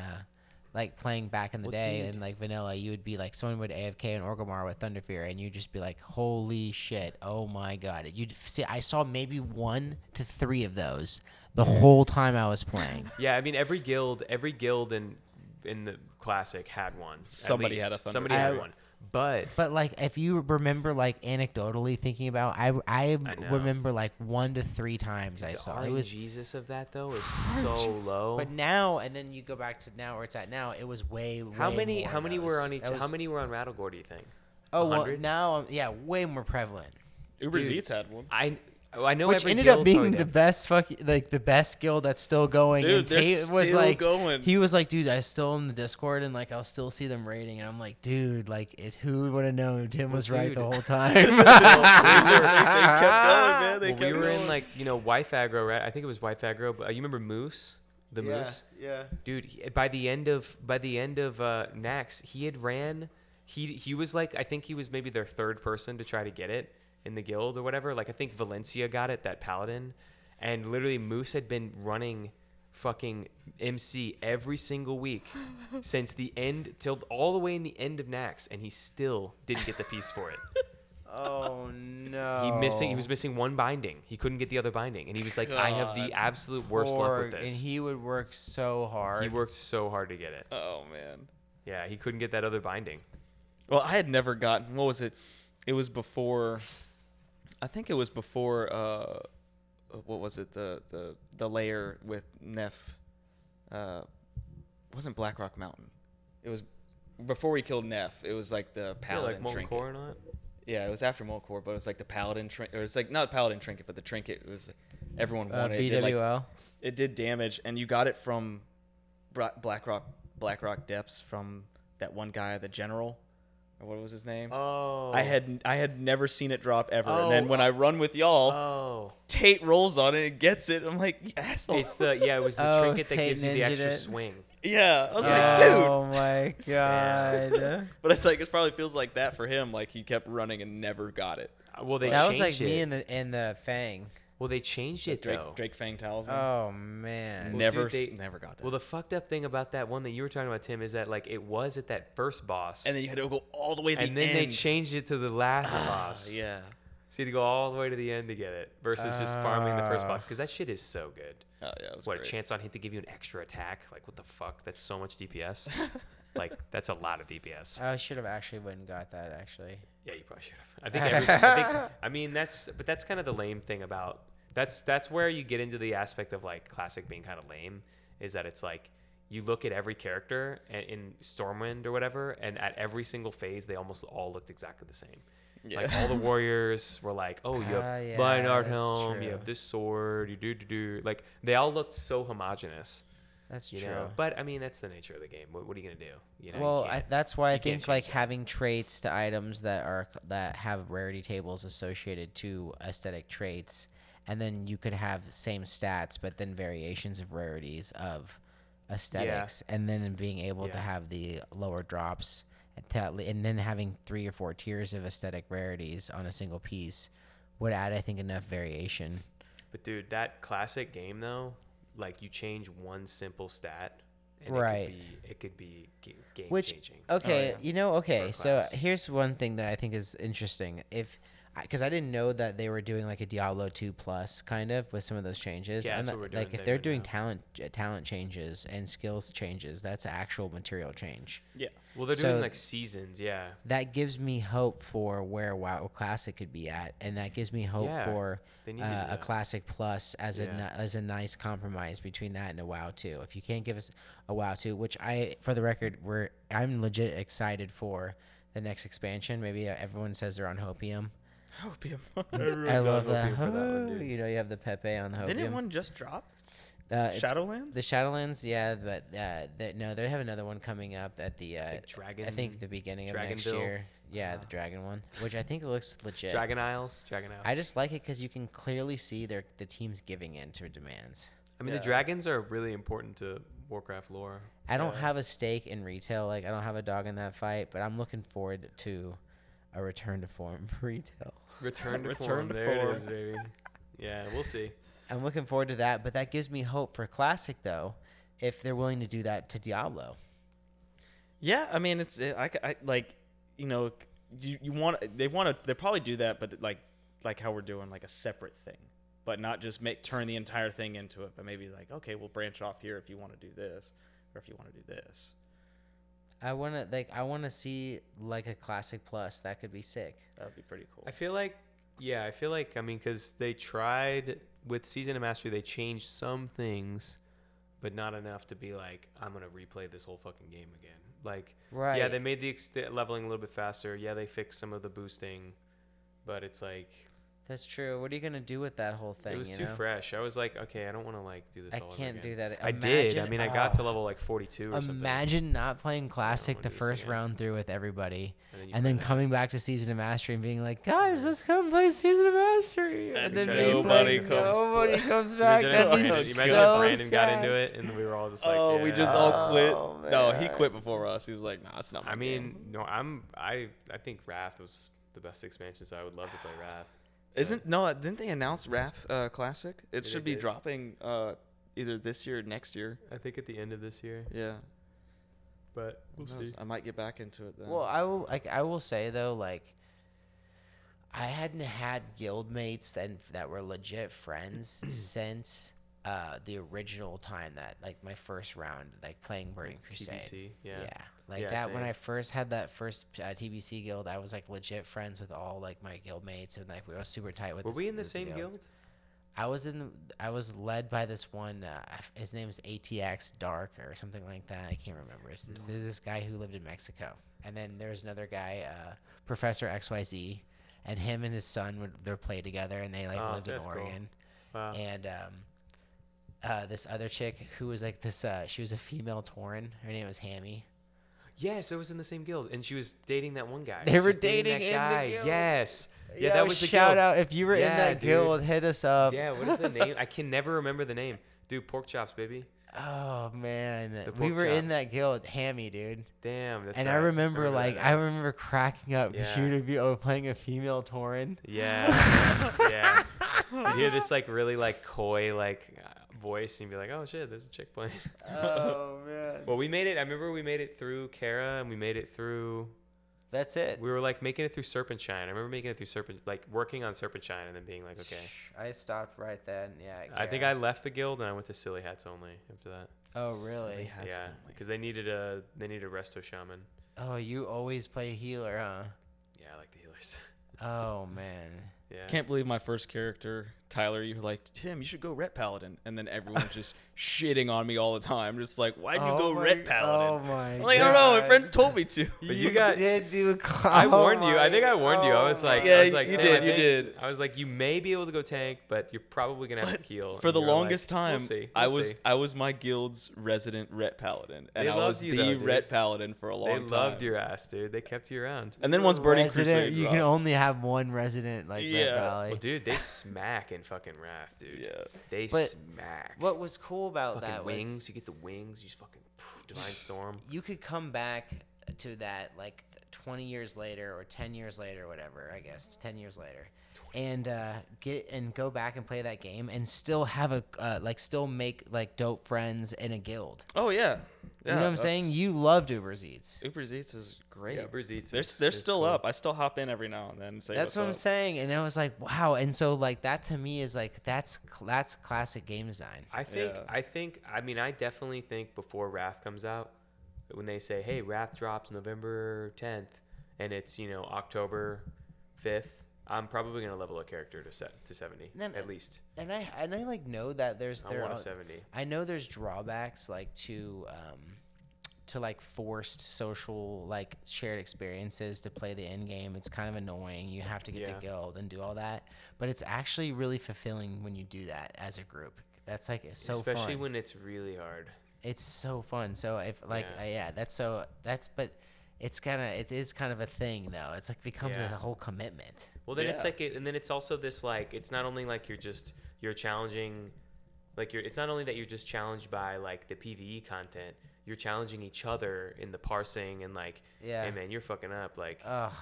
Speaker 3: like playing back in the
Speaker 2: Well,
Speaker 3: day
Speaker 2: dude.
Speaker 3: and like vanilla, you would be like someone would AFK and Orgrimmar with Thunder Fury, and you'd just be like, holy shit, oh my god! You'd see, I saw maybe one to three of those the whole time I was playing.
Speaker 2: [laughs] Yeah, I mean every guild, every guild in in the classic had one. at
Speaker 1: Somebody had
Speaker 2: least.
Speaker 1: a Thunder
Speaker 2: Somebody
Speaker 3: Fury.
Speaker 2: had
Speaker 3: I-
Speaker 2: one. But
Speaker 3: But like, if you remember, like anecdotally thinking about, I I,
Speaker 2: know.
Speaker 3: remember like one to three times I
Speaker 2: the
Speaker 3: saw it
Speaker 2: RNGs
Speaker 3: was.
Speaker 2: of that
Speaker 3: [sighs]
Speaker 2: though is so low.
Speaker 3: But now and then you go back to now where it's at now. It was way.
Speaker 2: how
Speaker 3: way
Speaker 2: many?
Speaker 3: more
Speaker 2: How
Speaker 3: of
Speaker 2: many were
Speaker 3: those.
Speaker 2: on each?
Speaker 3: That
Speaker 2: how
Speaker 3: was-
Speaker 2: many were on Rattlegore? Do you think?
Speaker 3: Oh well,
Speaker 2: 100?
Speaker 3: now um, yeah, way more prevalent.
Speaker 1: Uber's
Speaker 2: Dude.
Speaker 1: Eats had [laughs] one.
Speaker 2: I oh, I know
Speaker 3: Which
Speaker 2: every
Speaker 3: ended
Speaker 2: guild
Speaker 3: up being
Speaker 2: probably
Speaker 3: the
Speaker 2: did.
Speaker 3: best fuck, like the best guild that's still going.
Speaker 1: Dude,
Speaker 3: and
Speaker 1: they're
Speaker 3: Tate was
Speaker 1: still
Speaker 3: like,
Speaker 1: going.
Speaker 3: He was like, dude, I still in the Discord and like I'll still see them rating, and I'm like, dude, like it, who would have known Tim was right the
Speaker 2: dude.
Speaker 3: whole time.
Speaker 2: [laughs]
Speaker 3: [laughs]
Speaker 2: Well, we were in like you know wife aggro right i think it was wife aggro but uh, you remember moose the moose
Speaker 6: Yeah.
Speaker 2: dude he- by the end of by the end of uh nax he had ran he he was like i think he was maybe their third person to try to get it in the guild or whatever like i think valencia got it that paladin and literally moose had been running fucking mc every single week since the end till all the way in the end of nax and he still didn't get the piece for it
Speaker 3: Oh no. [laughs]
Speaker 2: he missing. He was missing one binding. He couldn't get the other binding, and he was like, "I have the absolute worst luck with
Speaker 3: Org,
Speaker 2: this."
Speaker 3: And
Speaker 2: He,
Speaker 3: he would work so hard.
Speaker 2: worked so hard to get it.
Speaker 1: Oh man.
Speaker 2: Yeah, he couldn't get that other binding.
Speaker 1: Well, I had never gotten. What was it? It was before. I think it was before. Uh, what was it? The the the layer with Neff. Uh, wasn't Black Rock Mountain. It was before we killed Neff. It was like the
Speaker 2: Yeah, like
Speaker 1: paladin
Speaker 2: molten
Speaker 1: trinket.
Speaker 2: core or not?
Speaker 1: Yeah, it was after Molcor, but it was like the paladin trinket. Or it's like not paladin trinket, but the trinket was everyone
Speaker 3: uh,
Speaker 1: wanted. it, did like
Speaker 3: BWL.
Speaker 1: it did damage, and you got it from Bra- Blackrock Blackrock Depths from that one guy, the general, or what was his name?
Speaker 2: Oh, uh,
Speaker 1: I had I had never seen it drop ever, and then when I run with y'all,
Speaker 2: Oh,
Speaker 1: Tate rolls on it and gets it. I'm like, "You asshole!
Speaker 2: [laughs] it's the yeah. It was the
Speaker 3: Oh,
Speaker 2: trinket that
Speaker 3: Tate
Speaker 2: gives you the
Speaker 3: ninja'd
Speaker 2: extra
Speaker 3: it.
Speaker 2: swing.
Speaker 1: [laughs] yeah, I was like, dude.
Speaker 2: [laughs]
Speaker 3: oh my god.
Speaker 1: But it's like it probably feels like that for him. Like he kept running and never got it.
Speaker 2: Uh, Well, they
Speaker 3: that was
Speaker 2: changed
Speaker 3: like
Speaker 2: it.
Speaker 3: me and the and the Fang.
Speaker 2: well, they changed
Speaker 1: The
Speaker 2: it
Speaker 1: Drake,
Speaker 2: though. Uh,
Speaker 1: Drake Fang Talisman.
Speaker 3: Oh man.
Speaker 2: Well,
Speaker 1: never,
Speaker 2: dude, they-
Speaker 1: s- never got that.
Speaker 2: Well, the fucked up thing about that one that you were talking about, Tim, is that like it was at that first boss,
Speaker 1: and then you had to go all the way to
Speaker 2: and
Speaker 1: the
Speaker 2: then
Speaker 1: end. Ah,
Speaker 2: they changed it to the last boss.
Speaker 1: Yeah.
Speaker 2: So you had to go all the way to the end to get it versus just farming the first boss because that shit is so good.
Speaker 1: Oh yeah. It was
Speaker 2: what
Speaker 1: great.
Speaker 2: a chance on hit to give you an extra attack? Like what the fuck? That's so much DPS.
Speaker 1: [laughs]
Speaker 2: like that's a lot of DPS.
Speaker 3: I should have actually wouldn't got that actually.
Speaker 2: yeah, you probably should have. I think. Every, I
Speaker 3: [laughs]
Speaker 2: think. I mean, that's but that's kind of the lame thing about that's that's where you get into the aspect of like classic being kind of lame is that it's like you look at every character a- in Stormwind or whatever, and at every single phase they almost all looked exactly the same. Like
Speaker 3: [laughs]
Speaker 2: all the warriors were like, oh, you have
Speaker 3: Ah, yeah,
Speaker 2: Lionheart
Speaker 3: that's
Speaker 2: helm, you
Speaker 3: true.
Speaker 2: have this sword, you do do do. Like they all looked so homogenous.
Speaker 3: That's
Speaker 2: you
Speaker 3: true.
Speaker 2: know. But I mean, that's the nature of the game. What, what are you gonna do? You know, you
Speaker 3: well, I,
Speaker 2: can't-
Speaker 3: that's why I
Speaker 2: you can't
Speaker 3: think like
Speaker 2: change it.
Speaker 3: having traits to items that are that have rarity tables associated to aesthetic traits, and then you could have same stats, but then variations of rarities of aesthetics, and then being able to
Speaker 2: Yeah.
Speaker 3: have the lower drops, and ta- and then having three or four tiers of aesthetic rarities on a single piece would add, I think, enough variation.
Speaker 2: but dude, that classic game though, like you change one simple stat, and
Speaker 3: Right.
Speaker 2: It could be, it could be game
Speaker 3: Which
Speaker 2: changing.
Speaker 1: Oh,
Speaker 3: okay,
Speaker 1: yeah.
Speaker 3: you know, okay.
Speaker 2: a
Speaker 3: So
Speaker 2: Oh, class.
Speaker 3: here's one thing that I think is interesting. If because I didn't know that they were doing like a Diablo two plus kind of with some of those changes.
Speaker 2: Yeah,
Speaker 3: And
Speaker 2: that's what
Speaker 3: like-
Speaker 2: we're doing
Speaker 3: Like if
Speaker 2: there
Speaker 3: they're
Speaker 2: right
Speaker 3: doing
Speaker 2: now.
Speaker 3: talent uh, talent changes and skills changes, that's actual material change.
Speaker 1: Yeah.
Speaker 2: Well, they're
Speaker 3: so-
Speaker 2: doing like seasons, yeah.
Speaker 3: That gives me hope for where WoW Classic could be at, and that gives me hope
Speaker 2: Yeah,
Speaker 3: for
Speaker 2: they need to
Speaker 3: uh,
Speaker 2: do
Speaker 3: a
Speaker 2: that.
Speaker 3: Classic Plus as a
Speaker 2: Yeah.
Speaker 3: ni- as a nice compromise between that and a WoW two. If you can't give us a WoW two, which I, for the record, we're I'm legit excited for the next expansion. Maybe uh, everyone says they're on Hopium. I
Speaker 2: Everyone's
Speaker 3: love
Speaker 2: on
Speaker 3: that.
Speaker 2: Hopium for that one,
Speaker 3: Oh,
Speaker 2: dude.
Speaker 3: [laughs] you know, you have the Pepe on Hopium.
Speaker 1: Didn't one just drop?
Speaker 3: Uh, it's-
Speaker 1: Shadowlands?
Speaker 3: The Shadowlands, yeah, but uh, that no, they have another one coming up at the uh,
Speaker 2: like Dragon.
Speaker 3: I think the beginning of next
Speaker 2: Dragonville. Oh.
Speaker 3: year. Yeah, the dragon one, which I think looks legit.
Speaker 2: Dragon Isles. Dragon Isles.
Speaker 3: I just like it because you can clearly see their the team's giving in to demands.
Speaker 2: I mean,
Speaker 1: Yeah.
Speaker 2: the dragons are really important to Warcraft lore.
Speaker 3: I don't have a stake in retail, like I don't have a dog in that fight, but I'm looking forward to a return to form [laughs] for retail.
Speaker 2: Return
Speaker 1: [laughs]
Speaker 2: to
Speaker 1: Return
Speaker 2: form.
Speaker 1: to
Speaker 2: there
Speaker 1: form.
Speaker 2: it is, baby. Yeah, we'll see.
Speaker 3: I'm looking forward to that, but that gives me hope for classic though, if they're willing to do that to Diablo.
Speaker 1: Yeah, I mean it's I, c- I- like you know you, you want they want to they probably do that, but like like how we're doing like a separate thing, but not just make turn the entire thing into it. But maybe like okay, we'll branch off here if you want to do this or if you want to do this.
Speaker 3: I wanna like I wanna see like a classic plus. That could be sick.
Speaker 1: That'd be pretty cool.
Speaker 2: I feel like, yeah, I feel like, I mean, because they tried with Season of Mastery, they changed some things, but not enough to be like, I'm going to replay this whole fucking game again. Like, yeah,
Speaker 3: Right.
Speaker 2: they made the ex- the leveling a little bit faster. Yeah, they fixed some of the boosting, but it's like,
Speaker 3: That's true. What are you gonna do with that whole thing?
Speaker 2: it was
Speaker 3: you
Speaker 2: too
Speaker 3: know?
Speaker 2: fresh. I was like, okay, I don't want to like do this
Speaker 3: I
Speaker 2: all over
Speaker 3: can't
Speaker 2: again.
Speaker 3: do that.
Speaker 2: I did. I
Speaker 3: Imagine-
Speaker 2: mean, I got to
Speaker 3: oh.
Speaker 2: level like 42 or something.
Speaker 3: Imagine not playing classic
Speaker 2: wanna
Speaker 3: the
Speaker 2: do this
Speaker 3: first
Speaker 2: again.
Speaker 3: round through with everybody,
Speaker 2: And then you
Speaker 3: and then
Speaker 2: play that.
Speaker 3: coming back to season of mastery and being like, "Guys, let's come play season of mastery," and then
Speaker 2: try
Speaker 3: being
Speaker 1: nobody
Speaker 3: like,
Speaker 1: comes
Speaker 3: nobody comes back.
Speaker 2: Imagine if
Speaker 3: That'd
Speaker 2: Brandon,
Speaker 3: be so
Speaker 2: imagine if Brandon
Speaker 3: sad.
Speaker 2: got into it and we were all just like,
Speaker 1: oh, we just
Speaker 2: yeah.
Speaker 1: all quit.
Speaker 3: Oh,
Speaker 1: no, he
Speaker 3: man.
Speaker 1: quit before us. He was like, nah, it's not. My
Speaker 2: I mean,
Speaker 1: game."
Speaker 2: no, I'm I I think Wrath was the best expansion, so I would love to play Wrath.
Speaker 1: isn't no? uh, Didn't they announce Wrath uh, Classic? It
Speaker 2: they
Speaker 1: should be
Speaker 2: did.
Speaker 1: dropping uh, either this year or next year.
Speaker 2: I think at the end of this year,
Speaker 1: Yeah,
Speaker 2: but we'll
Speaker 1: Who knows?
Speaker 2: see.
Speaker 1: I might get back into it then.
Speaker 3: Well, I will like I will say though, like I hadn't had guildmates that that were
Speaker 2: [clears throat]
Speaker 3: legit friends since uh the original time that like my first round like playing Burning Crusade.
Speaker 2: TBC, yeah.
Speaker 3: Like
Speaker 2: Yeah,
Speaker 3: that when
Speaker 2: same.
Speaker 3: I first had that first uh, TBC guild, I was like legit friends with all like my guildmates and like we were super tight with
Speaker 2: Were
Speaker 3: this-
Speaker 2: we in the
Speaker 3: this
Speaker 2: same guild?
Speaker 3: I was in. the- I was led by this one. Uh, I f- his name is ATX Dark or something like that. I can't remember. It's this, there's this guy who lived in Mexico, and then there was another guy, uh, Professor X Y Z, and him and his son would they play together, and they like
Speaker 2: Oh,
Speaker 3: lived
Speaker 2: so
Speaker 3: in
Speaker 2: that's cool.
Speaker 3: Oregon.
Speaker 2: Wow.
Speaker 3: And um, uh, this other chick who was like this. Uh, she was a female Tauren. Her name was Hammy.
Speaker 2: Yes, it was in the same guild, and she was dating that one guy.
Speaker 3: They
Speaker 2: She
Speaker 3: were
Speaker 2: was dating
Speaker 3: dating
Speaker 2: that
Speaker 3: in the
Speaker 2: guy.
Speaker 3: guild.
Speaker 2: Yes. Yeah,
Speaker 3: Yo,
Speaker 2: that was the
Speaker 3: shout
Speaker 2: guild.
Speaker 3: out if you were in
Speaker 2: Yeah,
Speaker 3: that
Speaker 2: dude.
Speaker 3: guild. Hit us up.
Speaker 2: Yeah, what is the name? I can never remember the name. Dude, pork chops, baby.
Speaker 3: Oh man,
Speaker 2: The
Speaker 3: we
Speaker 2: pork
Speaker 3: were in
Speaker 2: chop.
Speaker 3: that guild, Hammy, dude.
Speaker 2: Damn, that's
Speaker 3: and
Speaker 2: right.
Speaker 3: I remember, like,
Speaker 2: that
Speaker 3: I
Speaker 2: now.
Speaker 3: remember cracking up because she
Speaker 2: Yeah.
Speaker 3: would be oh, playing a
Speaker 2: [laughs]
Speaker 3: female Tauren. [laughs]
Speaker 2: Yeah, yeah. You'd hear this like really like coy like uh, voice and you'd be like, oh shit, there's a chick playing.
Speaker 3: Oh man,
Speaker 2: well, we made it. I remember we made it through Kara and we made it through.
Speaker 3: that's it.
Speaker 2: We were like making it through Serpentine. I remember making it through Serpent, like working on Serpentine and then being like, okay.
Speaker 3: I stopped right then. Yeah,
Speaker 2: I think I left the guild and I went to Silly Hats only after that.
Speaker 3: Oh really?
Speaker 1: Hats
Speaker 2: yeah,
Speaker 1: only.
Speaker 2: because they needed a they needed a resto shaman.
Speaker 3: Oh, you always play healer,
Speaker 2: Yeah, I like the healers.
Speaker 3: huh? Oh man,
Speaker 2: [laughs] Yeah.
Speaker 1: Can't believe my first character, Tyler, you're like, Tim, you should go Ret Paladin. And then everyone's
Speaker 2: [laughs]
Speaker 1: just shitting on me all the time. Just like, why'd you go Ret Paladin?
Speaker 3: Oh my
Speaker 1: I'm like, I don't know. My friends told me
Speaker 3: [laughs]
Speaker 1: to.
Speaker 2: But you got.
Speaker 3: did do Oh a [laughs]
Speaker 2: I warned you. I think I warned you. I was like,
Speaker 1: Yeah,
Speaker 2: I was like,
Speaker 1: you
Speaker 2: "Tim,
Speaker 1: did,
Speaker 2: I
Speaker 1: you did.
Speaker 2: think-" I was like, you may be able to go tank, but you're probably gonna have to heal.
Speaker 1: For
Speaker 2: And
Speaker 1: the
Speaker 2: you were like,
Speaker 1: longest time,
Speaker 2: "We'll see,
Speaker 1: I
Speaker 2: we'll
Speaker 1: was
Speaker 2: see."
Speaker 1: I was my guild's resident Ret Paladin, and
Speaker 2: They
Speaker 1: I
Speaker 2: loved
Speaker 1: was
Speaker 2: you,
Speaker 1: the
Speaker 2: though, dude.
Speaker 1: Ret Paladin for a long
Speaker 2: They
Speaker 1: time.
Speaker 2: loved your ass, dude. They kept you around.
Speaker 1: And then once Burning Crusade,
Speaker 3: You can
Speaker 1: dropped.
Speaker 3: only have one resident like Red
Speaker 1: Yeah.
Speaker 3: Valley.
Speaker 2: Well, dude,
Speaker 3: [laughs]
Speaker 2: they smack in fucking Wrath, dude.
Speaker 1: Yeah.
Speaker 2: They
Speaker 3: But
Speaker 2: smack.
Speaker 3: What was cool about
Speaker 2: fucking
Speaker 3: that was
Speaker 2: wings? You get the wings. You just fucking
Speaker 3: [sighs]
Speaker 2: divine storm.
Speaker 3: you could come back to that like th- 20 years later or 10 years later, whatever, I guess, 10 years later. And uh, get and go back and play that game and still have a uh, like still make like dope friends in a guild.
Speaker 1: Oh yeah,
Speaker 3: you know what I'm saying? You loved Uber's Eats.
Speaker 1: Uber's Eats is great.
Speaker 2: Yeah, Uber's Eats
Speaker 1: They're
Speaker 2: is-
Speaker 1: they're
Speaker 2: is
Speaker 1: still
Speaker 2: cool.
Speaker 1: up. I still hop in every now and then. And say
Speaker 3: That's
Speaker 1: what's
Speaker 3: what
Speaker 1: up.
Speaker 3: I'm saying, and I was like, wow. And so like that to me is like that's cl- that's classic game design.
Speaker 2: I think
Speaker 1: Yeah.
Speaker 2: I think I mean I definitely think before Wrath comes out, when they say, "Hey, Wrath drops November 10th," and it's you know October 5th, I'm probably gonna level a character to set to 70
Speaker 3: Then-
Speaker 2: at least.
Speaker 3: And I and I like know that there's
Speaker 2: I
Speaker 3: there
Speaker 2: want a
Speaker 3: are-
Speaker 2: 70.
Speaker 3: I know there's drawbacks like to um to like forced social like shared experiences to play the end game. It's kind of annoying. You have to get
Speaker 2: Yeah.
Speaker 3: the guild and do all that, but it's actually really fulfilling when you do that as a group. That's like it's so
Speaker 2: Especially
Speaker 3: fun.
Speaker 2: when it's really hard.
Speaker 3: it's so fun. So if like
Speaker 2: Yeah.
Speaker 3: yeah, yeah that's so that's but it's kind of it is kind of a thing though. It's like becomes
Speaker 2: Yeah.
Speaker 3: a whole commitment.
Speaker 2: Well, then it's
Speaker 1: Yeah.
Speaker 2: like, it, and then it's also this like, it's not only like you're just you're challenging, like you're. It's not only that you're just challenged by like the PVE content. You're challenging each other in the parsing and like,
Speaker 3: Yeah.
Speaker 2: hey man, you're fucking up. Like,
Speaker 3: Ugh,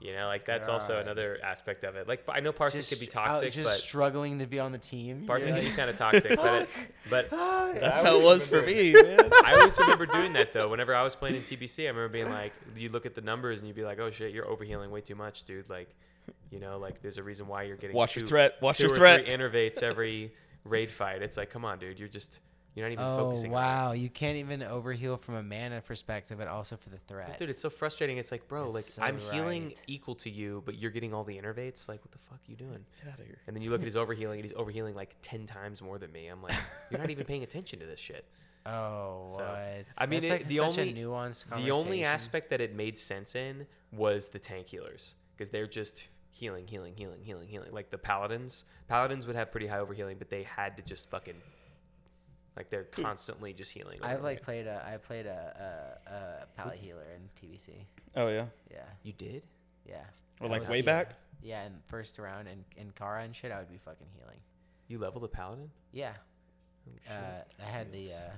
Speaker 2: you know, like that's also
Speaker 3: God.
Speaker 2: another aspect of it. Like, I know parsing could be
Speaker 3: out-
Speaker 2: toxic,
Speaker 3: just
Speaker 2: but
Speaker 3: struggling to be on the team.
Speaker 2: parsing
Speaker 3: You're
Speaker 2: can be kind of toxic. but,
Speaker 3: [laughs]
Speaker 2: it, but
Speaker 3: like,
Speaker 1: That's how it was for me.
Speaker 3: [laughs]
Speaker 1: man.
Speaker 2: I always remember doing that though. Whenever I was playing in TBC, I remember being like, you look at the numbers and you'd be like, oh shit, you're overhealing way too much, dude. Like, you know, like there's a reason why you're getting
Speaker 1: Watch your
Speaker 2: two-
Speaker 1: threat. Watch
Speaker 2: two
Speaker 1: your
Speaker 2: or
Speaker 1: threat.
Speaker 2: Three innervates every raid fight. It's like, come on, dude, you're just you're not even
Speaker 3: Oh
Speaker 2: focusing. on
Speaker 3: wow, you can't even overheal from a mana perspective, but also for the
Speaker 2: it.
Speaker 3: threat.
Speaker 2: Dude, it's so frustrating. It's like, bro,
Speaker 3: That's
Speaker 2: like
Speaker 3: so
Speaker 2: I'm healing
Speaker 3: right.
Speaker 2: equal to you, but you're getting all the innervates. Like, what the fuck are you doing? And then you look at his overhealing, and he's overhealing like ten times more than me. I'm like, you're not even paying attention to this shit.
Speaker 3: oh, what?
Speaker 2: So, I mean,
Speaker 3: That's
Speaker 2: it-
Speaker 3: like
Speaker 2: the
Speaker 3: such
Speaker 2: only-
Speaker 3: a nuanced
Speaker 2: The only
Speaker 3: conversation.
Speaker 2: aspect that it made sense in was the tank healers because they're just healing, healing, healing, healing, healing. Like the paladins, paladins would have pretty high overhealing, but they had to just fucking like they're constantly just healing. over
Speaker 3: I've
Speaker 2: and
Speaker 3: like
Speaker 2: over.
Speaker 3: played a I played a a, a palette healer in TBC.
Speaker 1: Oh yeah,
Speaker 3: Yeah,
Speaker 2: you did.
Speaker 3: yeah.
Speaker 1: or
Speaker 3: I
Speaker 1: like
Speaker 3: was
Speaker 1: way
Speaker 3: healing.
Speaker 1: back.
Speaker 3: Yeah, and first round and and Kara and shit, I would be fucking healing.
Speaker 2: You leveled a paladin.
Speaker 3: Yeah,
Speaker 2: Oh,
Speaker 3: uh, I had the uh,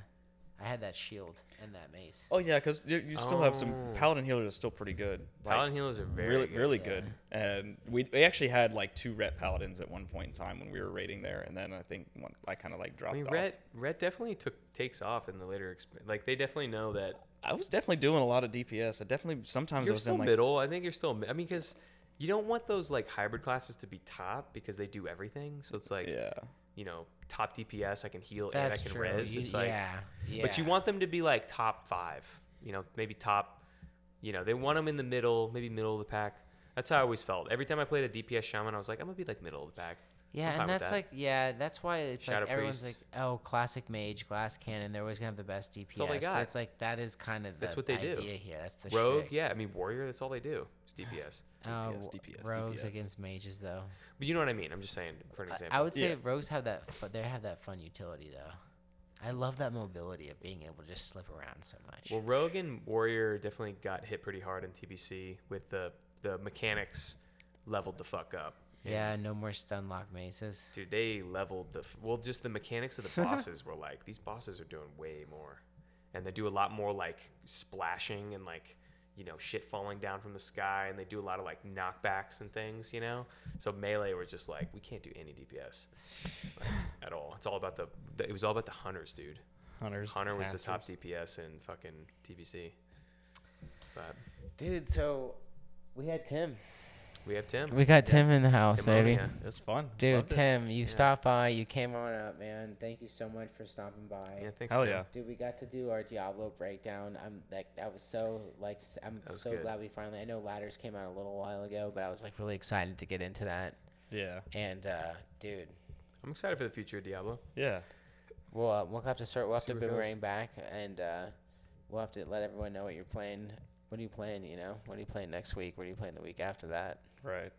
Speaker 3: I had that shield and that mace.
Speaker 1: Oh yeah, because you, you still have some
Speaker 2: Oh.
Speaker 1: paladin healers are still pretty good. Like,
Speaker 2: paladin healers are very
Speaker 1: really
Speaker 2: good.
Speaker 1: really
Speaker 3: Yeah.
Speaker 1: good. And we we actually had like two ret paladins at one point in time when we were raiding there, and then I think one, I kind of like
Speaker 2: I
Speaker 1: dropped
Speaker 2: mean,
Speaker 1: off.
Speaker 2: red red definitely took takes off in the later. Exp- like they definitely know that
Speaker 1: I was definitely doing a lot of DPS. I definitely sometimes I
Speaker 2: you're
Speaker 1: was
Speaker 2: still
Speaker 1: in like
Speaker 2: middle. I think you're still. mi- I mean, because you don't want those like hybrid classes to be top because they do everything. So it's like
Speaker 1: yeah.
Speaker 2: you know, top DPS. I can heal Oh, and I
Speaker 3: That's
Speaker 2: can
Speaker 3: true.
Speaker 2: res.
Speaker 3: You-
Speaker 2: It's like,
Speaker 3: yeah, yeah.
Speaker 2: but you want them to be like top five. You know, maybe top. You know, they want them in the middle, maybe middle of the pack. That's how I always felt. Every time I played a DPS shaman, I was like, I'm gonna be like middle of the pack. I'm
Speaker 3: Yeah,
Speaker 2: fine
Speaker 3: and
Speaker 2: with
Speaker 3: that's
Speaker 2: that.
Speaker 3: like yeah, that's why it's
Speaker 2: Shadow
Speaker 3: like everyone's
Speaker 2: Priest.
Speaker 3: like, oh, classic mage, glass cannon. They're always gonna have the best DPS.
Speaker 2: all they
Speaker 3: But
Speaker 2: got.
Speaker 3: it's like that is kind of the
Speaker 2: That's what they do.
Speaker 3: idea here. That's the
Speaker 2: Rogue,
Speaker 3: shtick.
Speaker 2: yeah. I mean, warrior. That's all they do. It's DPS.
Speaker 3: Oh,
Speaker 1: DPS,
Speaker 3: w-
Speaker 1: DPS,
Speaker 3: rogues
Speaker 1: DPS.
Speaker 3: against mages though.
Speaker 2: But you know what I mean. I'm just saying for an
Speaker 3: I-
Speaker 2: example.
Speaker 3: I would say
Speaker 1: Yeah.
Speaker 3: rogues have that, but they have that fun utility though. I love that mobility of being able to just slip around so much.
Speaker 2: Well, Rogue and Warrior definitely got hit pretty hard in TBC with the the mechanics leveled the fuck up.
Speaker 3: yeah, no more stun lock maces.
Speaker 2: Dude, they leveled the f- well. Just the mechanics of the bosses were like these bosses are doing way more, and they do a lot more like splashing and like you know shit falling down from the sky, and they do a lot of like knockbacks and things, you know. So melee were just like we can't do any DPS like, at all. It's all about the, the it was all about the hunters, dude.
Speaker 1: Hunters.
Speaker 2: Hunter was the
Speaker 1: masters.
Speaker 2: top DPS in fucking TBC. But
Speaker 3: Dude, so we had Tim.
Speaker 2: we have Tim.
Speaker 3: We got Tim in the house,
Speaker 2: Tim
Speaker 3: baby.
Speaker 2: Osia.
Speaker 1: It was fun.
Speaker 3: Dude,
Speaker 1: Loved it.
Speaker 3: Tim, you stopped by. You came on up, man. Thank you so much for stopping by.
Speaker 2: Yeah, thanks.
Speaker 1: Hell
Speaker 2: Tim.
Speaker 1: yeah.
Speaker 3: Dude, we got to do our Diablo breakdown. I'm like, that was so like, s- I'm
Speaker 2: That was
Speaker 3: so
Speaker 2: good.
Speaker 3: glad we finally. I know Ladders came out a little while ago, but I was like really excited to get into that.
Speaker 7: Yeah.
Speaker 3: And uh, dude,
Speaker 2: I'm excited for the future of Diablo.
Speaker 7: Yeah.
Speaker 3: we'll uh, we'll have to start. We'll have
Speaker 2: See
Speaker 3: to
Speaker 2: where it goes.
Speaker 3: boomerang back, and uh, we'll have to let everyone know what you're playing. What are you playing? You know, what are you playing next week? What are you playing the week after that?
Speaker 7: Right.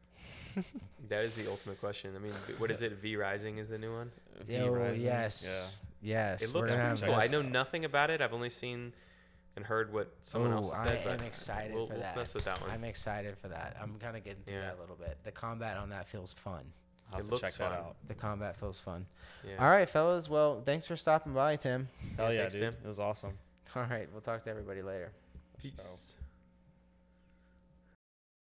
Speaker 2: That is the ultimate question. I mean, what is it? V Rising is the new one.
Speaker 3: oh
Speaker 7: Rising,
Speaker 3: yes, yes.
Speaker 2: It
Speaker 3: we're
Speaker 2: looks
Speaker 3: gonna
Speaker 2: pretty
Speaker 3: have
Speaker 2: cool. I
Speaker 3: this-
Speaker 2: know nothing about it. I've only seen and heard what someone else
Speaker 3: Ooh,
Speaker 2: has said.
Speaker 3: I
Speaker 2: but
Speaker 3: am excited
Speaker 2: we'll,
Speaker 3: for
Speaker 2: we'll
Speaker 3: that.
Speaker 2: mess with that one.
Speaker 3: I'm excited for that. I'm kind of getting through
Speaker 2: Yeah.
Speaker 3: that a little bit. The combat on that feels fun.
Speaker 7: I'll
Speaker 2: It
Speaker 7: have to
Speaker 2: looks
Speaker 7: check that
Speaker 2: fun.
Speaker 7: out.
Speaker 3: The combat feels fun.
Speaker 2: yeah.
Speaker 3: All right, fellas. Well, thanks for stopping by, Tim. [laughs]
Speaker 7: Hell Oh, yeah,
Speaker 2: thanks,
Speaker 7: dude.
Speaker 2: Tim.
Speaker 7: It was awesome.
Speaker 3: All right, we'll talk to everybody later.
Speaker 7: Oh.
Speaker 2: Peace.